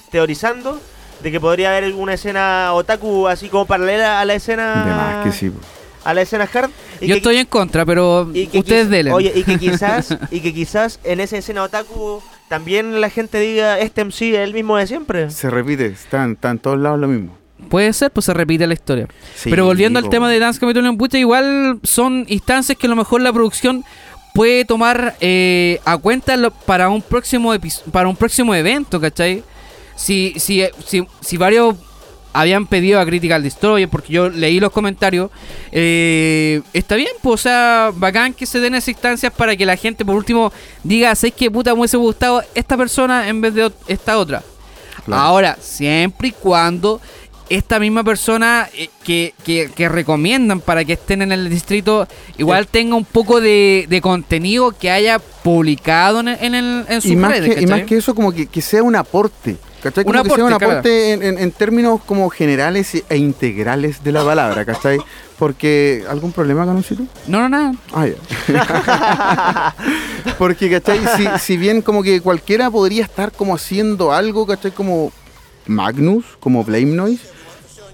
[SPEAKER 7] teorizando de que podría haber una escena otaku así como paralela a la escena
[SPEAKER 6] De más que sí. po.
[SPEAKER 7] a la escena hard y
[SPEAKER 5] Yo
[SPEAKER 7] que-
[SPEAKER 5] estoy en contra, pero
[SPEAKER 7] y que
[SPEAKER 5] ustedes
[SPEAKER 7] quiz-
[SPEAKER 5] delen.
[SPEAKER 7] Oye, y que
[SPEAKER 6] (laughs)
[SPEAKER 7] quizás y que quizás en esa escena otaku también la gente diga este MC es el mismo de siempre.
[SPEAKER 6] Se repite, están, están en todos lados lo mismo.
[SPEAKER 5] Puede ser, pues se repite la historia.
[SPEAKER 6] Sí,
[SPEAKER 5] pero volviendo al
[SPEAKER 6] po.
[SPEAKER 5] tema de Dance Capitolium, puta, igual son instancias que a lo mejor la producción puede tomar eh, a cuenta lo- para un próximo epi- para un próximo evento, ¿cachai? Si, si, eh, si, si varios habían pedido a Critical Destroy, porque yo leí los comentarios, eh, está bien, pues, o sea, bacán que se den esas instancias para que la gente, por último, diga, ¿sabes qué puta me hubiese gustado esta persona en vez de ot- esta otra?
[SPEAKER 6] Claro.
[SPEAKER 5] Ahora, siempre y cuando esta misma persona eh, que, que- que recomiendan para que estén en el distrito, igual tenga un poco de, de contenido que haya publicado en, el- en, el- en sus
[SPEAKER 6] y más,
[SPEAKER 5] redes,
[SPEAKER 6] que, y más
[SPEAKER 5] ¿cachai?
[SPEAKER 6] que eso, como que, que sea un aporte. ¿Cachai?
[SPEAKER 5] Un
[SPEAKER 6] Como que sea un
[SPEAKER 5] aporte, claro.
[SPEAKER 6] aporte en, en- en términos como generales e- e integrales de la palabra, ¿cachai? Porque. ¿Algún problema, Canoncito?
[SPEAKER 5] No, no, nada.
[SPEAKER 6] Ah,
[SPEAKER 7] (laughs)
[SPEAKER 6] ya. Porque, ¿cachai? Si, si bien como que cualquiera podría estar como haciendo algo, ¿cachai? Como Magnus, como Blame Noise.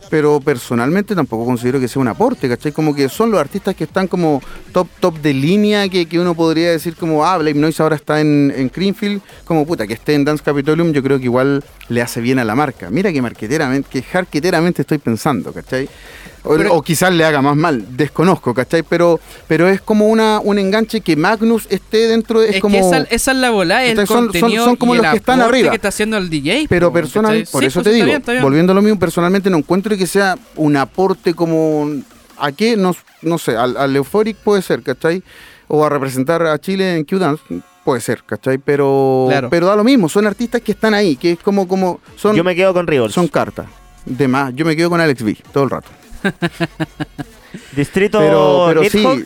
[SPEAKER 6] Pero personalmente tampoco considero que sea un aporte, ¿cachai? Como que son los artistas que están como top, top de línea, que, que uno podría decir como, ah, Blame Noise ahora está en, en Greenfield, como puta, que esté en Dance Capitolium, yo creo que igual le hace bien a la marca. Mira que marqueteramente, que jarqueteramente estoy pensando, ¿cachai? O,
[SPEAKER 5] Pero-
[SPEAKER 6] o quizás le haga más mal, desconozco, ¿cachai? Pero, pero es como una, un enganche que Magnus esté dentro de... Es,
[SPEAKER 5] Es,
[SPEAKER 6] como...
[SPEAKER 5] que esa, esa es la bola, el
[SPEAKER 6] Entonces, son- son-
[SPEAKER 5] contenido
[SPEAKER 6] son como
[SPEAKER 5] y el
[SPEAKER 6] los que están
[SPEAKER 5] aporte
[SPEAKER 6] arriba.
[SPEAKER 5] que está haciendo el DJ.
[SPEAKER 6] Pero
[SPEAKER 5] po,
[SPEAKER 6] personal,
[SPEAKER 5] ¿cachai?
[SPEAKER 6] por
[SPEAKER 5] Sí,
[SPEAKER 6] eso
[SPEAKER 5] pues,
[SPEAKER 6] te
[SPEAKER 5] está
[SPEAKER 6] digo,
[SPEAKER 5] bien, está bien.
[SPEAKER 6] volviendo a lo mismo, personalmente no encuentro que sea un aporte como a qué, no, no sé, al, al Euphoric puede ser, ¿cachai? O a representar a Chile en Q-Dance, puede ser, ¿cachai? Pero,
[SPEAKER 5] Claro.
[SPEAKER 6] pero da lo mismo, son artistas que están ahí, que es como, como son,
[SPEAKER 7] Yo me quedo con Rivals.
[SPEAKER 6] son cartas. De más, yo me quedo con Alex B todo el rato.
[SPEAKER 7] Distrito
[SPEAKER 6] Pero, pero sí.
[SPEAKER 7] Nidhogg.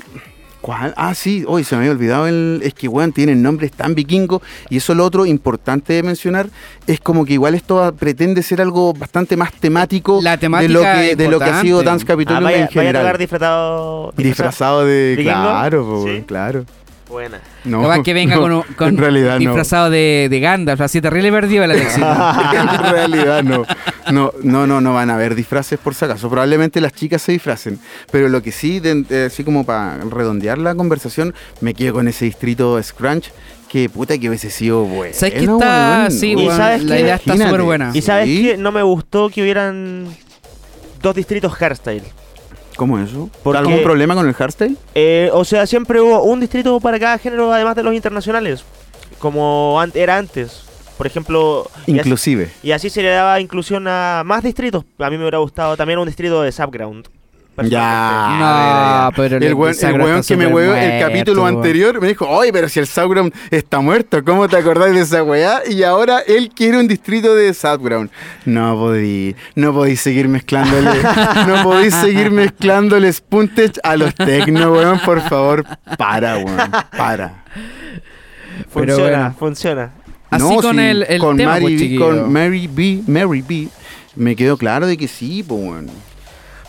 [SPEAKER 6] ¿Cuál? Ah, sí, hoy se me había olvidado el. Es que, weón, tienen nombres tan vikingos. Y eso, lo otro importante de mencionar, es como que igual esto va- pretende ser algo bastante más temático
[SPEAKER 5] La
[SPEAKER 6] de, lo
[SPEAKER 5] temática
[SPEAKER 6] que,
[SPEAKER 5] es
[SPEAKER 6] de lo que ha sido
[SPEAKER 5] importante.
[SPEAKER 6] Dance
[SPEAKER 7] Ah,
[SPEAKER 6] Capitolium
[SPEAKER 7] vaya,
[SPEAKER 6] en
[SPEAKER 7] vaya a tocar
[SPEAKER 6] general.
[SPEAKER 7] disfrazado.
[SPEAKER 6] Disfrazado de.
[SPEAKER 7] ¿Vikingo?
[SPEAKER 6] Claro, po,
[SPEAKER 7] Sí.
[SPEAKER 6] weón, claro.
[SPEAKER 7] Buena.
[SPEAKER 6] No,
[SPEAKER 5] Capaz que venga
[SPEAKER 6] no,
[SPEAKER 5] con, un- con-
[SPEAKER 6] en realidad no.
[SPEAKER 5] disfrazado de, de Gandalf, así terrible perdido el Alexis.
[SPEAKER 6] (laughs) en realidad no. no. No, no, no van a haber disfraces por si acaso. Probablemente las chicas se disfracen. Pero lo que sí, de- de- así como para redondear la conversación, me quedo con ese distrito Scrunch. Que puta que hubiese sido bueno.
[SPEAKER 5] ¿Sabes que está-
[SPEAKER 6] weón?
[SPEAKER 5] sí,
[SPEAKER 6] Uy,
[SPEAKER 7] weón, la
[SPEAKER 6] qué?
[SPEAKER 7] idea
[SPEAKER 5] está
[SPEAKER 6] Imagínate.
[SPEAKER 5] superbuena.
[SPEAKER 7] ¿Y sabes
[SPEAKER 6] Ah, Sí.
[SPEAKER 7] qué? No me gustó que hubieran dos distritos hairstyle.
[SPEAKER 6] ¿Cómo eso? ¿Por
[SPEAKER 7] Porque-
[SPEAKER 6] algún problema con el hardstyle?
[SPEAKER 7] Eh, o sea, siempre hubo un distrito para cada género, además de los internacionales, como an- era antes. Por ejemplo, y así,
[SPEAKER 6] Inclusive.
[SPEAKER 7] y así se le daba inclusión a más distritos. A mí me hubiera gustado también un distrito de Subground. personalmente.
[SPEAKER 5] No,
[SPEAKER 6] a ver, a ver.
[SPEAKER 5] pero
[SPEAKER 6] el
[SPEAKER 5] el
[SPEAKER 6] weón, el
[SPEAKER 5] Sauron
[SPEAKER 6] weón
[SPEAKER 5] está
[SPEAKER 6] que me
[SPEAKER 5] súper
[SPEAKER 6] hueó el
[SPEAKER 5] muerto,
[SPEAKER 6] capítulo
[SPEAKER 5] weón.
[SPEAKER 6] anterior me dijo, oye, pero si el Sauron está muerto, ¿cómo te acordás de esa weá? Y ahora él quiere un distrito de Southground. No podí, no podí seguir mezclándole, no podí seguir mezclándole Spuntech a los tecno, weón, por favor, para, weón, para.
[SPEAKER 5] Pero
[SPEAKER 7] Funciona,
[SPEAKER 5] bueno.
[SPEAKER 7] funciona.
[SPEAKER 5] Así con el- el
[SPEAKER 6] con
[SPEAKER 5] tema, pues,
[SPEAKER 6] Mary B,
[SPEAKER 5] chiquillo.
[SPEAKER 6] con Mary B, Mary B, me quedó claro de que sí, pues, weón.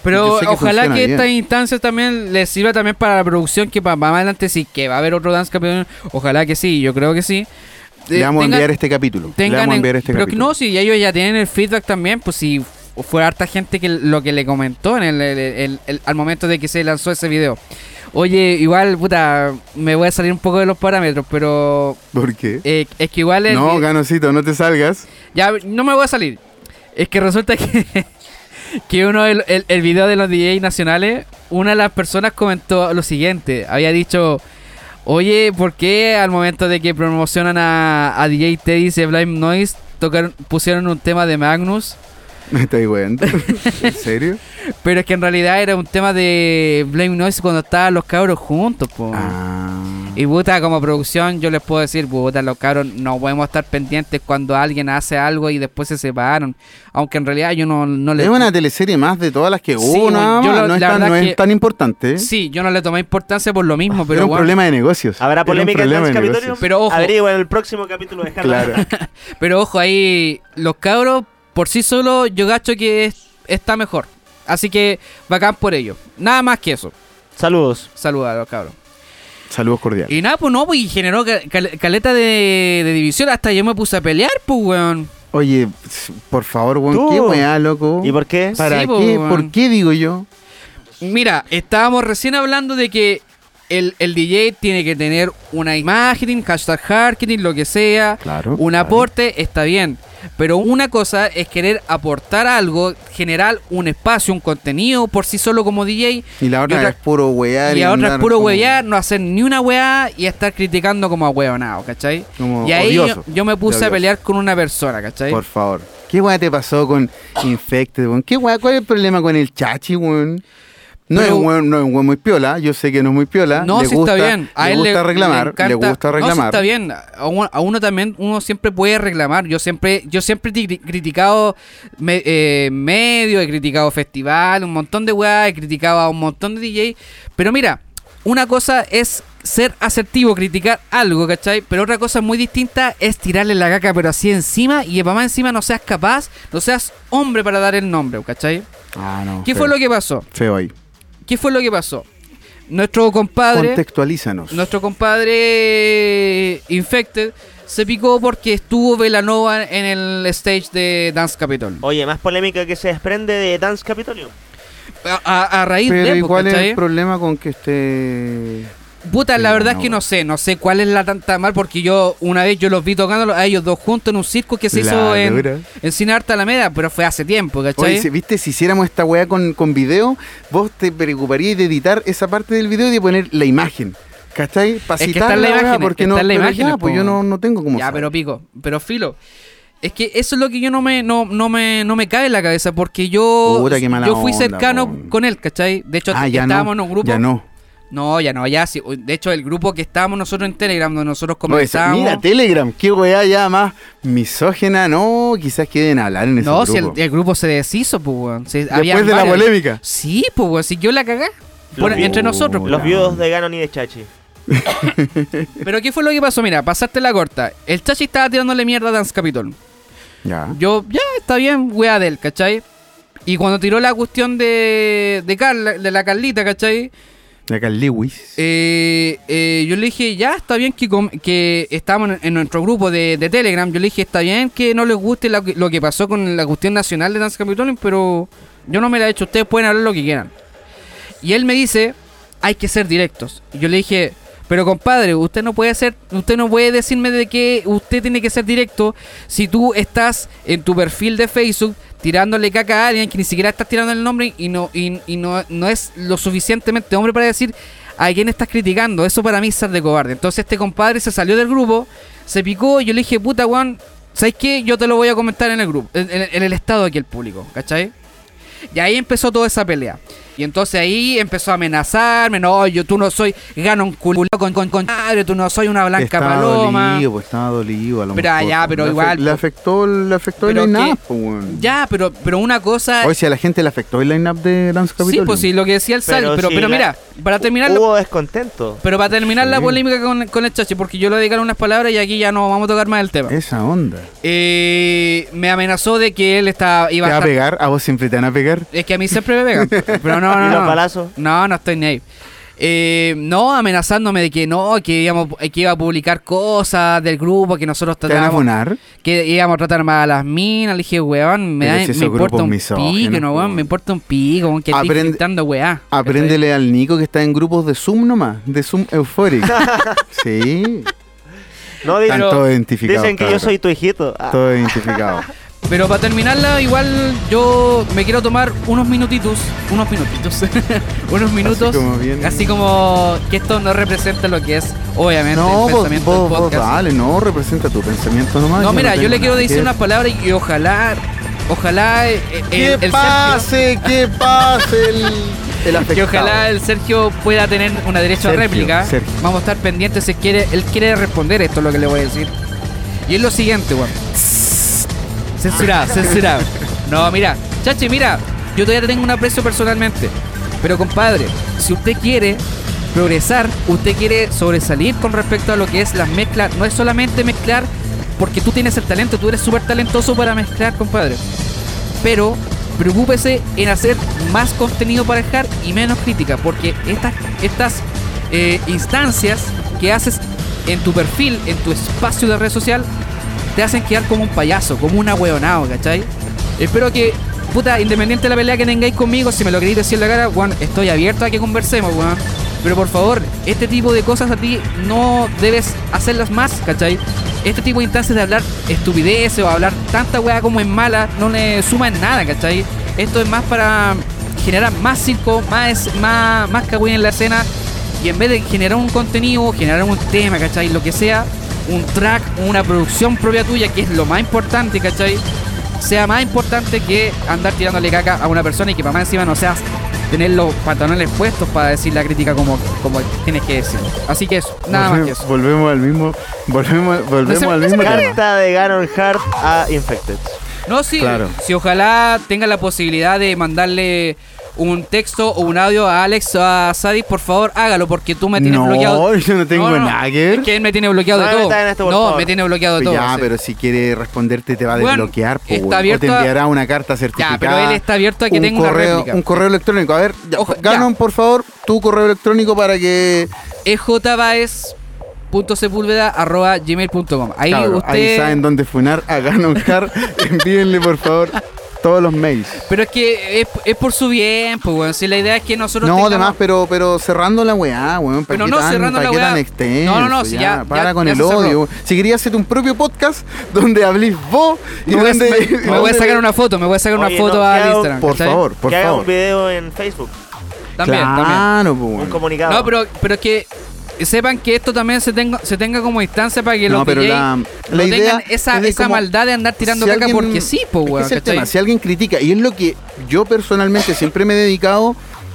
[SPEAKER 5] Pero
[SPEAKER 6] Yo sé que
[SPEAKER 5] ojalá
[SPEAKER 6] funciona
[SPEAKER 5] que
[SPEAKER 6] bien.
[SPEAKER 5] estas instancias también les sirva también para la producción que para más adelante sí que va a haber otro Dance Campeón. Ojalá que sí, yo creo que sí.
[SPEAKER 6] Le
[SPEAKER 5] Eh,
[SPEAKER 6] vamos
[SPEAKER 5] tengan-
[SPEAKER 6] a enviar este capítulo. Le
[SPEAKER 5] tengan
[SPEAKER 6] vamos a
[SPEAKER 5] en-
[SPEAKER 6] enviar este
[SPEAKER 5] pero que
[SPEAKER 6] capítulo.
[SPEAKER 5] no, si ya ellos ya tienen el feedback también, pues si fu- fue harta gente que lo que le comentó en el, el- el- el- al momento de que se lanzó ese video. Oye, igual, puta, me voy a salir un poco de los parámetros, pero
[SPEAKER 6] ¿Por qué?
[SPEAKER 5] eh, es que igual... el
[SPEAKER 6] No,
[SPEAKER 5] vi-
[SPEAKER 6] Ganocito, no te salgas. (laughs)
[SPEAKER 5] ya, no me voy a salir. Es que resulta que, (laughs) que uno el, el, el video de los DJ nacionales, una de las personas comentó lo siguiente. Había dicho, oye, ¿por qué al momento de que promocionan a, a DJ Teddy y Blind Noise tocaron, pusieron un tema de Magnus?
[SPEAKER 6] Me estoy weando. ¿En serio?
[SPEAKER 5] Pero es que en realidad era un tema de Blame Noise cuando estaban los cabros juntos, po.
[SPEAKER 6] Ah.
[SPEAKER 5] Y puta, como producción, yo les puedo decir, puta, los cabros no podemos estar pendientes cuando alguien hace algo y después se separan. Aunque en realidad yo no, no le.
[SPEAKER 6] Es una teleserie más de todas las que
[SPEAKER 5] Sí,
[SPEAKER 6] hubo, nada
[SPEAKER 5] yo
[SPEAKER 6] más.
[SPEAKER 5] lo-
[SPEAKER 6] no es,
[SPEAKER 5] la
[SPEAKER 6] tan,
[SPEAKER 5] verdad
[SPEAKER 6] no es
[SPEAKER 5] que-
[SPEAKER 6] tan importante.
[SPEAKER 5] Sí, yo no le tomé importancia por lo mismo, pero
[SPEAKER 6] Ah, Era un
[SPEAKER 5] bueno.
[SPEAKER 6] problema de negocios.
[SPEAKER 7] ¿Habrá
[SPEAKER 6] Era un
[SPEAKER 7] polémica en
[SPEAKER 6] problema
[SPEAKER 7] Dance
[SPEAKER 6] de
[SPEAKER 7] Capitolio?
[SPEAKER 6] negocios.
[SPEAKER 5] Pero ojo.
[SPEAKER 7] Averigua en el próximo capítulo de Harry
[SPEAKER 6] Claro.
[SPEAKER 7] (laughs)
[SPEAKER 5] Pero ojo, ahí los cabros, por sí solo, yo gacho que es- está mejor. Así que bacán por ello. Nada más que eso.
[SPEAKER 7] Saludos.
[SPEAKER 5] Saluda a los cabros.
[SPEAKER 6] Saludos cordiales.
[SPEAKER 5] Y nada, pues no, pues y generó ca- cal- caleta de, de división. Hasta yo me puse a pelear, pues, weón.
[SPEAKER 6] Oye, por favor, weón,
[SPEAKER 7] Tú.
[SPEAKER 6] qué weá, loco.
[SPEAKER 7] ¿Y por qué?
[SPEAKER 6] ¿Para
[SPEAKER 5] Sí, po,
[SPEAKER 6] qué?
[SPEAKER 5] weón.
[SPEAKER 6] ¿Por qué digo yo?
[SPEAKER 5] Mira, estábamos recién hablando de que el, el DJ tiene que tener una imagen, hashtag marketing, lo que sea,
[SPEAKER 6] Claro,
[SPEAKER 5] un
[SPEAKER 6] claro.
[SPEAKER 5] aporte, está bien. Pero una cosa es querer aportar algo, generar un espacio, un contenido por sí solo como DJ.
[SPEAKER 6] Y la otra es puro weá.
[SPEAKER 5] y la otra es
[SPEAKER 6] andar
[SPEAKER 5] puro
[SPEAKER 6] como-
[SPEAKER 5] huevear, no hacer ni una weá y estar criticando como a hueonado, ¿cachai?
[SPEAKER 6] Como
[SPEAKER 5] y ahí yo-
[SPEAKER 6] odioso,
[SPEAKER 5] yo, me puse a
[SPEAKER 6] odioso.
[SPEAKER 5] pelear con una persona, ¿cachai?
[SPEAKER 6] Por favor. ¿Qué weá te pasó con Infected, weón? ¿Qué weá? ¿Cuál es el problema con el chachi, weón? No,
[SPEAKER 5] Pero-
[SPEAKER 6] es un weón, no es un weón muy piola, yo sé que no es muy piola.
[SPEAKER 5] No,
[SPEAKER 6] le
[SPEAKER 5] sí
[SPEAKER 6] gusta,
[SPEAKER 5] está bien. A
[SPEAKER 6] le
[SPEAKER 5] él
[SPEAKER 6] gusta reclamar, le,
[SPEAKER 5] encanta-
[SPEAKER 6] gusta reclamar.
[SPEAKER 5] No, sí está bien. A uno, a uno también, uno siempre puede reclamar. Yo siempre, yo siempre he cri- criticado me- eh, medio, he criticado festival, un montón de weá, he criticado a un montón de DJ. Pero mira, una cosa es ser asertivo, criticar algo, ¿cachai? Pero otra cosa muy distinta es tirarle la caca, pero así encima, y para más encima no seas capaz, no seas hombre para dar el nombre, ¿cachai?
[SPEAKER 6] Ah, no.
[SPEAKER 5] ¿Qué
[SPEAKER 6] feo.
[SPEAKER 5] fue lo que pasó?
[SPEAKER 6] Feo ahí.
[SPEAKER 5] ¿Qué fue lo que pasó? Nuestro compadre.
[SPEAKER 6] Contextualízanos.
[SPEAKER 5] Nuestro compadre Infected se picó porque estuvo Velanova en el stage de Dance Capitol.
[SPEAKER 7] Oye, más polémica que se desprende de Dance Capitolio.
[SPEAKER 5] A, a- a raíz
[SPEAKER 6] Pero
[SPEAKER 5] de, pues,
[SPEAKER 6] igual es
[SPEAKER 5] ¿cachai?
[SPEAKER 6] el problema con que esté.
[SPEAKER 5] Puta, la
[SPEAKER 6] Pero
[SPEAKER 5] verdad es
[SPEAKER 6] no,
[SPEAKER 5] que no
[SPEAKER 6] weón.
[SPEAKER 5] sé, no sé cuál es la tanta mal, porque yo una vez yo los vi tocando a ellos dos juntos en un circo que se
[SPEAKER 6] La
[SPEAKER 5] hizo en,
[SPEAKER 6] dura.
[SPEAKER 5] en Cine Arte Alameda, pero fue hace tiempo, ¿cachai?
[SPEAKER 6] Oye, si- viste, si hiciéramos esta weá con, con video, vos te preocuparías de editar esa parte del video y de poner la imagen. ¿Cachai? Para
[SPEAKER 5] Es que está en la imagen,
[SPEAKER 6] porque
[SPEAKER 5] está
[SPEAKER 6] no,
[SPEAKER 5] en la
[SPEAKER 6] pero
[SPEAKER 5] imagen,
[SPEAKER 6] ya, pues
[SPEAKER 5] po.
[SPEAKER 6] yo no, no tengo como.
[SPEAKER 5] ya, pero pico, pero filo. Es que eso es lo que yo no me, no, no me, no me cabe en la cabeza, porque yo,
[SPEAKER 6] Puta, qué mala
[SPEAKER 5] yo fui
[SPEAKER 6] onda,
[SPEAKER 5] cercano
[SPEAKER 6] weón.
[SPEAKER 5] con él, ¿cachai? De hecho,
[SPEAKER 6] ah, ya
[SPEAKER 5] estábamos
[SPEAKER 6] no,
[SPEAKER 5] en un grupo.
[SPEAKER 6] Ya no.
[SPEAKER 5] No, ya no, ya sí. De hecho, el grupo que estábamos nosotros en Telegram, donde nosotros
[SPEAKER 6] No, esa-
[SPEAKER 5] comentábamos.
[SPEAKER 6] mira, Telegram, qué weá ya más misógena, no, quizás queden a hablar en ese
[SPEAKER 5] no,
[SPEAKER 6] grupo.
[SPEAKER 5] si el, el grupo se deshizo, pues, weón. Si habían
[SPEAKER 6] de la
[SPEAKER 5] varios.
[SPEAKER 6] polémica.
[SPEAKER 5] Sí, pues, weón. Si yo la cagué. Bueno,
[SPEAKER 7] vi-
[SPEAKER 5] entre nosotros.
[SPEAKER 6] Hola.
[SPEAKER 7] Los viudos de Ganon y de Chachi.
[SPEAKER 5] Pero ¿qué fue lo que pasó? Mira, pasaste la corta. El Chachi estaba tirándole mierda a Dance Capitol.
[SPEAKER 6] Ya.
[SPEAKER 5] Yo, ya, está bien, weá del, ¿cachai? Y cuando tiró la cuestión de, de Carla, de la Carlita, ¿cachai?
[SPEAKER 6] De acá el Lewis.
[SPEAKER 5] Eh, eh, yo le dije, ya está bien que, com- que estamos en, en nuestro grupo de, de Telegram. Yo le dije, está bien que no les guste la- lo que pasó con la cuestión nacional de Danza Capitolio, pero yo no me la he hecho. Ustedes pueden hablar lo que quieran. Y él me dice, hay que ser directos. Y yo le dije, pero compadre, usted no puede ser, usted no puede decirme de que usted tiene que ser directo si tú estás en tu perfil de Facebook tirándole caca a alguien que ni siquiera estás tirando el nombre y no, y, y no, no es lo suficientemente hombre para decir a quién estás criticando. Eso para mí es ser de cobarde. Entonces este compadre se salió del grupo, se picó, y yo le dije, puta Juan, ¿sabes qué? Yo te lo voy a comentar en el grupo, en, en- en el estado aquí el público, ¿cachai? Y ahí empezó toda esa pelea. Y entonces ahí empezó a amenazarme, no, yo tú no soy ganon culado con, con, con madre, tú no soy una blanca
[SPEAKER 6] estaba
[SPEAKER 5] paloma.
[SPEAKER 6] dolido, pues estaba dolido a lo
[SPEAKER 5] Pero
[SPEAKER 6] mejor,
[SPEAKER 5] allá,
[SPEAKER 6] pues.
[SPEAKER 5] pero
[SPEAKER 6] Le afe-
[SPEAKER 5] igual,
[SPEAKER 6] Le
[SPEAKER 5] pues.
[SPEAKER 6] afectó, le afectó el
[SPEAKER 5] Pero
[SPEAKER 6] line-up,
[SPEAKER 5] que-
[SPEAKER 6] pues, weón.
[SPEAKER 5] Ya, pero, pero una cosa.
[SPEAKER 6] Oye, si a la gente le afectó el line-up de Dance
[SPEAKER 5] sí,
[SPEAKER 6] Capitol.
[SPEAKER 5] pues sí, lo que decía el Sal, pero,
[SPEAKER 7] Pero
[SPEAKER 5] pero,
[SPEAKER 7] sí, la-
[SPEAKER 5] mira, para terminar
[SPEAKER 7] Hubo descontento.
[SPEAKER 5] pero para terminar la
[SPEAKER 6] Sí.
[SPEAKER 5] polémica con, con el chachi, porque yo le dedicaron unas palabras y aquí ya no vamos a tocar más el tema.
[SPEAKER 6] Esa onda.
[SPEAKER 5] Eh, me amenazó de que él estaba,
[SPEAKER 6] ¿Te
[SPEAKER 5] iba a
[SPEAKER 6] va a
[SPEAKER 5] estar-
[SPEAKER 6] pegar? ¿A vos siempre te van a pegar?
[SPEAKER 5] Es que a mí siempre me pegan. Pero no,
[SPEAKER 7] (laughs)
[SPEAKER 5] no,
[SPEAKER 7] ¿Y los
[SPEAKER 5] no.
[SPEAKER 7] balazos?
[SPEAKER 5] No, no estoy ni ahí. Eh, no, amenazándome de que no, que, íbamos, eh, que iba a publicar cosas del grupo, que nosotros
[SPEAKER 6] ¿Te van a
[SPEAKER 5] tratábamos.
[SPEAKER 6] abonar?
[SPEAKER 5] Que íbamos a tratar más a las minas. Le dije, weón, me,
[SPEAKER 6] Pero
[SPEAKER 5] da-
[SPEAKER 6] si esos
[SPEAKER 5] me importa
[SPEAKER 6] grupos
[SPEAKER 5] un
[SPEAKER 6] misóginos,
[SPEAKER 5] pico, no, weón,
[SPEAKER 6] weón.
[SPEAKER 5] me importa un pico, weón, que estoy
[SPEAKER 6] Aprende-
[SPEAKER 5] gritando, weá.
[SPEAKER 6] Apréndele al Nico que está en grupos de Zoom nomás, de Zoom
[SPEAKER 5] (laughs)
[SPEAKER 6] Euphoric. sí,
[SPEAKER 7] No,
[SPEAKER 6] están
[SPEAKER 7] digo,
[SPEAKER 6] todos identificados.
[SPEAKER 7] dicen que yo
[SPEAKER 6] cabrón.
[SPEAKER 7] soy tu hijito. Ah,
[SPEAKER 6] Todos (laughs) identificados.
[SPEAKER 5] Pero para terminarla, igual yo me quiero tomar unos minutitos, unos minutitos, (laughs) unos minutos,
[SPEAKER 6] como bien-
[SPEAKER 5] así como que esto no representa lo que es, obviamente,
[SPEAKER 6] no,
[SPEAKER 5] el
[SPEAKER 6] vos,
[SPEAKER 5] pensamiento
[SPEAKER 6] vos,
[SPEAKER 5] del
[SPEAKER 6] vos
[SPEAKER 5] podcast.
[SPEAKER 6] dale, no, representa tu pensamiento nomás.
[SPEAKER 5] No, mira, yo
[SPEAKER 6] tengo
[SPEAKER 5] le quiero
[SPEAKER 6] nada
[SPEAKER 5] decir
[SPEAKER 6] que-
[SPEAKER 5] unas palabras y ojalá, ojalá eh, eh,
[SPEAKER 6] Que
[SPEAKER 5] el, el Sergio,
[SPEAKER 6] pase, que pase el,
[SPEAKER 5] (laughs)
[SPEAKER 6] el afectado.
[SPEAKER 5] que ojalá el Sergio pueda tener una derecho a
[SPEAKER 6] Sergio,
[SPEAKER 5] réplica.
[SPEAKER 6] Sergio.
[SPEAKER 5] Vamos a estar pendientes si quiere, él quiere responder esto es lo que le voy a decir. Y es lo siguiente, weón.
[SPEAKER 6] (laughs)
[SPEAKER 5] Censurado, censurado. No, mira, Chachi, mira, yo todavía te tengo un aprecio personalmente. Pero compadre, si usted quiere progresar, usted quiere sobresalir con respecto a lo que es las mezclas, no es solamente mezclar porque tú tienes el talento, tú eres súper talentoso para mezclar, compadre. Pero preocúpese en hacer más contenido para dejar y menos crítica, porque estas, estas eh, instancias que haces en tu perfil, en tu espacio de red social, te hacen quedar como un payaso, como un ahueonado, ¿cachai? Espero que, puta, independiente de la pelea que tengáis conmigo, si me lo queréis decir en la cara, weón, estoy abierto a que conversemos, weón. Pero por favor, este tipo de cosas a ti no debes hacerlas más, ¿cachai? Este tipo de instancias de hablar estupideces o hablar tanta weá como es mala no le suma en nada, ¿cachai? Esto es más para generar más circo, más, más, más cagüín en la escena y en vez de generar un contenido, generar un tema, ¿cachai? Lo que sea, un track, una producción propia tuya, que es lo más importante, ¿cachai? Sea más importante que andar tirándole caca a una persona y que para más encima no seas tener los pantalones puestos para decir la crítica como, como tienes que decir. Así que eso, nada más que
[SPEAKER 6] volvemos,
[SPEAKER 5] eso.
[SPEAKER 6] volvemos al mismo, volvemos,
[SPEAKER 5] No se-
[SPEAKER 6] volvemos
[SPEAKER 5] no
[SPEAKER 6] al
[SPEAKER 5] se
[SPEAKER 6] mismo tema.
[SPEAKER 7] Carta de Ganon Hart a Infected.
[SPEAKER 5] No, sí,
[SPEAKER 6] Claro.
[SPEAKER 5] si ojalá tenga la posibilidad de mandarle un texto o un audio a Alex o a Sadis, por favor, hágalo porque tú me tienes
[SPEAKER 6] No,
[SPEAKER 5] bloqueado.
[SPEAKER 6] (laughs) yo no tengo nada que ver. Pues
[SPEAKER 5] Es que él me tiene bloqueado de
[SPEAKER 7] No me
[SPEAKER 5] todo.
[SPEAKER 7] metas en esto, por
[SPEAKER 5] no,
[SPEAKER 7] favor.
[SPEAKER 5] me tiene bloqueado de todo.
[SPEAKER 6] ya,
[SPEAKER 5] sí.
[SPEAKER 6] pero si quiere responderte te va a
[SPEAKER 5] Bueno,
[SPEAKER 6] desbloquear, po,
[SPEAKER 5] está
[SPEAKER 6] weón. o
[SPEAKER 5] abierto
[SPEAKER 6] te
[SPEAKER 5] a-
[SPEAKER 6] enviará una carta certificada.
[SPEAKER 5] Ya, pero él está abierto a que
[SPEAKER 6] un
[SPEAKER 5] tenga una
[SPEAKER 6] correo,
[SPEAKER 5] réplica.
[SPEAKER 6] un correo electrónico. A ver, ya,
[SPEAKER 5] Ojo,
[SPEAKER 6] Ganon,
[SPEAKER 5] ya.
[SPEAKER 6] por favor, tu correo electrónico para que
[SPEAKER 5] ejbaez.sepúlveda.gmail.com Ahí
[SPEAKER 6] Cabro,
[SPEAKER 5] usted...
[SPEAKER 6] ahí saben dónde funar (laughs) a Ganon Car. Envíenle, por favor, todos los mails.
[SPEAKER 5] Pero es que es, es por su bien, pues, weón. Si la idea es que nosotros
[SPEAKER 6] No,
[SPEAKER 5] tengamos-
[SPEAKER 6] además, pero, pero cerrando la weá, weón. ¿Para
[SPEAKER 5] Pero
[SPEAKER 6] qué
[SPEAKER 5] no
[SPEAKER 6] tan,
[SPEAKER 5] cerrando
[SPEAKER 6] para
[SPEAKER 5] la
[SPEAKER 6] qué
[SPEAKER 5] weá.
[SPEAKER 6] tan extenso?
[SPEAKER 5] No, no, no, si ya- ya-
[SPEAKER 6] para con
[SPEAKER 5] ya
[SPEAKER 6] el
[SPEAKER 5] se cerró.
[SPEAKER 6] odio. weón. Si querías hacerte un propio podcast donde hablís vos y
[SPEAKER 5] Me voy, a,
[SPEAKER 6] donde-
[SPEAKER 5] me-
[SPEAKER 6] y
[SPEAKER 5] me voy a
[SPEAKER 6] donde-
[SPEAKER 5] sacar una foto, me voy a sacar una
[SPEAKER 7] Oye,
[SPEAKER 5] foto
[SPEAKER 7] no, ¿qué
[SPEAKER 5] al
[SPEAKER 7] hago?
[SPEAKER 5] Instagram.
[SPEAKER 6] Por
[SPEAKER 5] ¿cachai?
[SPEAKER 6] favor, por
[SPEAKER 7] que haga
[SPEAKER 6] favor.
[SPEAKER 7] un video en Facebook.
[SPEAKER 5] También, también.
[SPEAKER 6] claro,
[SPEAKER 7] Un
[SPEAKER 6] pues, weón.
[SPEAKER 7] comunicado.
[SPEAKER 5] No, pero, pero es que sepan que esto también se tenga, se tenga como instancia para que
[SPEAKER 6] No,
[SPEAKER 5] los
[SPEAKER 6] pero
[SPEAKER 5] DJ
[SPEAKER 6] la-
[SPEAKER 5] no
[SPEAKER 6] la idea
[SPEAKER 5] tengan esa,
[SPEAKER 6] es de
[SPEAKER 5] esa
[SPEAKER 6] como-
[SPEAKER 5] maldad de andar tirando
[SPEAKER 6] si
[SPEAKER 5] caca
[SPEAKER 6] alguien-
[SPEAKER 5] porque sí, pues,
[SPEAKER 6] es que
[SPEAKER 5] weón.
[SPEAKER 6] ese es el
[SPEAKER 5] ¿cachai?
[SPEAKER 6] tema, Si alguien critica, y es lo que yo personalmente siempre me he dedicado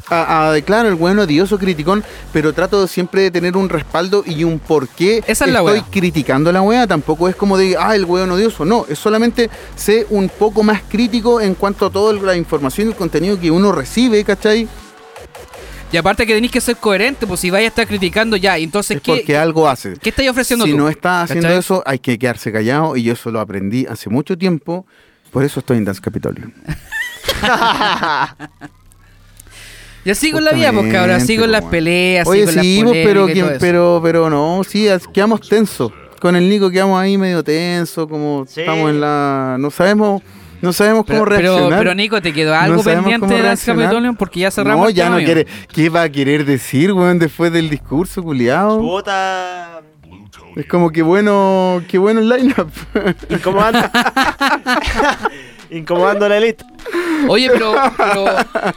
[SPEAKER 6] a, a claro, el bueno odioso criticón, pero trato siempre de tener un respaldo y un porqué
[SPEAKER 5] Esa es la
[SPEAKER 6] estoy
[SPEAKER 5] wea.
[SPEAKER 6] criticando a la wea. Tampoco es como de, ah, el weón odioso. No, es solamente ser un poco más crítico en cuanto a toda la información y el contenido que uno recibe, ¿cachai?
[SPEAKER 5] Y aparte que tenéis que ser coherente, pues si vais a estar criticando ya, y entonces
[SPEAKER 6] Es
[SPEAKER 5] ¿qué,
[SPEAKER 6] porque algo hace.
[SPEAKER 5] qué estáis ofreciendo
[SPEAKER 6] si
[SPEAKER 5] tú?
[SPEAKER 6] no estás haciendo
[SPEAKER 5] ¿Cachai?
[SPEAKER 6] eso, hay que quedarse callado y yo eso lo aprendí hace mucho tiempo. Por eso estoy en Dance Capitolio.
[SPEAKER 5] Y así con la vida, pues
[SPEAKER 6] Justamente,
[SPEAKER 5] cabrón, así con
[SPEAKER 6] po,
[SPEAKER 5] las
[SPEAKER 6] weón.
[SPEAKER 5] peleas, así
[SPEAKER 6] Oye,
[SPEAKER 5] con
[SPEAKER 6] sí,
[SPEAKER 5] las
[SPEAKER 6] vos,
[SPEAKER 5] polémicas
[SPEAKER 6] pero,
[SPEAKER 5] y
[SPEAKER 6] quien-
[SPEAKER 5] todo eso.
[SPEAKER 6] pero, pero no, sí, as- quedamos tensos. Con el Nico quedamos ahí medio tenso, como
[SPEAKER 7] Sí.
[SPEAKER 6] estamos en la... No sabemos, no sabemos
[SPEAKER 5] Pero,
[SPEAKER 6] cómo reaccionar.
[SPEAKER 5] pero- pero, Nico, ¿te quedó algo
[SPEAKER 6] No sabemos
[SPEAKER 5] pendiente
[SPEAKER 6] cómo
[SPEAKER 5] de Dance
[SPEAKER 6] reaccionar.
[SPEAKER 5] Capitolium? Porque ya cerramos
[SPEAKER 6] No,
[SPEAKER 5] el
[SPEAKER 6] ya
[SPEAKER 5] tema,
[SPEAKER 6] no
[SPEAKER 5] amigo.
[SPEAKER 6] quiere. ¿Qué va a querer decir, weón, después del discurso, culiado?
[SPEAKER 7] Puta.
[SPEAKER 6] Es como que bueno, qué bueno el lineup. (laughs)
[SPEAKER 7] Incomodando. Incomodando la elite.
[SPEAKER 5] Oye, pero,
[SPEAKER 6] (laughs)
[SPEAKER 5] pero-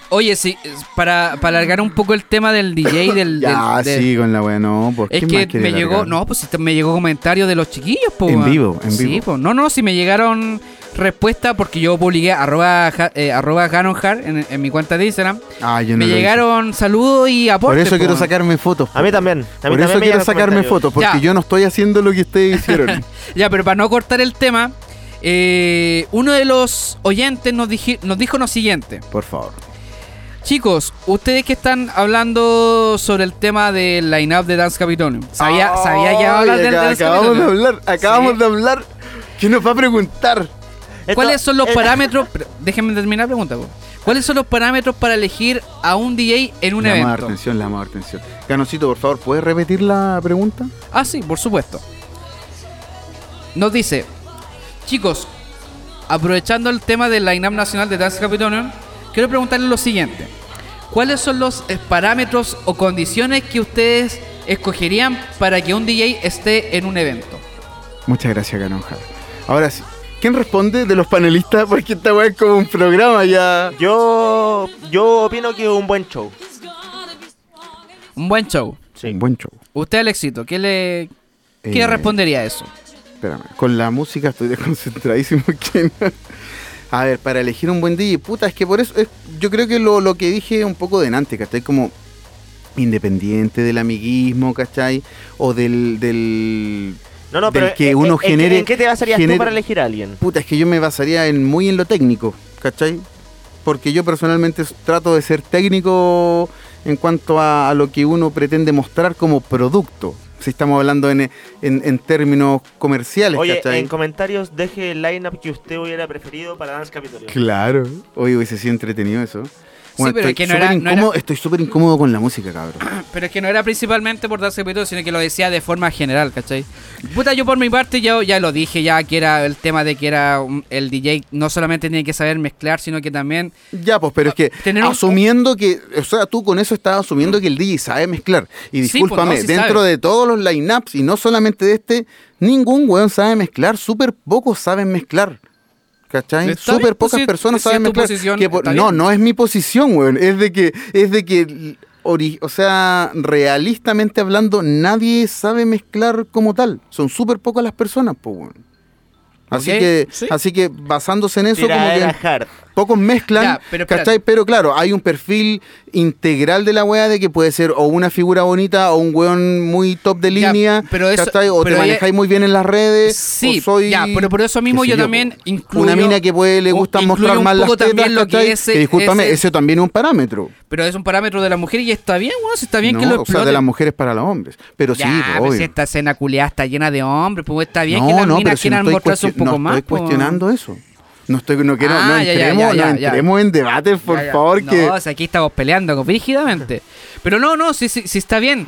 [SPEAKER 5] oye, sí, es para, para alargar un poco el tema del DJ del,
[SPEAKER 6] ya,
[SPEAKER 5] del- del-
[SPEAKER 6] sí, con la weá, no, pues.
[SPEAKER 5] es
[SPEAKER 6] ¿qué más
[SPEAKER 5] que
[SPEAKER 6] quiere
[SPEAKER 5] me llegó,
[SPEAKER 6] largar?
[SPEAKER 5] no, pues sí, te- me llegó comentario de los chiquillos, po,
[SPEAKER 6] En
[SPEAKER 5] weón.
[SPEAKER 6] vivo, en
[SPEAKER 5] Sí,
[SPEAKER 6] vivo.
[SPEAKER 5] po. no, no, sí me llegaron respuestas porque yo publiqué arroba, ja- eh, arroba Ganonhard en, en mi cuenta de Instagram.
[SPEAKER 6] Ah, yo no
[SPEAKER 5] me
[SPEAKER 6] lo hice.
[SPEAKER 5] llegaron saludos y aportes.
[SPEAKER 6] Por eso
[SPEAKER 5] po,
[SPEAKER 6] quiero
[SPEAKER 5] weón.
[SPEAKER 6] sacarme fotos.
[SPEAKER 7] A mí también. A mí
[SPEAKER 6] Por
[SPEAKER 7] también me
[SPEAKER 6] eso quiero
[SPEAKER 7] llegan
[SPEAKER 6] sacarme
[SPEAKER 7] comentarios.
[SPEAKER 6] fotos, porque
[SPEAKER 5] Ya.
[SPEAKER 6] yo no estoy haciendo lo que ustedes hicieron.
[SPEAKER 5] Ya, pero para no cortar el tema, eh, uno de los oyentes nos, diji- nos dijo lo siguiente.
[SPEAKER 6] Por favor.
[SPEAKER 5] Chicos, ustedes que están hablando sobre el tema del line-up de Dance Capitolium. Sabía, sabía que iba a hablar
[SPEAKER 6] Ay,
[SPEAKER 5] del
[SPEAKER 6] acá-
[SPEAKER 5] Dance
[SPEAKER 6] Acabamos de
[SPEAKER 5] Capitolium.
[SPEAKER 6] hablar, acabamos
[SPEAKER 5] Sí.
[SPEAKER 6] de hablar. ¿Qué nos va a preguntar?
[SPEAKER 7] Esto-
[SPEAKER 5] ¿Cuáles son los
[SPEAKER 7] eh,
[SPEAKER 5] parámetros? pero Déjenme terminar la pregunta. po. ¿Cuáles son los parámetros para elegir a un DJ en un
[SPEAKER 6] le vamos a dar
[SPEAKER 5] evento?
[SPEAKER 6] atención, le vamos a dar atención. Canocito, por favor, ¿puedes repetir la pregunta?
[SPEAKER 5] Ah, sí, por supuesto. Nos dice, chicos, aprovechando el tema del line-up nacional de Dance Capitonium, quiero preguntarles lo siguiente. ¿Cuáles son los eh, parámetros o condiciones que ustedes escogerían para que un DJ esté en un evento?
[SPEAKER 6] Muchas gracias, Canonja. Ahora sí. ¿Quién responde de los panelistas? Porque esta weá es como un programa ya.
[SPEAKER 7] Yo, yo opino que un buen show.
[SPEAKER 5] Un buen show.
[SPEAKER 7] Sí.
[SPEAKER 6] Un buen show.
[SPEAKER 5] Usted, Alexito, ¿qué le, qué
[SPEAKER 6] Eh,
[SPEAKER 5] respondería a eso?
[SPEAKER 6] Espérame, con la música estoy (laughs) desconcentradísimo. que no. A ver, para elegir un buen DJ, puta, es que por eso es- yo creo que lo, lo que dije un poco delante, ¿cachai? Como independiente del amiguismo, ¿cachai? O del. del
[SPEAKER 7] No, no,
[SPEAKER 6] del
[SPEAKER 7] pero.
[SPEAKER 6] que
[SPEAKER 7] eh,
[SPEAKER 6] uno
[SPEAKER 7] eh, ¿en
[SPEAKER 6] genere.
[SPEAKER 7] qué- ¿En qué te basarías
[SPEAKER 6] genere-
[SPEAKER 7] tú para elegir a alguien?
[SPEAKER 6] Puta, es que yo me basaría en, muy en lo técnico, ¿cachai? Porque yo personalmente s- trato de ser técnico en cuanto a, a lo que uno pretende mostrar como producto. Si estamos hablando en, en, en términos comerciales,
[SPEAKER 7] Oye,
[SPEAKER 6] ¿cachai?
[SPEAKER 7] en comentarios deje el lineup que usted hubiera preferido para Dance Capitolio.
[SPEAKER 6] Claro. Hoy hubiese sido entretenido eso. Bueno,
[SPEAKER 5] pero
[SPEAKER 6] estoy
[SPEAKER 5] que no
[SPEAKER 6] súper
[SPEAKER 5] era- no era-
[SPEAKER 6] incómodo- Estoy súper incómodo con la música, cabrón.
[SPEAKER 5] Pero es que no era principalmente por darse pito, sino que lo decía de forma general, ¿cachai? Puta, yo por mi parte ya, ya lo dije, ya que era el tema de que era un- el DJ no solamente tiene que saber mezclar, sino que también...
[SPEAKER 6] Ya, pues, pero es que
[SPEAKER 5] Tener un-
[SPEAKER 6] asumiendo que, o sea, tú con eso estás asumiendo que el DJ sabe mezclar. Y
[SPEAKER 5] Sí, pues, no,
[SPEAKER 6] discúlpame,
[SPEAKER 5] sí
[SPEAKER 6] dentro
[SPEAKER 5] sabe.
[SPEAKER 6] de todos los lineups y no solamente de este, ningún weón sabe mezclar, súper pocos saben mezclar. ¿Cachai?
[SPEAKER 5] Está bien,
[SPEAKER 6] Súper
[SPEAKER 5] pues,
[SPEAKER 6] pocas
[SPEAKER 5] si-
[SPEAKER 6] personas
[SPEAKER 5] si
[SPEAKER 6] saben
[SPEAKER 5] es tu
[SPEAKER 6] mezclar.
[SPEAKER 5] posición,
[SPEAKER 6] que por-
[SPEAKER 5] está
[SPEAKER 6] no,
[SPEAKER 5] bien.
[SPEAKER 6] no es mi posición, weón. Es de que, es de que ori- o sea, realistamente hablando, nadie sabe mezclar como tal. Son súper pocas las personas, pues, weón. Así
[SPEAKER 5] Ok,
[SPEAKER 6] que,
[SPEAKER 5] sí.
[SPEAKER 6] así que basándose en eso, como que
[SPEAKER 7] Tiradera hard.
[SPEAKER 6] pocos mezclan,
[SPEAKER 5] Ya, pero espérate.
[SPEAKER 6] ¿cachai? Pero claro, hay un perfil integral de la weá de que puede ser o una figura bonita o un weón muy top de
[SPEAKER 5] Ya,
[SPEAKER 6] línea,
[SPEAKER 5] pero eso-
[SPEAKER 6] ¿cachai? O
[SPEAKER 5] pero
[SPEAKER 6] te
[SPEAKER 5] ella-
[SPEAKER 6] manejáis muy bien en las redes,
[SPEAKER 5] Sí,
[SPEAKER 6] o soy...
[SPEAKER 5] ya, pero por eso mismo
[SPEAKER 6] qué sé
[SPEAKER 5] yo también
[SPEAKER 6] po.
[SPEAKER 5] incluyo-
[SPEAKER 6] Una mina que puede, le
[SPEAKER 5] o-
[SPEAKER 6] gusta
[SPEAKER 5] incluyo
[SPEAKER 6] mostrar
[SPEAKER 5] un
[SPEAKER 6] más las
[SPEAKER 5] poco
[SPEAKER 6] tetas,
[SPEAKER 5] también lo que
[SPEAKER 6] ¿cachai?
[SPEAKER 5] ese-
[SPEAKER 6] Que discúlpame,
[SPEAKER 5] ese-
[SPEAKER 6] ese... también es un parámetro.
[SPEAKER 5] Pero es un parámetro de la mujer y está bien, bueno, si está bien
[SPEAKER 6] No,
[SPEAKER 5] que lo
[SPEAKER 6] o sea, de
[SPEAKER 5] exploten.
[SPEAKER 6] las mujeres para los hombres. Pero
[SPEAKER 5] Ya,
[SPEAKER 6] sí, pues,
[SPEAKER 5] pero
[SPEAKER 6] obvio.
[SPEAKER 5] si esta escena culiada está llena de hombres, pues está bien que las minas
[SPEAKER 6] no
[SPEAKER 5] quieran
[SPEAKER 6] estoy
[SPEAKER 5] mostrarse un
[SPEAKER 6] cuestio- no
[SPEAKER 5] poco más.
[SPEAKER 6] estoy
[SPEAKER 5] pues.
[SPEAKER 6] cuestionando eso. No estoy, no quiero, no
[SPEAKER 5] Ah, ya, ya, ya,
[SPEAKER 6] entremos,
[SPEAKER 5] ya,
[SPEAKER 6] no
[SPEAKER 5] ya.
[SPEAKER 6] entremos en debates, por
[SPEAKER 5] Ya, ya.
[SPEAKER 6] favor, que
[SPEAKER 5] No, o sea, aquí estamos peleando con- rígidamente. Pero no, no, sí, sí, sí
[SPEAKER 7] (laughs)
[SPEAKER 5] está bien.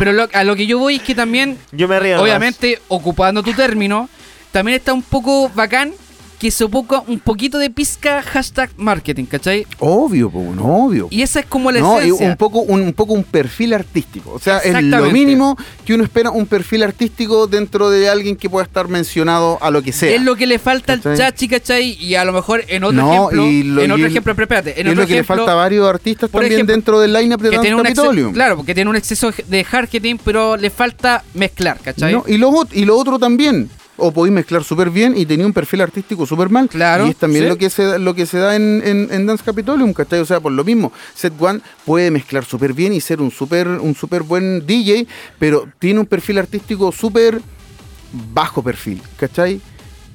[SPEAKER 5] Pero lo- a lo que yo voy es que también
[SPEAKER 7] Yo me río. nomás.
[SPEAKER 5] Obviamente, ocupando tu término, también está un poco bacán que se ocupa un poquito de pizca hashtag marketing, ¿cachai?
[SPEAKER 6] obvio, po, no, obvio.
[SPEAKER 5] Y esa es como la
[SPEAKER 6] No, y
[SPEAKER 5] esencia.
[SPEAKER 6] un poco un, un poco un perfil artístico. O sea, es lo
[SPEAKER 5] Exactamente.
[SPEAKER 6] mínimo que uno espera un perfil artístico dentro de alguien que pueda estar mencionado a lo que sea.
[SPEAKER 5] es lo que le falta al
[SPEAKER 6] ¿Cachai?
[SPEAKER 5] chachi, ¿cachai? Y a lo mejor en otro
[SPEAKER 6] No,
[SPEAKER 5] ejemplo,
[SPEAKER 6] y lo-
[SPEAKER 5] en
[SPEAKER 6] y
[SPEAKER 5] otro
[SPEAKER 6] el-
[SPEAKER 5] ejemplo, pero espérate, en
[SPEAKER 6] es
[SPEAKER 5] otro
[SPEAKER 6] lo que le
[SPEAKER 5] ejemplo,
[SPEAKER 6] falta a varios artistas
[SPEAKER 5] por
[SPEAKER 6] también
[SPEAKER 5] ejemplo,
[SPEAKER 6] dentro del lineup de
[SPEAKER 5] que tiene un
[SPEAKER 6] Dance
[SPEAKER 5] exce-
[SPEAKER 6] Capitolium.
[SPEAKER 5] claro, porque tiene un exceso de marketing, pero le falta mezclar, ¿cachai?
[SPEAKER 6] No, y, lo, ot- y lo otro también. O podéis mezclar súper bien y tenía un perfil artístico súper mal.
[SPEAKER 5] Claro,
[SPEAKER 6] Y es también
[SPEAKER 5] sí.
[SPEAKER 6] lo, que se, da- lo que se da en, en- en Dance Capitolium, ¿cachai? O sea, por lo mismo, Set One puede mezclar súper bien y ser un súper un super buen DJ, pero tiene un perfil artístico súper bajo perfil, ¿cachai?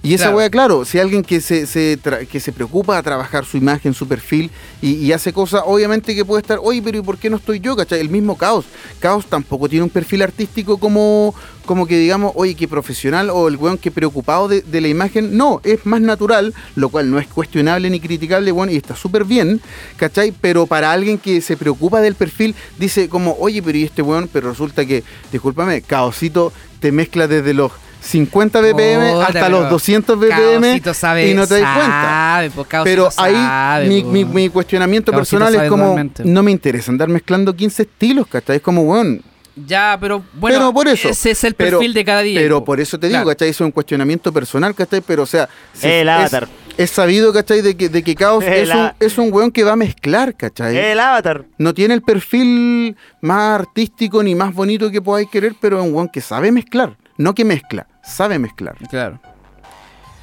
[SPEAKER 6] Y esa
[SPEAKER 5] Claro.
[SPEAKER 6] wea, claro, si alguien que se, se tra- que se preocupa a trabajar su imagen, su perfil y, y hace cosas, obviamente que puede estar, oye, pero ¿y por qué no estoy yo? ¿Cachai? El mismo Caos. Caos tampoco tiene un perfil artístico como, como que digamos, oye, que profesional o el weón que preocupado de, de la imagen. No, es más natural, lo cual no es cuestionable ni criticable, weón, y está súper bien, ¿cachai? Pero para alguien que se preocupa del perfil, dice como, oye, pero ¿y este weón? Pero resulta que, discúlpame, Caosito te mezcla desde los 50 BPM
[SPEAKER 5] Puta,
[SPEAKER 6] hasta
[SPEAKER 5] pero
[SPEAKER 6] los 200 BPM
[SPEAKER 5] Caosito sabe,
[SPEAKER 6] y no te das cuenta.
[SPEAKER 5] sabe, pues, Caosito
[SPEAKER 6] Pero ahí
[SPEAKER 5] sabe,
[SPEAKER 6] mi,
[SPEAKER 5] pues.
[SPEAKER 6] mi- mi cuestionamiento
[SPEAKER 5] Caosito
[SPEAKER 6] personal
[SPEAKER 5] sabe
[SPEAKER 6] es como,
[SPEAKER 5] totalmente.
[SPEAKER 6] no me interesa andar mezclando 15 estilos, ¿cachai? Es como, weón,
[SPEAKER 5] Ya, pero bueno,
[SPEAKER 6] pero por eso.
[SPEAKER 5] ese es el
[SPEAKER 6] pero-
[SPEAKER 5] perfil de cada día.
[SPEAKER 6] Pero
[SPEAKER 5] po.
[SPEAKER 6] por eso te digo,
[SPEAKER 5] Claro.
[SPEAKER 6] ¿cachai? Es un cuestionamiento personal, ¿cachai? Pero o sea.
[SPEAKER 7] El
[SPEAKER 6] es,
[SPEAKER 7] avatar.
[SPEAKER 6] Es sabido, ¿cachai? De que, de que Caos
[SPEAKER 7] El
[SPEAKER 6] es un,
[SPEAKER 7] a-
[SPEAKER 6] es un weón que va a mezclar, ¿cachai?
[SPEAKER 7] El avatar.
[SPEAKER 6] No tiene el perfil más artístico ni más bonito que podáis querer, pero es un weón que sabe mezclar. No que mezcla, sabe mezclar.
[SPEAKER 5] Claro.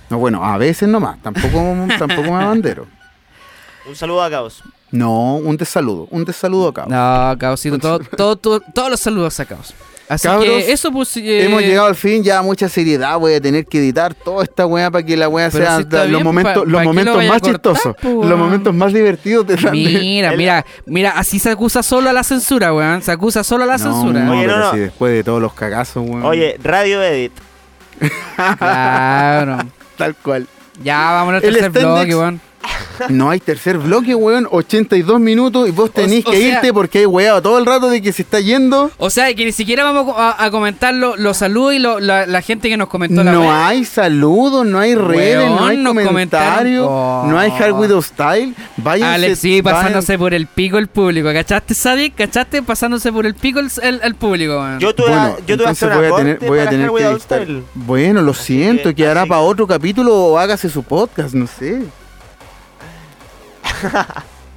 [SPEAKER 6] No, bueno, a veces nomás,
[SPEAKER 7] (laughs)
[SPEAKER 6] tampoco, tampoco me bandero.
[SPEAKER 7] Un saludo a Caos.
[SPEAKER 6] No, un desaludo, un desaludo a Caos.
[SPEAKER 5] No, Caosito, todo,
[SPEAKER 6] (laughs)
[SPEAKER 5] todo, todo- todos los saludos a Caos. Así
[SPEAKER 6] Cabros,
[SPEAKER 5] que eso pues... eh,
[SPEAKER 6] Hemos llegado al fin, ya mucha seriedad, voy a tener que editar toda esta weá para que la weá
[SPEAKER 5] Pero
[SPEAKER 6] sea
[SPEAKER 5] si está
[SPEAKER 6] los
[SPEAKER 5] bien,
[SPEAKER 6] momentos,
[SPEAKER 5] pa-
[SPEAKER 6] los
[SPEAKER 5] ¿pa' qué
[SPEAKER 6] momentos
[SPEAKER 5] lo vaya a
[SPEAKER 6] más
[SPEAKER 5] cortar,
[SPEAKER 6] chistosos,
[SPEAKER 5] po,
[SPEAKER 6] los
[SPEAKER 5] weón?
[SPEAKER 6] momentos más divertidos de la
[SPEAKER 5] Mira,
[SPEAKER 7] El-
[SPEAKER 5] mira, mira, así se acusa solo a la censura, weón. Se acusa solo a la censura.
[SPEAKER 7] Oye,
[SPEAKER 6] pero
[SPEAKER 7] no, no.
[SPEAKER 6] si después de todos los cagazos, weón. (laughs)
[SPEAKER 7] Oye, Radio Edit.
[SPEAKER 5] Claro.
[SPEAKER 6] tal cual.
[SPEAKER 5] Ya, vamos al
[SPEAKER 6] El
[SPEAKER 5] tercer
[SPEAKER 6] Standex-
[SPEAKER 5] bloque, weón.
[SPEAKER 6] No hay tercer bloque, weón, 82 minutos y vos tenés
[SPEAKER 5] o
[SPEAKER 6] que
[SPEAKER 5] sea-
[SPEAKER 6] irte porque hay weado todo el rato de que se está yendo.
[SPEAKER 5] O sea, que ni siquiera vamos a, a comentar lo- los saludos y lo- la, la gente que nos comentó la
[SPEAKER 6] No
[SPEAKER 5] wea.
[SPEAKER 6] hay saludos, no hay redes, no
[SPEAKER 5] Weón,
[SPEAKER 6] hay
[SPEAKER 5] nos
[SPEAKER 6] comentarios,
[SPEAKER 5] comentaron-
[SPEAKER 6] no hay Hard
[SPEAKER 5] Oh.
[SPEAKER 6] Widow Style. Váyanse,
[SPEAKER 5] Alex, sí,
[SPEAKER 6] vayan-
[SPEAKER 5] pasándose por el pico el público. ¿Cachaste, Sadik? ¿Cachaste? Pasándose por el pico el, el- el público, weón.
[SPEAKER 7] Yo tuve,
[SPEAKER 6] Bueno,
[SPEAKER 7] yo tuve
[SPEAKER 6] entonces
[SPEAKER 7] hacer
[SPEAKER 6] voy
[SPEAKER 7] una
[SPEAKER 6] a tener,
[SPEAKER 7] corte
[SPEAKER 6] voy a
[SPEAKER 7] para
[SPEAKER 6] tener
[SPEAKER 7] Hard
[SPEAKER 6] que
[SPEAKER 7] Without
[SPEAKER 6] editar.
[SPEAKER 7] Style.
[SPEAKER 6] Bueno, lo siento,
[SPEAKER 7] que-
[SPEAKER 6] quedará
[SPEAKER 7] así
[SPEAKER 6] para
[SPEAKER 7] que-
[SPEAKER 6] otro capítulo o hágase su podcast,
[SPEAKER 7] (laughs)
[SPEAKER 6] no sé.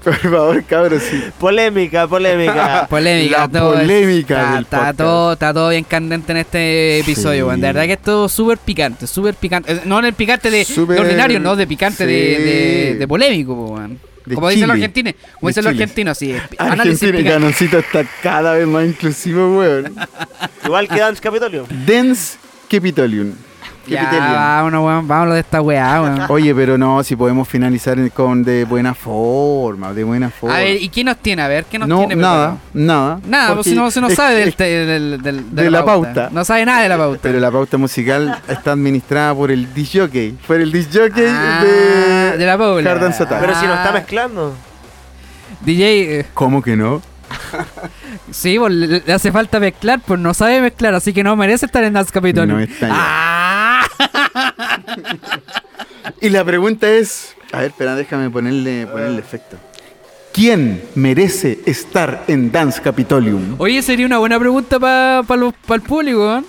[SPEAKER 6] Por favor, cabros, sí.
[SPEAKER 7] Polémica,
[SPEAKER 6] (laughs)
[SPEAKER 7] polémica.
[SPEAKER 5] Polémica,
[SPEAKER 6] La
[SPEAKER 5] todo es-
[SPEAKER 6] polémica
[SPEAKER 5] está,
[SPEAKER 6] del
[SPEAKER 5] está
[SPEAKER 6] podcast.
[SPEAKER 5] todo, está todo bien candente en este episodio,
[SPEAKER 6] Sí.
[SPEAKER 5] weón. De verdad que es todo súper picante, súper picante. Eh, No en el picante de, de
[SPEAKER 6] Súper-
[SPEAKER 5] ordinario, no, de picante de,
[SPEAKER 6] sí.
[SPEAKER 5] de- de polémico, po, weón.
[SPEAKER 6] De
[SPEAKER 5] Como dicen los
[SPEAKER 6] Chile.
[SPEAKER 5] argentinos, como
[SPEAKER 6] De
[SPEAKER 5] dicen los
[SPEAKER 6] Chile.
[SPEAKER 5] argentinos, sí. pi- análisis
[SPEAKER 6] Argentina y
[SPEAKER 5] picante.
[SPEAKER 6] Canoncito está cada vez más
[SPEAKER 5] (laughs)
[SPEAKER 6] inclusivo, weón.
[SPEAKER 7] Igual que Dance Capitolio.
[SPEAKER 6] Dense Capitolium.
[SPEAKER 5] Ya,
[SPEAKER 6] Capitolium.
[SPEAKER 5] vámonos, weón, vámonos de esta weá,
[SPEAKER 6] (laughs)
[SPEAKER 5] weón.
[SPEAKER 6] Oye, pero no, si podemos finalizar en- con de buena forma, de buena forma.
[SPEAKER 5] A ver, ¿y qué nos tiene? A ver, ¿qué nos
[SPEAKER 6] no,
[SPEAKER 5] tiene?
[SPEAKER 6] nada, nada.
[SPEAKER 5] preparado? Nada, pues
[SPEAKER 6] porque
[SPEAKER 5] si no, si no
[SPEAKER 6] es-
[SPEAKER 5] sabe del,
[SPEAKER 6] es-
[SPEAKER 5] te- del- del-
[SPEAKER 6] de la pauta.
[SPEAKER 5] No sabe nada de la
[SPEAKER 6] (laughs)
[SPEAKER 5] pauta.
[SPEAKER 6] Pero la pauta musical está administrada por el disc jockey. Por el disc jockey
[SPEAKER 5] Ah,
[SPEAKER 6] de,
[SPEAKER 5] de la Paula.
[SPEAKER 6] Hard Dance Attack.
[SPEAKER 7] Pero si lo
[SPEAKER 5] Ah.
[SPEAKER 7] está mezclando.
[SPEAKER 5] DJ, eh,
[SPEAKER 6] ¿Cómo que no?
[SPEAKER 5] Sí, pues, le le hace falta mezclar, pues no sabe mezclar, así que no merece estar en Dance Capitolio.
[SPEAKER 6] No está ya.
[SPEAKER 5] ¡Ah!
[SPEAKER 6] Y la pregunta es. A ver, espera, déjame ponerle, ponerle efecto. ¿Quién merece estar en Dance Capitolium?
[SPEAKER 5] Oye, sería una buena pregunta para el público, ¿eh?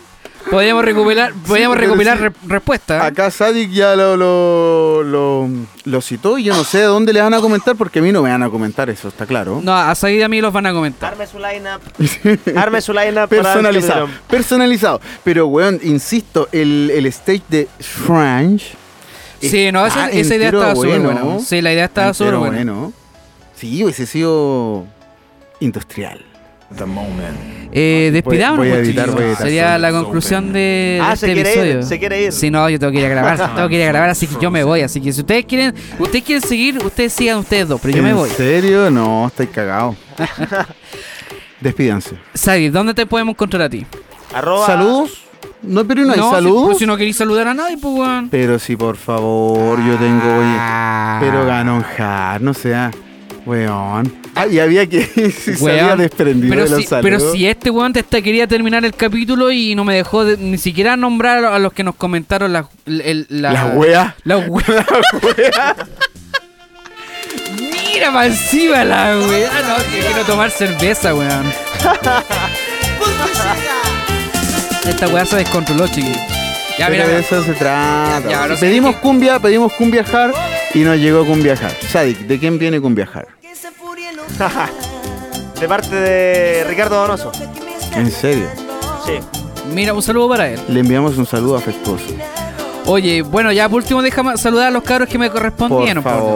[SPEAKER 5] Podríamos recopilar, podríamos
[SPEAKER 6] pero
[SPEAKER 5] recopilar
[SPEAKER 6] sí.
[SPEAKER 5] re- ¿eh? respuestas.
[SPEAKER 6] Acá Sadik ya lo, lo, lo, lo citó y yo no sé de dónde le van a comentar porque a mí no me van a comentar eso, está claro.
[SPEAKER 5] No, a Said y a mí los van a
[SPEAKER 6] Ah,
[SPEAKER 5] comentar.
[SPEAKER 7] Arme su lineup.
[SPEAKER 5] (laughs)
[SPEAKER 7] Arme su lineup. para Dance
[SPEAKER 6] Personalizado,
[SPEAKER 7] Capitolium.
[SPEAKER 6] personalizado. Pero, weón, insisto, el, el stage de French.
[SPEAKER 5] Sí, no, esa,
[SPEAKER 6] está
[SPEAKER 5] esa idea
[SPEAKER 6] entero
[SPEAKER 5] estaba súper
[SPEAKER 6] ah, bueno.
[SPEAKER 5] buena. Sí, la idea estaba
[SPEAKER 6] entero
[SPEAKER 5] súper buena.
[SPEAKER 6] bueno. Sí, hubiese sido industrial.
[SPEAKER 5] Eh, despidamos,
[SPEAKER 6] voy a
[SPEAKER 5] pues,
[SPEAKER 6] editar,
[SPEAKER 5] chicos.
[SPEAKER 6] voy a editar.
[SPEAKER 5] Sería la conclusión de,
[SPEAKER 7] Ah,
[SPEAKER 5] de
[SPEAKER 7] se
[SPEAKER 5] este
[SPEAKER 7] quiere
[SPEAKER 5] episodio.
[SPEAKER 7] ir, se quiere ir.
[SPEAKER 5] Sí, no, yo tengo que ir a grabar, tengo que ir a grabar, así que yo me voy. Así que si ustedes quieren, ustedes quieren seguir, ustedes sigan ustedes dos, pero yo me voy.
[SPEAKER 6] ¿En serio? No,
[SPEAKER 5] (laughs)
[SPEAKER 6] estoy cagado. Despídanse.
[SPEAKER 5] Said, ¿dónde te podemos encontrar a ti?
[SPEAKER 7] Arroba.
[SPEAKER 6] ¿Saludos? No, pero no hay
[SPEAKER 5] si-
[SPEAKER 6] saludos.
[SPEAKER 5] pues, si no queréis saludar a nadie, pues weón.
[SPEAKER 6] Pero sí, por favor, yo tengo. Oye,
[SPEAKER 5] Ah.
[SPEAKER 6] pero ganonjar, no sea. Weón. Ah, y había que. (laughs) si se había
[SPEAKER 5] Weón.
[SPEAKER 6] desprendido
[SPEAKER 5] pero
[SPEAKER 6] de los
[SPEAKER 5] si,
[SPEAKER 6] saludos.
[SPEAKER 5] pero
[SPEAKER 6] (laughs)
[SPEAKER 5] si este weón te está, quería terminar el capítulo y no me dejó de- ni siquiera nombrar a los que nos comentaron las el- la,
[SPEAKER 6] La wea.
[SPEAKER 5] La wea. Mira, pa' encima la wea. No, que quiero tomar cerveza, weón. Esta wea se descontroló, chiquillos. Ya, mira,
[SPEAKER 6] Pero
[SPEAKER 5] mira.
[SPEAKER 6] de eso se trata.
[SPEAKER 5] Ya, ahora sí
[SPEAKER 6] pedimos
[SPEAKER 5] que-
[SPEAKER 6] cumbia, pedimos cumbia hard y nos llegó cumbia hard. Sadik, ¿de quién viene cumbia hard?
[SPEAKER 7] De parte de Ricardo Donoso.
[SPEAKER 6] En serio.
[SPEAKER 7] Sí.
[SPEAKER 5] Mira, un saludo para él.
[SPEAKER 6] Le enviamos un saludo afectuoso.
[SPEAKER 5] Oye, bueno, ya por último déjame saludar a los cabros que me
[SPEAKER 6] Por
[SPEAKER 5] correspondieron. por favor.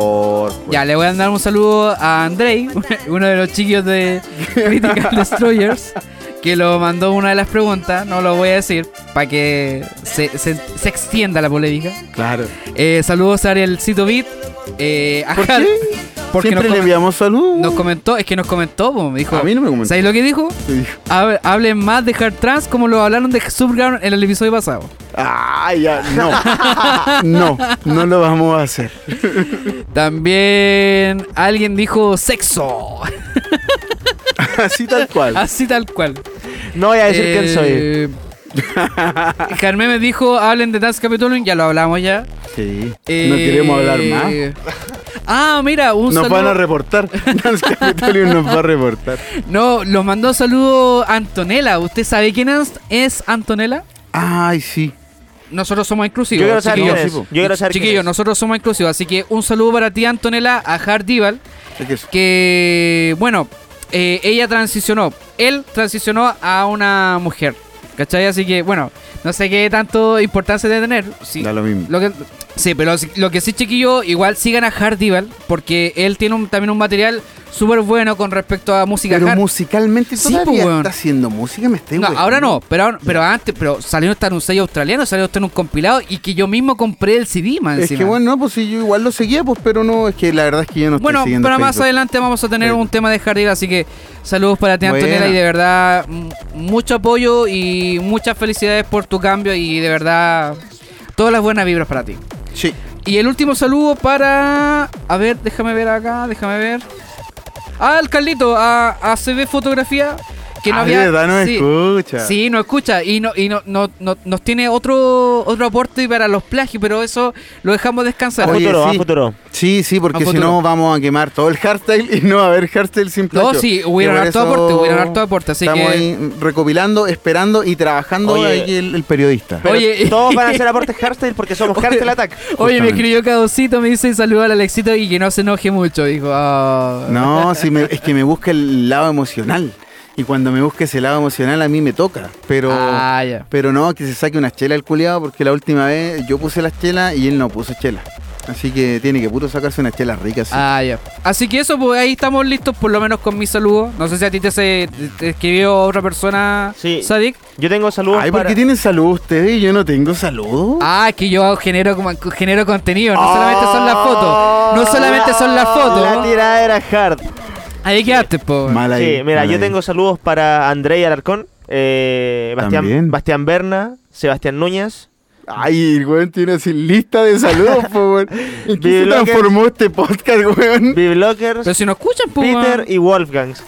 [SPEAKER 6] favor. pues.
[SPEAKER 5] Ya, le voy a (laughs)
[SPEAKER 6] (laughs)
[SPEAKER 5] mandar un saludo a Andrei, uno de los chiquillos de Critical Destroyers, que lo mandó una de las preguntas, no lo voy a decir, para que se, se- se extienda la polémica.
[SPEAKER 6] Claro.
[SPEAKER 5] (laughs) Eh, saludos a Ariel Cito Beat. Eh, a
[SPEAKER 6] ¿Por
[SPEAKER 5] Har-
[SPEAKER 6] qué?
[SPEAKER 5] Porque nos,
[SPEAKER 6] Siempre le
[SPEAKER 5] comen-
[SPEAKER 6] enviamos saludos.
[SPEAKER 5] nos comentó, es que nos comentó, po, me dijo.
[SPEAKER 6] A mí no me comentó.
[SPEAKER 5] ¿Sabes lo que dijo?
[SPEAKER 6] Sí, dijo.
[SPEAKER 5] Hab- Hablen más de Hard Trans como lo hablaron de Subground en el episodio pasado.
[SPEAKER 6] Ah, ya, no.
[SPEAKER 5] (laughs)
[SPEAKER 6] no, no lo vamos a hacer. (laughs)
[SPEAKER 5] También alguien dijo sexo. (laughs)
[SPEAKER 6] Así tal cual.
[SPEAKER 5] Así tal cual.
[SPEAKER 7] No voy a decir quién
[SPEAKER 5] Eh,
[SPEAKER 7] soy.
[SPEAKER 5] (laughs) soy. Carmen me dijo, hablen de Dance Capitol, ya lo hablamos ya.
[SPEAKER 6] Sí.
[SPEAKER 5] Eh,
[SPEAKER 6] No queremos hablar más.
[SPEAKER 5] Ah, mira, un
[SPEAKER 6] Nos van
[SPEAKER 5] saludo.
[SPEAKER 6] a (laughs) reportar. Dance Capitolium nos va a reportar.
[SPEAKER 5] no, los mandó saludo Antonella. ¿Usted sabe quién es, es Antonella?
[SPEAKER 6] Ay, sí.
[SPEAKER 5] Nosotros somos inclusivos.
[SPEAKER 7] Yo quiero saber
[SPEAKER 5] chiquillos.
[SPEAKER 7] quién es. Yo quiero saber quién
[SPEAKER 5] Chiquillos,
[SPEAKER 7] es.
[SPEAKER 5] nosotros somos inclusivos. Así que un saludo para ti, Antonella, a Hardival.
[SPEAKER 6] Es que eso.
[SPEAKER 5] que, bueno, eh, ella transicionó, él transicionó a una mujer, ¿cachai? Así que, bueno, no sé qué tanto importancia de tener. Sí,
[SPEAKER 6] Da lo mismo.
[SPEAKER 5] que, sí, pero si- lo que sí, chiquillo, igual sigan a Hardival, porque él tiene un- también un material súper bueno con respecto a música
[SPEAKER 6] Pero
[SPEAKER 5] hard.
[SPEAKER 6] musicalmente
[SPEAKER 5] Sí,
[SPEAKER 6] todavía
[SPEAKER 5] po, weón.
[SPEAKER 6] está haciendo música, me estoy
[SPEAKER 5] No,
[SPEAKER 6] weando.
[SPEAKER 5] ahora no, pero, ahora- pero antes, pero salió hasta en un sello australiano, salió hasta en un compilado y que yo mismo compré el CD, más
[SPEAKER 6] Es
[SPEAKER 5] encima.
[SPEAKER 6] que bueno, no, pues sí, yo igual lo seguía, pues, pero no, es que la verdad es que yo no estoy
[SPEAKER 5] Bueno,
[SPEAKER 6] siguiendo
[SPEAKER 5] pero más
[SPEAKER 6] Facebook.
[SPEAKER 5] adelante vamos a tener
[SPEAKER 6] Facebook.
[SPEAKER 5] un tema de Jardín, así que saludos para ti, Antonella,
[SPEAKER 6] Buena.
[SPEAKER 5] y de verdad, m- mucho apoyo y muchas felicidades por tu cambio y de verdad, todas las buenas vibras para ti.
[SPEAKER 6] Sí.
[SPEAKER 5] Y el último saludo para... A ver, déjame ver acá, déjame ver. Al Carlito, a, a CB Fotografía, que no
[SPEAKER 6] Ah,
[SPEAKER 5] había...
[SPEAKER 6] de verdad no
[SPEAKER 5] sí.
[SPEAKER 6] escucha.
[SPEAKER 5] Sí, no escucha y no y no, no- no- nos tiene otro otro aporte para los plagios, pero eso lo dejamos descansar.
[SPEAKER 7] A
[SPEAKER 6] Oye,
[SPEAKER 7] futuro, a
[SPEAKER 6] sí.
[SPEAKER 7] futuro.
[SPEAKER 6] Sí, sí,
[SPEAKER 5] A
[SPEAKER 6] porque si
[SPEAKER 5] futuro.
[SPEAKER 6] no vamos a quemar todo el hardstyle y no va a haber hardstyle sin placho.
[SPEAKER 5] No, sí, hubieron
[SPEAKER 6] Que por
[SPEAKER 5] harto
[SPEAKER 6] eso
[SPEAKER 5] aporte, hubieron harto aporte, así
[SPEAKER 6] estamos
[SPEAKER 5] que-
[SPEAKER 6] ahí recopilando, esperando y trabajando
[SPEAKER 7] Oye.
[SPEAKER 6] ahí el, el periodista.
[SPEAKER 7] Pero
[SPEAKER 5] Oye.
[SPEAKER 7] todos
[SPEAKER 5] (laughs)
[SPEAKER 7] van a hacer aportes hardstyle porque somos hardstyle attack.
[SPEAKER 5] Oye, me
[SPEAKER 6] Justamente.
[SPEAKER 5] escribió Cadocito, me dice saluda al Alexito y que no se enoje mucho, dijo. ah.
[SPEAKER 6] No, sí, me- es que me busca el lado emocional. Y cuando me busca ese lado emocional, a mí me toca. Pero,
[SPEAKER 5] Ah, ya.
[SPEAKER 6] pero no, que se saque una chela el culiado, porque la última vez yo puse las chelas y él no puso chela. Así que tiene que puro sacarse unas chelas ricas. sí.
[SPEAKER 5] Ah, ya. Así que eso, pues ahí estamos listos, por lo menos con mis saludos. No sé si a ti te, se- te escribió otra persona,
[SPEAKER 7] Sí.
[SPEAKER 5] Sadik.
[SPEAKER 7] Yo tengo saludos
[SPEAKER 6] Ay, ¿por
[SPEAKER 7] para...
[SPEAKER 6] qué tienen salud ustedes y yo no tengo salud?
[SPEAKER 5] Ah, es que yo genero como genero contenido, no solamente son las fotos. No solamente son las
[SPEAKER 7] Oh. La
[SPEAKER 5] fotos.
[SPEAKER 7] tirada era hard.
[SPEAKER 5] Ahí quedaste, po.
[SPEAKER 6] Mal ahí,
[SPEAKER 7] Sí, mira,
[SPEAKER 6] mal
[SPEAKER 7] yo
[SPEAKER 6] ahí.
[SPEAKER 7] tengo saludos para Andrei Alarcón, eh, Bastián,
[SPEAKER 6] También.
[SPEAKER 7] Bastián Berna, Sebastián Núñez.
[SPEAKER 6] Ay, el weón tiene así lista de saludos, po, weón. ¿En qué se
[SPEAKER 7] Biloque.
[SPEAKER 6] transformó este podcast, weón?
[SPEAKER 5] Pero
[SPEAKER 7] B-Blockers,
[SPEAKER 5] si no escuchan, po.
[SPEAKER 7] Peter
[SPEAKER 5] man.
[SPEAKER 7] (laughs) y Wolfgangs.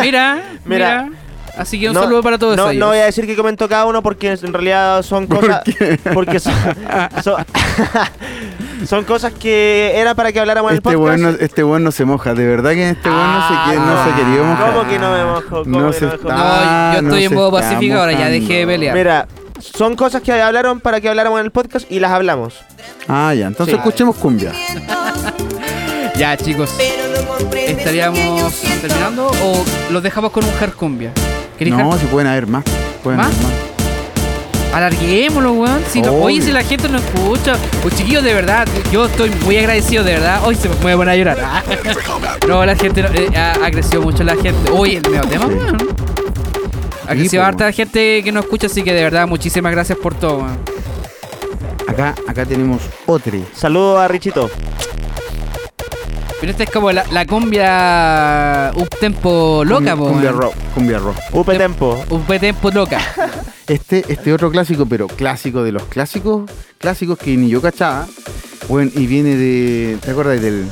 [SPEAKER 5] Mira,
[SPEAKER 7] Mira.
[SPEAKER 5] mira. Así que un saludo para todos
[SPEAKER 7] no,
[SPEAKER 5] ellos.
[SPEAKER 7] No voy a decir que comentó cada uno porque en realidad son
[SPEAKER 6] ¿Por
[SPEAKER 7] cosas.
[SPEAKER 6] qué?
[SPEAKER 7] Porque
[SPEAKER 5] (laughs)
[SPEAKER 7] son, son, (laughs) son cosas que era para que habláramos en el
[SPEAKER 6] Este
[SPEAKER 7] podcast.
[SPEAKER 6] weón, no, este weón no se moja, de verdad que este weón no se, que- no se quería mojar.
[SPEAKER 7] ¿Cómo que no me mojo? ¿Cómo
[SPEAKER 6] No
[SPEAKER 7] que
[SPEAKER 6] se
[SPEAKER 7] no me mojo?
[SPEAKER 6] está-
[SPEAKER 5] Ah. No, yo
[SPEAKER 6] no
[SPEAKER 5] estoy en
[SPEAKER 6] se
[SPEAKER 5] modo
[SPEAKER 6] está
[SPEAKER 5] pacífico ahora, ya
[SPEAKER 6] mojando.
[SPEAKER 5] dejé de pelear.
[SPEAKER 7] Mira, son cosas que hablaron para que habláramos en el podcast y las hablamos.
[SPEAKER 6] Ah, ya, entonces
[SPEAKER 7] Sí.
[SPEAKER 6] escuchemos cumbia.
[SPEAKER 5] Ya, chicos. ¿Estaríamos terminando o los dejamos con un jarcumbia? ¿Queréis
[SPEAKER 6] No,
[SPEAKER 5] hard-
[SPEAKER 6] si pueden haber más. Pueden
[SPEAKER 5] ¿Más?
[SPEAKER 6] haber más.
[SPEAKER 5] Alarguémoslo, weón. Si no, oye,
[SPEAKER 6] Obvio.
[SPEAKER 5] si la gente no escucha. Pues chiquillos, de verdad, yo estoy muy agradecido, de verdad. Hoy se me voy a poner a llorar. Ah. No, la gente no- eh, ha, ha crecido mucho la gente. Oye, el neotema,
[SPEAKER 6] Sí.
[SPEAKER 5] weón. Ha
[SPEAKER 6] Sí,
[SPEAKER 5] crecido
[SPEAKER 6] po,
[SPEAKER 5] harta la gente que no escucha, así que de verdad, muchísimas gracias por todo, weón.
[SPEAKER 6] Acá, acá tenemos otro.
[SPEAKER 7] Saludo a Richito.
[SPEAKER 5] Pero esta es como la, la cumbia un tempo loca, po, eh.
[SPEAKER 6] Cumbia
[SPEAKER 5] weón.
[SPEAKER 6] rock, cumbia rock.
[SPEAKER 5] Em-
[SPEAKER 7] Upe Tempo.
[SPEAKER 5] Un tempo
[SPEAKER 6] (laughs)
[SPEAKER 5] loca.
[SPEAKER 6] Este, este otro clásico, pero clásico de los clásicos, clásicos que ni yo cachaba. Bueno, y viene de. ¿Te acuerdas del,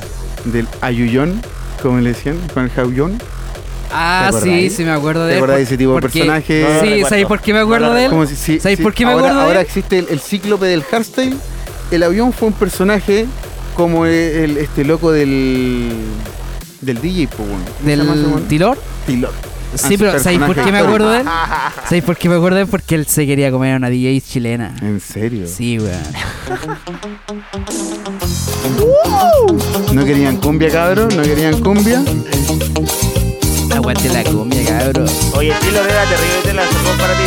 [SPEAKER 6] del ayuyón? Como le decían, con el jaullón.
[SPEAKER 5] Ah,
[SPEAKER 6] ¿Te
[SPEAKER 5] sí,
[SPEAKER 6] acordáis?
[SPEAKER 5] sí me acuerdo de él,
[SPEAKER 6] ¿Te acuerdas de ese tipo de
[SPEAKER 5] porque-
[SPEAKER 6] personaje?
[SPEAKER 7] No lo
[SPEAKER 5] Sí,
[SPEAKER 7] recuerdo.
[SPEAKER 5] ¿sabéis por qué me acuerdo
[SPEAKER 7] No lo
[SPEAKER 5] de él?
[SPEAKER 6] Como si- si-
[SPEAKER 5] ¿Sabéis
[SPEAKER 6] si
[SPEAKER 5] por qué me
[SPEAKER 6] ahora,
[SPEAKER 5] acuerdo de
[SPEAKER 6] ahora
[SPEAKER 5] él?
[SPEAKER 6] existe el, el cíclope del hardstyle. El avión fue un personaje como el, el- este loco del. del DJ, pues, bueno. ¿Cómo se llama ese
[SPEAKER 5] ¿Del
[SPEAKER 6] weón?
[SPEAKER 5] Tilor?
[SPEAKER 6] Tilor.
[SPEAKER 5] Sí,
[SPEAKER 6] Ah,
[SPEAKER 5] pero
[SPEAKER 6] su
[SPEAKER 5] ¿sabéis por
[SPEAKER 6] personaje
[SPEAKER 5] qué me
[SPEAKER 6] histórico.
[SPEAKER 5] acuerdo de él? ¿Sabéis por qué me acuerdo de él? Porque él se quería comer a una DJ chilena.
[SPEAKER 6] ¿En serio?
[SPEAKER 5] Sí, weón.
[SPEAKER 6] ¿No querían cumbia, cabrón? ¿No querían cumbia?
[SPEAKER 5] Aguante la cumbia, cabrón.
[SPEAKER 7] Oye, Tilo era terrible, te la saludo para ti.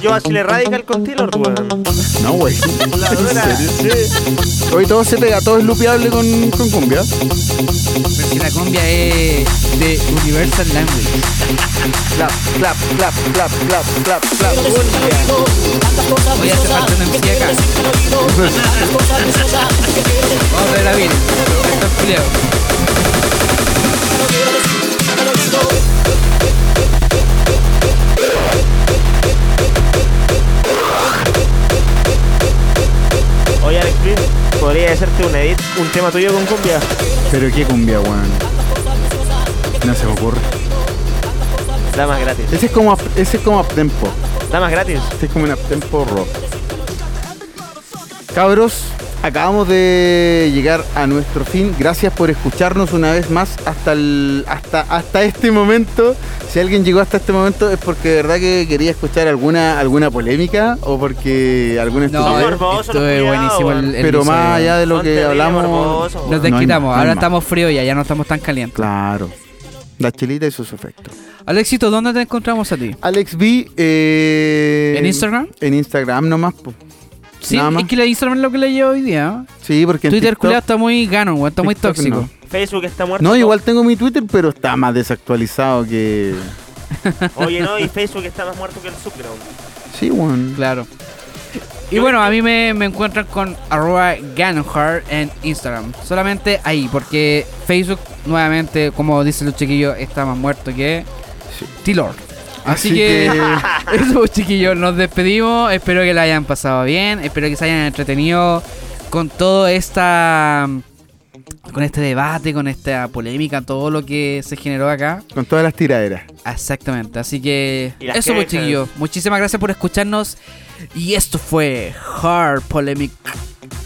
[SPEAKER 7] Yo a Chile Radical con Taylor, weón.
[SPEAKER 6] No, güey.
[SPEAKER 7] La dura.
[SPEAKER 6] Hoy todo se pega, todo es lupeable con, con cumbia.
[SPEAKER 5] Pero si la cumbia es de Universal Language.
[SPEAKER 6] Clap, clap, clap, clap, clap, clap, clap.
[SPEAKER 5] Voy a hacer falta una MC acá. Vamos a ver la bien. Esto es culiao.
[SPEAKER 7] Oye, Alex Prince, podría hacerte un edit, un tema tuyo con cumbia.
[SPEAKER 6] Pero qué cumbia, weón. No se me ocurre.
[SPEAKER 7] Da más gratis.
[SPEAKER 6] Ese es como, up- ese es como uptempo.
[SPEAKER 7] Da más gratis.
[SPEAKER 6] Este es como un uptempo rock. Cabros, acabamos de llegar a nuestro fin. Gracias por escucharnos una vez más hasta, el, hasta, hasta este momento. Si alguien llegó hasta este momento es porque de verdad que quería escuchar alguna, alguna polémica o porque alguna
[SPEAKER 5] No, eh,
[SPEAKER 6] estupidez.
[SPEAKER 7] por favor,
[SPEAKER 5] esto
[SPEAKER 7] solo
[SPEAKER 5] es
[SPEAKER 7] cuidado,
[SPEAKER 5] buenísimo el, el
[SPEAKER 6] Pero
[SPEAKER 5] episodio.
[SPEAKER 6] más allá de lo
[SPEAKER 7] Son
[SPEAKER 6] que
[SPEAKER 7] terribles
[SPEAKER 6] hablamos,
[SPEAKER 7] morbosos.
[SPEAKER 5] Nos
[SPEAKER 6] No hay-
[SPEAKER 5] desquitamos,
[SPEAKER 6] no hay
[SPEAKER 5] ahora
[SPEAKER 6] más.
[SPEAKER 5] estamos fríos ya, ya no estamos tan calientes.
[SPEAKER 6] Claro. La chilita y sus efectos.
[SPEAKER 5] Alexito, ¿dónde te encontramos a ti?
[SPEAKER 6] Alex B. eh,
[SPEAKER 5] ¿En Instagram?
[SPEAKER 6] En Instagram nomás. po.
[SPEAKER 5] Sí,
[SPEAKER 6] Nada más.
[SPEAKER 5] es que la Instagram es lo que le llevo hoy día. ¿eh?
[SPEAKER 6] Sí, porque en
[SPEAKER 5] Twitter
[SPEAKER 6] TikTok-
[SPEAKER 5] culiao está muy gano, güey, está muy
[SPEAKER 6] TikTok
[SPEAKER 5] tóxico.
[SPEAKER 7] Facebook está muerto.
[SPEAKER 6] No, igual tengo mi Twitter, pero está más desactualizado que.
[SPEAKER 7] Oye, no, y Facebook está más muerto que el subground.
[SPEAKER 6] Sí, weón.
[SPEAKER 5] Claro. Y bueno, a mí me, me encuentran con arroba Ganonhard en Instagram. Solamente ahí, porque Facebook, nuevamente, como dicen los chiquillos, está más muerto que
[SPEAKER 6] Sí.
[SPEAKER 5] T-Lord. Así,
[SPEAKER 6] Así
[SPEAKER 5] que,
[SPEAKER 6] que-
[SPEAKER 5] (laughs) eso, chiquillos, nos despedimos. Espero que la hayan pasado bien. Espero que se hayan entretenido con toda esta. con este debate, con esta polémica, todo lo que se generó acá.
[SPEAKER 6] Con todas las tiraderas.
[SPEAKER 5] Exactamente, así que
[SPEAKER 7] Y las
[SPEAKER 5] eso pues
[SPEAKER 7] quejas.
[SPEAKER 5] chiquillos. Muchísimas gracias por escucharnos y esto fue Hard Polemic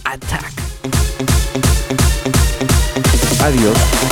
[SPEAKER 5] Attack.
[SPEAKER 6] Adiós.